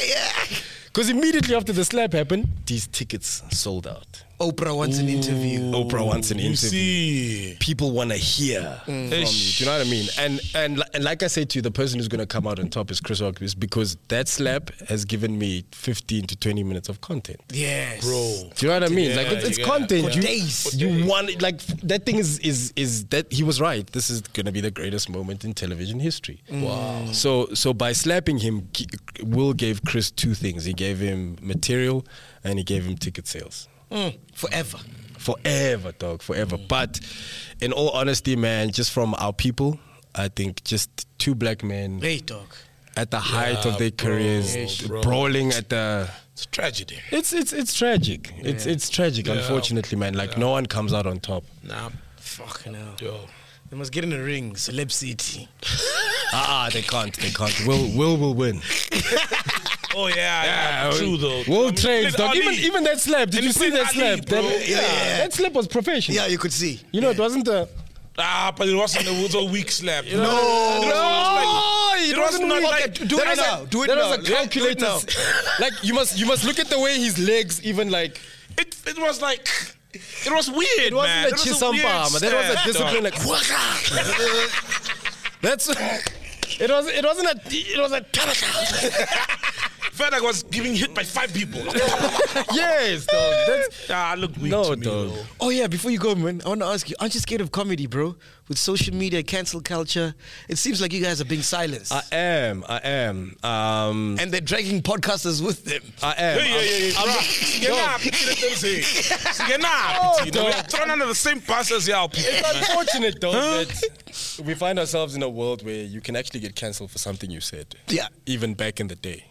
S3: Because immediately after the slap happened, these tickets sold out.
S1: Oprah wants an interview.
S3: Oprah wants an
S2: You
S3: interview
S2: see.
S3: people want to hear
S1: Mm.
S3: from you. Do you know what I mean? And and li- and like I said to you, the person who's going to come out on top is Chris Rock, is because that slap has given me 15 to 20 minutes of content.
S1: Yes.
S2: Bro.
S3: Do you know what I mean? like
S2: Yeah,
S3: it's, it's
S2: yeah.
S3: content.
S1: For
S3: you,
S1: days.
S3: You want it- like f- that thing is is is that he was right. This is going to be the greatest moment in television history. Wow. So so by slapping him, G- Will gave Chris two things. He gave him material, and he gave him ticket sales
S1: Mm, forever.
S3: forever, dog, forever. But in all honesty, man, just from our people, I think just two black men
S1: Hey, dog.
S3: at the height of their careers,
S2: bro.
S3: brawling at the.
S2: It's a tragedy.
S3: It's it's it's tragic. It's it's tragic. Unfortunately, man, like no one comes out on top.
S2: Nah,
S1: Fucking hell.
S2: yo.
S1: They must get in the ring. Celeb City.
S3: Ah, ah, they can't. They can't. Will Will will win.
S2: Oh yeah, yeah, true though. I
S3: Will
S2: mean,
S3: trades,
S2: look at
S3: dog.
S2: um, Ali.
S3: Even even that slap. Did
S2: And
S3: you
S2: he
S3: see
S2: played
S3: that
S2: Ali,
S3: slap?
S2: bro.
S3: That,
S2: Yeah.
S3: that slap was professional.
S1: Yeah, you could see.
S3: You know, it wasn't the.
S2: Ah, but it wasn't. It was a weak slap. No,
S3: it,
S2: it was
S3: wasn't
S2: not
S3: weak.
S2: like.
S1: do
S3: That
S1: it
S3: was a-
S1: now, do it
S3: that
S1: now.
S3: was a
S1: Yeah, do it
S3: calculated.
S1: now.
S3: like you must, you must look at the way his legs even like.
S2: It, it was like. It was weird,
S3: It wasn't
S2: man.
S3: a
S2: It was
S3: chisam
S2: weird
S3: palm. That was a
S2: slap,
S3: discipline
S2: dog.
S3: like. That's. It was. It wasn't a. It was a.
S2: Felt like I was giving hit by five people.
S3: yes, dog. That's,
S2: ah, look weak
S3: No,
S2: to me,
S3: dog.
S2: though.
S1: Oh yeah, before you go, man, I want to ask you: Aren't you scared of comedy, bro? With social media, cancel culture, it seems like you guys are being silenced,
S3: I am. I am. Um.
S1: and they're dragging podcasters with them.
S3: I am.
S2: Yeah, yeah, yeah, yeah.
S3: I'm-
S2: Bruh, You're not pity. You're not pity. We're thrown under the same bus as y'all. people.
S3: It's unfortunate though that we find ourselves in a world where you can actually get cancelled for something you said.
S1: Yeah.
S3: Even back in the day.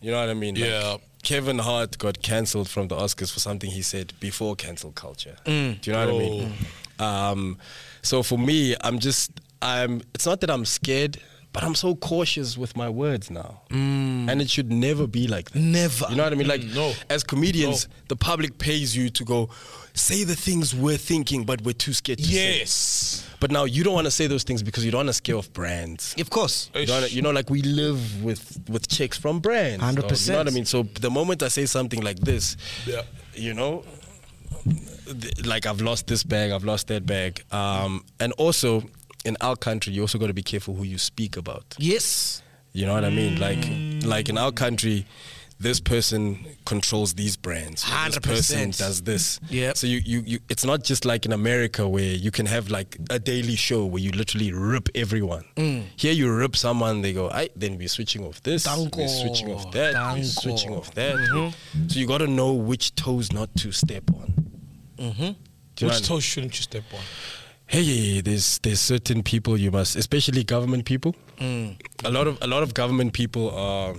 S3: You know what I mean? Like,
S2: Yeah.
S3: Kevin Hart got cancelled from the Oscars for something he said before cancel culture.
S2: Mm.
S3: Do you know what I
S2: Oh.
S3: mean? Um, so for me, I'm just I'm. It's not that I'm scared. But I'm so cautious with my words now. And it should never be like that.
S1: Never.
S3: You know what I mean? Like,
S2: Mm. no.
S3: as comedians, the public pays you to go, say the things we're thinking, but we're too scared to say.
S2: Yes.
S3: But now you don't want to say those things because you don't want to scare off brands.
S1: Of course.
S3: You, don't wanna- you know, like we live with with checks from brands. dog. You
S1: 100%.
S3: know what I mean? So the moment I say something like this,
S2: Yeah.
S3: you know, th- like I've lost this bag, I've lost that bag, um, and also in our country, you also got to be careful who you speak about.
S1: Yes.
S3: You know what I mean?
S1: Mm.
S3: Like, like in our country, this person controls these brands. or This
S1: 100%.
S3: person does this.
S1: Yep.
S3: So you, you, you, it's not just like in America where you can have like a daily show where you literally rip everyone.
S1: Mm.
S3: Here you rip someone, they go, I then we're switching off this, we're
S1: Danko,
S3: switching off that, we're
S1: danko." Mm-hmm.
S3: switching off that. So you got to know which toes not to step on.
S1: Mm-hmm.
S3: Do you know what I
S2: Which
S3: mean?
S2: toe shouldn't you step on?
S3: hey, there's there's certain people you must, especially government people.
S2: Mm.
S3: A lot of a lot of government people are,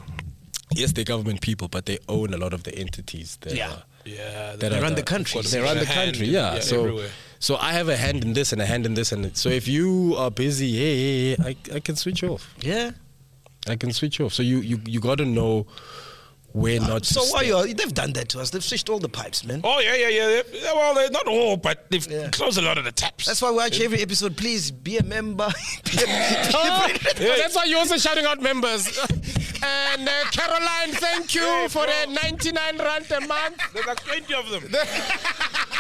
S3: yes, they're government people, but they own a lot of the entities. That
S1: Yeah.
S3: are-
S2: Yeah.
S3: that are
S1: run
S3: the-
S1: the country.
S3: They run the
S2: Hand,
S3: country. Yeah.
S2: yeah,
S3: so.
S2: everywhere.
S3: So I have a hand in this and a hand in this and so if you are busy, hey, hey, hey, I, I can switch off.
S1: Yeah.
S3: I can switch off. So you you, you got to know where not. to
S1: So why
S3: step.
S1: you are, they've done that to us. They've switched all the pipes, man.
S2: Oh yeah, yeah, yeah. yeah. yeah well, they're not all, but they've
S1: Yeah.
S2: closed a lot of the taps.
S1: That's why we watch every episode. Please be a member. Be a- be a-
S3: That's why you're also shouting out members. And uh, Caroline, thank you for the 99 rand a month.
S2: There's like 20 of them.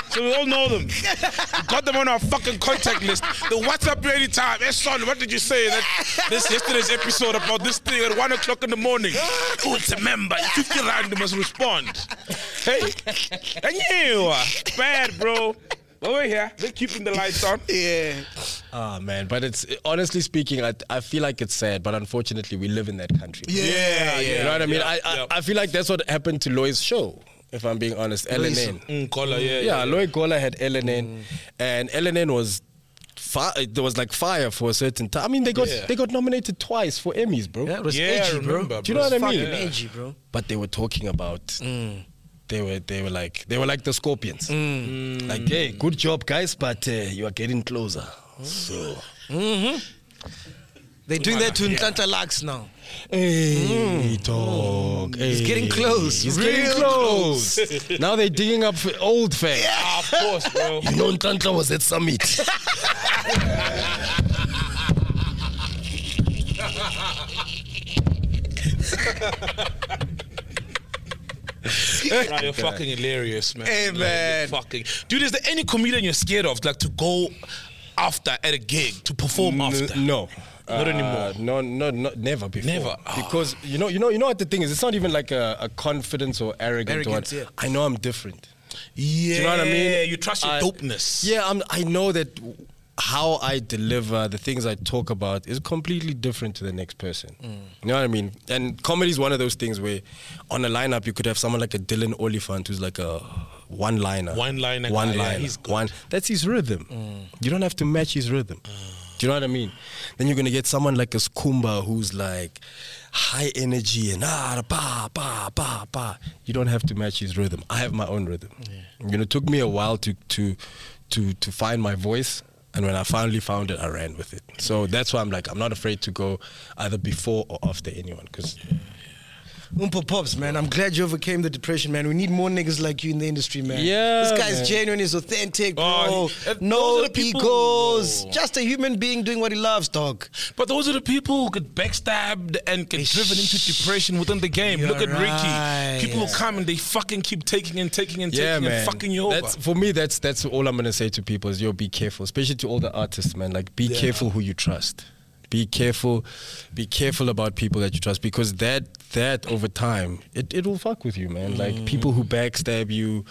S2: so we all know them. Got them on our fucking contact list. The WhatsApp me anytime. Hey, son, what did you say? That this yesterday's episode about this thing at 1 o'clock in the morning. Oh, it's a member. 50 rand you must respond. Hey, and you are bad, bro. But we're here. They're keeping the lights on.
S1: yeah.
S3: Ah man, but it's honestly speaking, I, I feel like it's sad, but unfortunately, we live in that country.
S2: Yeah,
S3: you know what I mean.
S2: yeah,
S3: I, I,
S2: yeah.
S3: I feel like that's what happened to Loy's show, if I'm being honest. LNN.
S2: Mm, collar, yeah,
S3: Yeah, Loy Gola had LNN,
S2: Mm.
S3: and LNN was. Fire, there was like fire for a certain time. I mean, they got
S2: Yeah.
S3: they got nominated twice for Emmys, bro.
S1: Yeah, it was
S2: Yeah, I
S1: edgy, bro.
S2: remember,
S3: Do you know what I
S1: It was
S3: mean?
S1: Fucking
S3: Yeah.
S1: edgy, bro.
S3: but they were talking about
S2: Mm.
S3: they were they were like they were like the scorpions
S2: Mm.
S3: like hey good job guys but uh, you are getting closer
S2: Mm.
S3: so
S1: They're doing that to Ntanta Lux now.
S2: Mm.
S3: hey dog hey.
S1: getting close,
S3: he's
S1: real
S3: getting close, now they're digging up old fans
S2: Ah, of course, bro.
S3: you know Ntantla was at summit
S2: Nah, you're fucking hilarious, man.
S1: Hey,
S2: Like,
S1: man.
S2: you're fucking dude. Is there any comedian you're scared of, like to go after at a gig to perform
S3: Mm,
S2: after?
S3: N- no. Uh,
S2: Not anymore.
S3: No, no, no, never before.
S2: Never. Ah.
S3: Because you know, you know, you know what the thing is. It's not even like a, a confidence or arrogance.
S1: Arrogance, yeah.
S3: I know I'm different.
S2: Yeah,
S3: Do you know what I mean?
S2: You trust your
S3: I-
S2: dopeness.
S3: Yeah, I'm, I know that w- how I deliver the things I talk about is completely different to the next person.
S2: Mm.
S3: You know what I mean? And comedy is one of those things where on a lineup you could have someone like a Dylan Oliphant who's like a one liner.
S2: One-liner guy,
S3: One
S2: yeah,
S3: liner.
S2: he's good.
S3: One. That's his rhythm. You don't have to match his rhythm. Do you know what I mean? Then you're gonna get someone like a Skumba who's like high energy and ah ba ba ba ba. You don't have to match his rhythm. I have my own rhythm. You know, it took me a while to to to to find my voice. And when I finally found it, I ran with it. So that's why I'm like, I'm not afraid to go either before or after anyone. Because
S1: Oompa Pops, man. I'm glad you overcame the depression, man. We need more niggas like you in the industry, man.
S3: Yeah,
S1: This guy's
S3: man.
S1: genuine, he's authentic,
S2: Oh,
S1: bro.
S2: he- uh, those
S1: no
S2: are the people-
S1: egos.
S2: No.
S1: Just a human being doing what he loves, dog.
S2: But those are the people who get backstabbed and get driven into depression within the game.
S1: You're
S2: Look at
S1: right.
S2: Ricky. People who come and they fucking keep taking and taking and taking and fucking you over.
S3: That's, for me, that's that's all I'm gonna say to people is yo, be careful, especially to all the artists, man. Like, be careful who you trust. Be careful, be careful about people that you trust because that that over time it it will fuck with you, man.
S2: Mm.
S3: Like people who backstab you,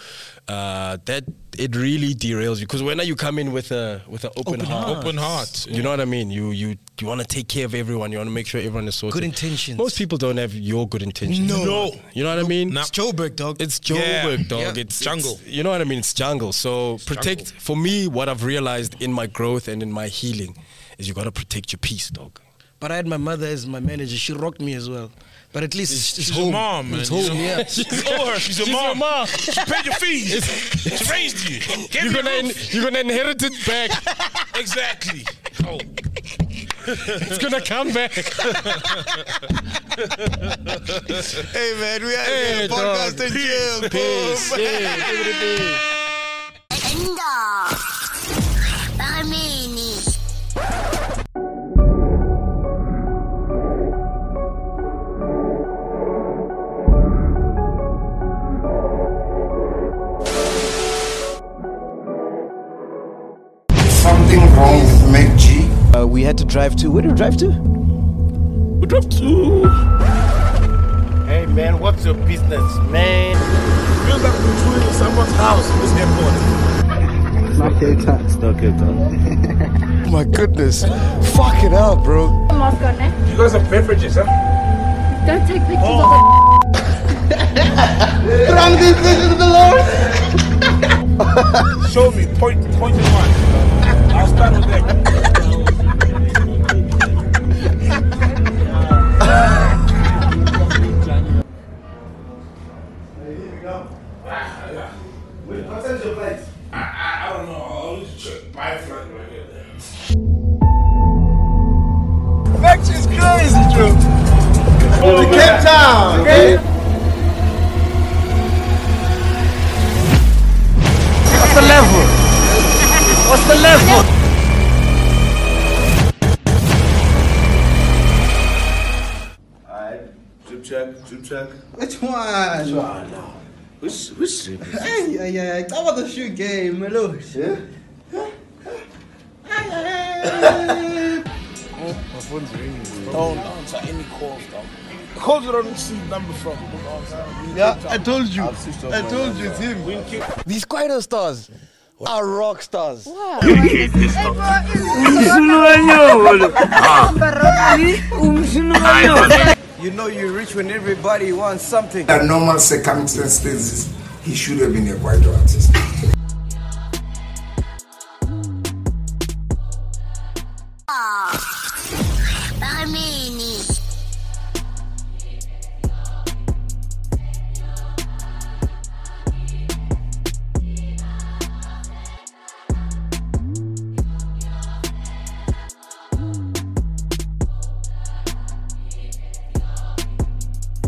S3: uh, that it really derails you. Because when you come in with a with an open, heart,
S2: Open heart.
S3: you know what I mean. You you you want to take care of everyone. You want to make sure everyone is sorted.
S1: Good intentions.
S3: Most people don't have your good intentions.
S1: No.
S2: No.
S3: you know what I mean.
S2: Nah.
S1: It's Joburg, dog.
S3: It's jungle
S2: Yeah.
S3: work, dog.
S1: Yeah.
S3: It's it's-
S2: Jungle.
S3: you know what I mean? It's jungle. So protect. For me, what I've realized in my growth and in my healing is you gotta protect your peace, dog.
S1: But I had my mother as my manager. She rocked me as well. But at least it's, it's
S2: She's
S1: home.
S2: your mom, man.
S1: It's home,
S2: She's your-
S1: yeah.
S2: She's over her. She's your
S3: She's
S2: mom.
S3: your mom.
S2: She paid your fees. she raised you.
S3: You're
S2: Gave you a
S3: gonna
S2: roof.
S3: in, you're gonna inherit it back.
S2: Exactly. Oh.
S3: It's gonna come back.
S6: Hey man, we are
S3: Hey,
S6: here podcast
S3: dog.
S6: and chill.
S3: Peace.
S6: boom.
S3: Yeah, give it a day.
S7: End of Barmini.
S8: something wrong with Mac G?
S6: Uh, we had to drive to. Where did we drive to?
S9: We drove to.
S2: Hey man, what's your business, man? Feels like we're in someone's house in this airport.
S8: My goodness. Fuck it up, bro.
S10: mask on, eh?
S2: You guys have beverages, huh?
S10: Don't take pictures
S2: Show me, point, point to one. I'll start with that. Drip check, drip check.
S1: Which one?
S2: Who's, who's sleeping?
S1: Hey, yeah, yeah. Talk about the shoe game, my lord. Yeah? Oh,
S2: Calls it on see number from.
S1: Yeah, I told you. I told you, it's him.
S6: These Quaido stars are rock stars.
S1: You know you're rich when everybody wants something.
S8: Under normal circumstances, he should have been a white artist.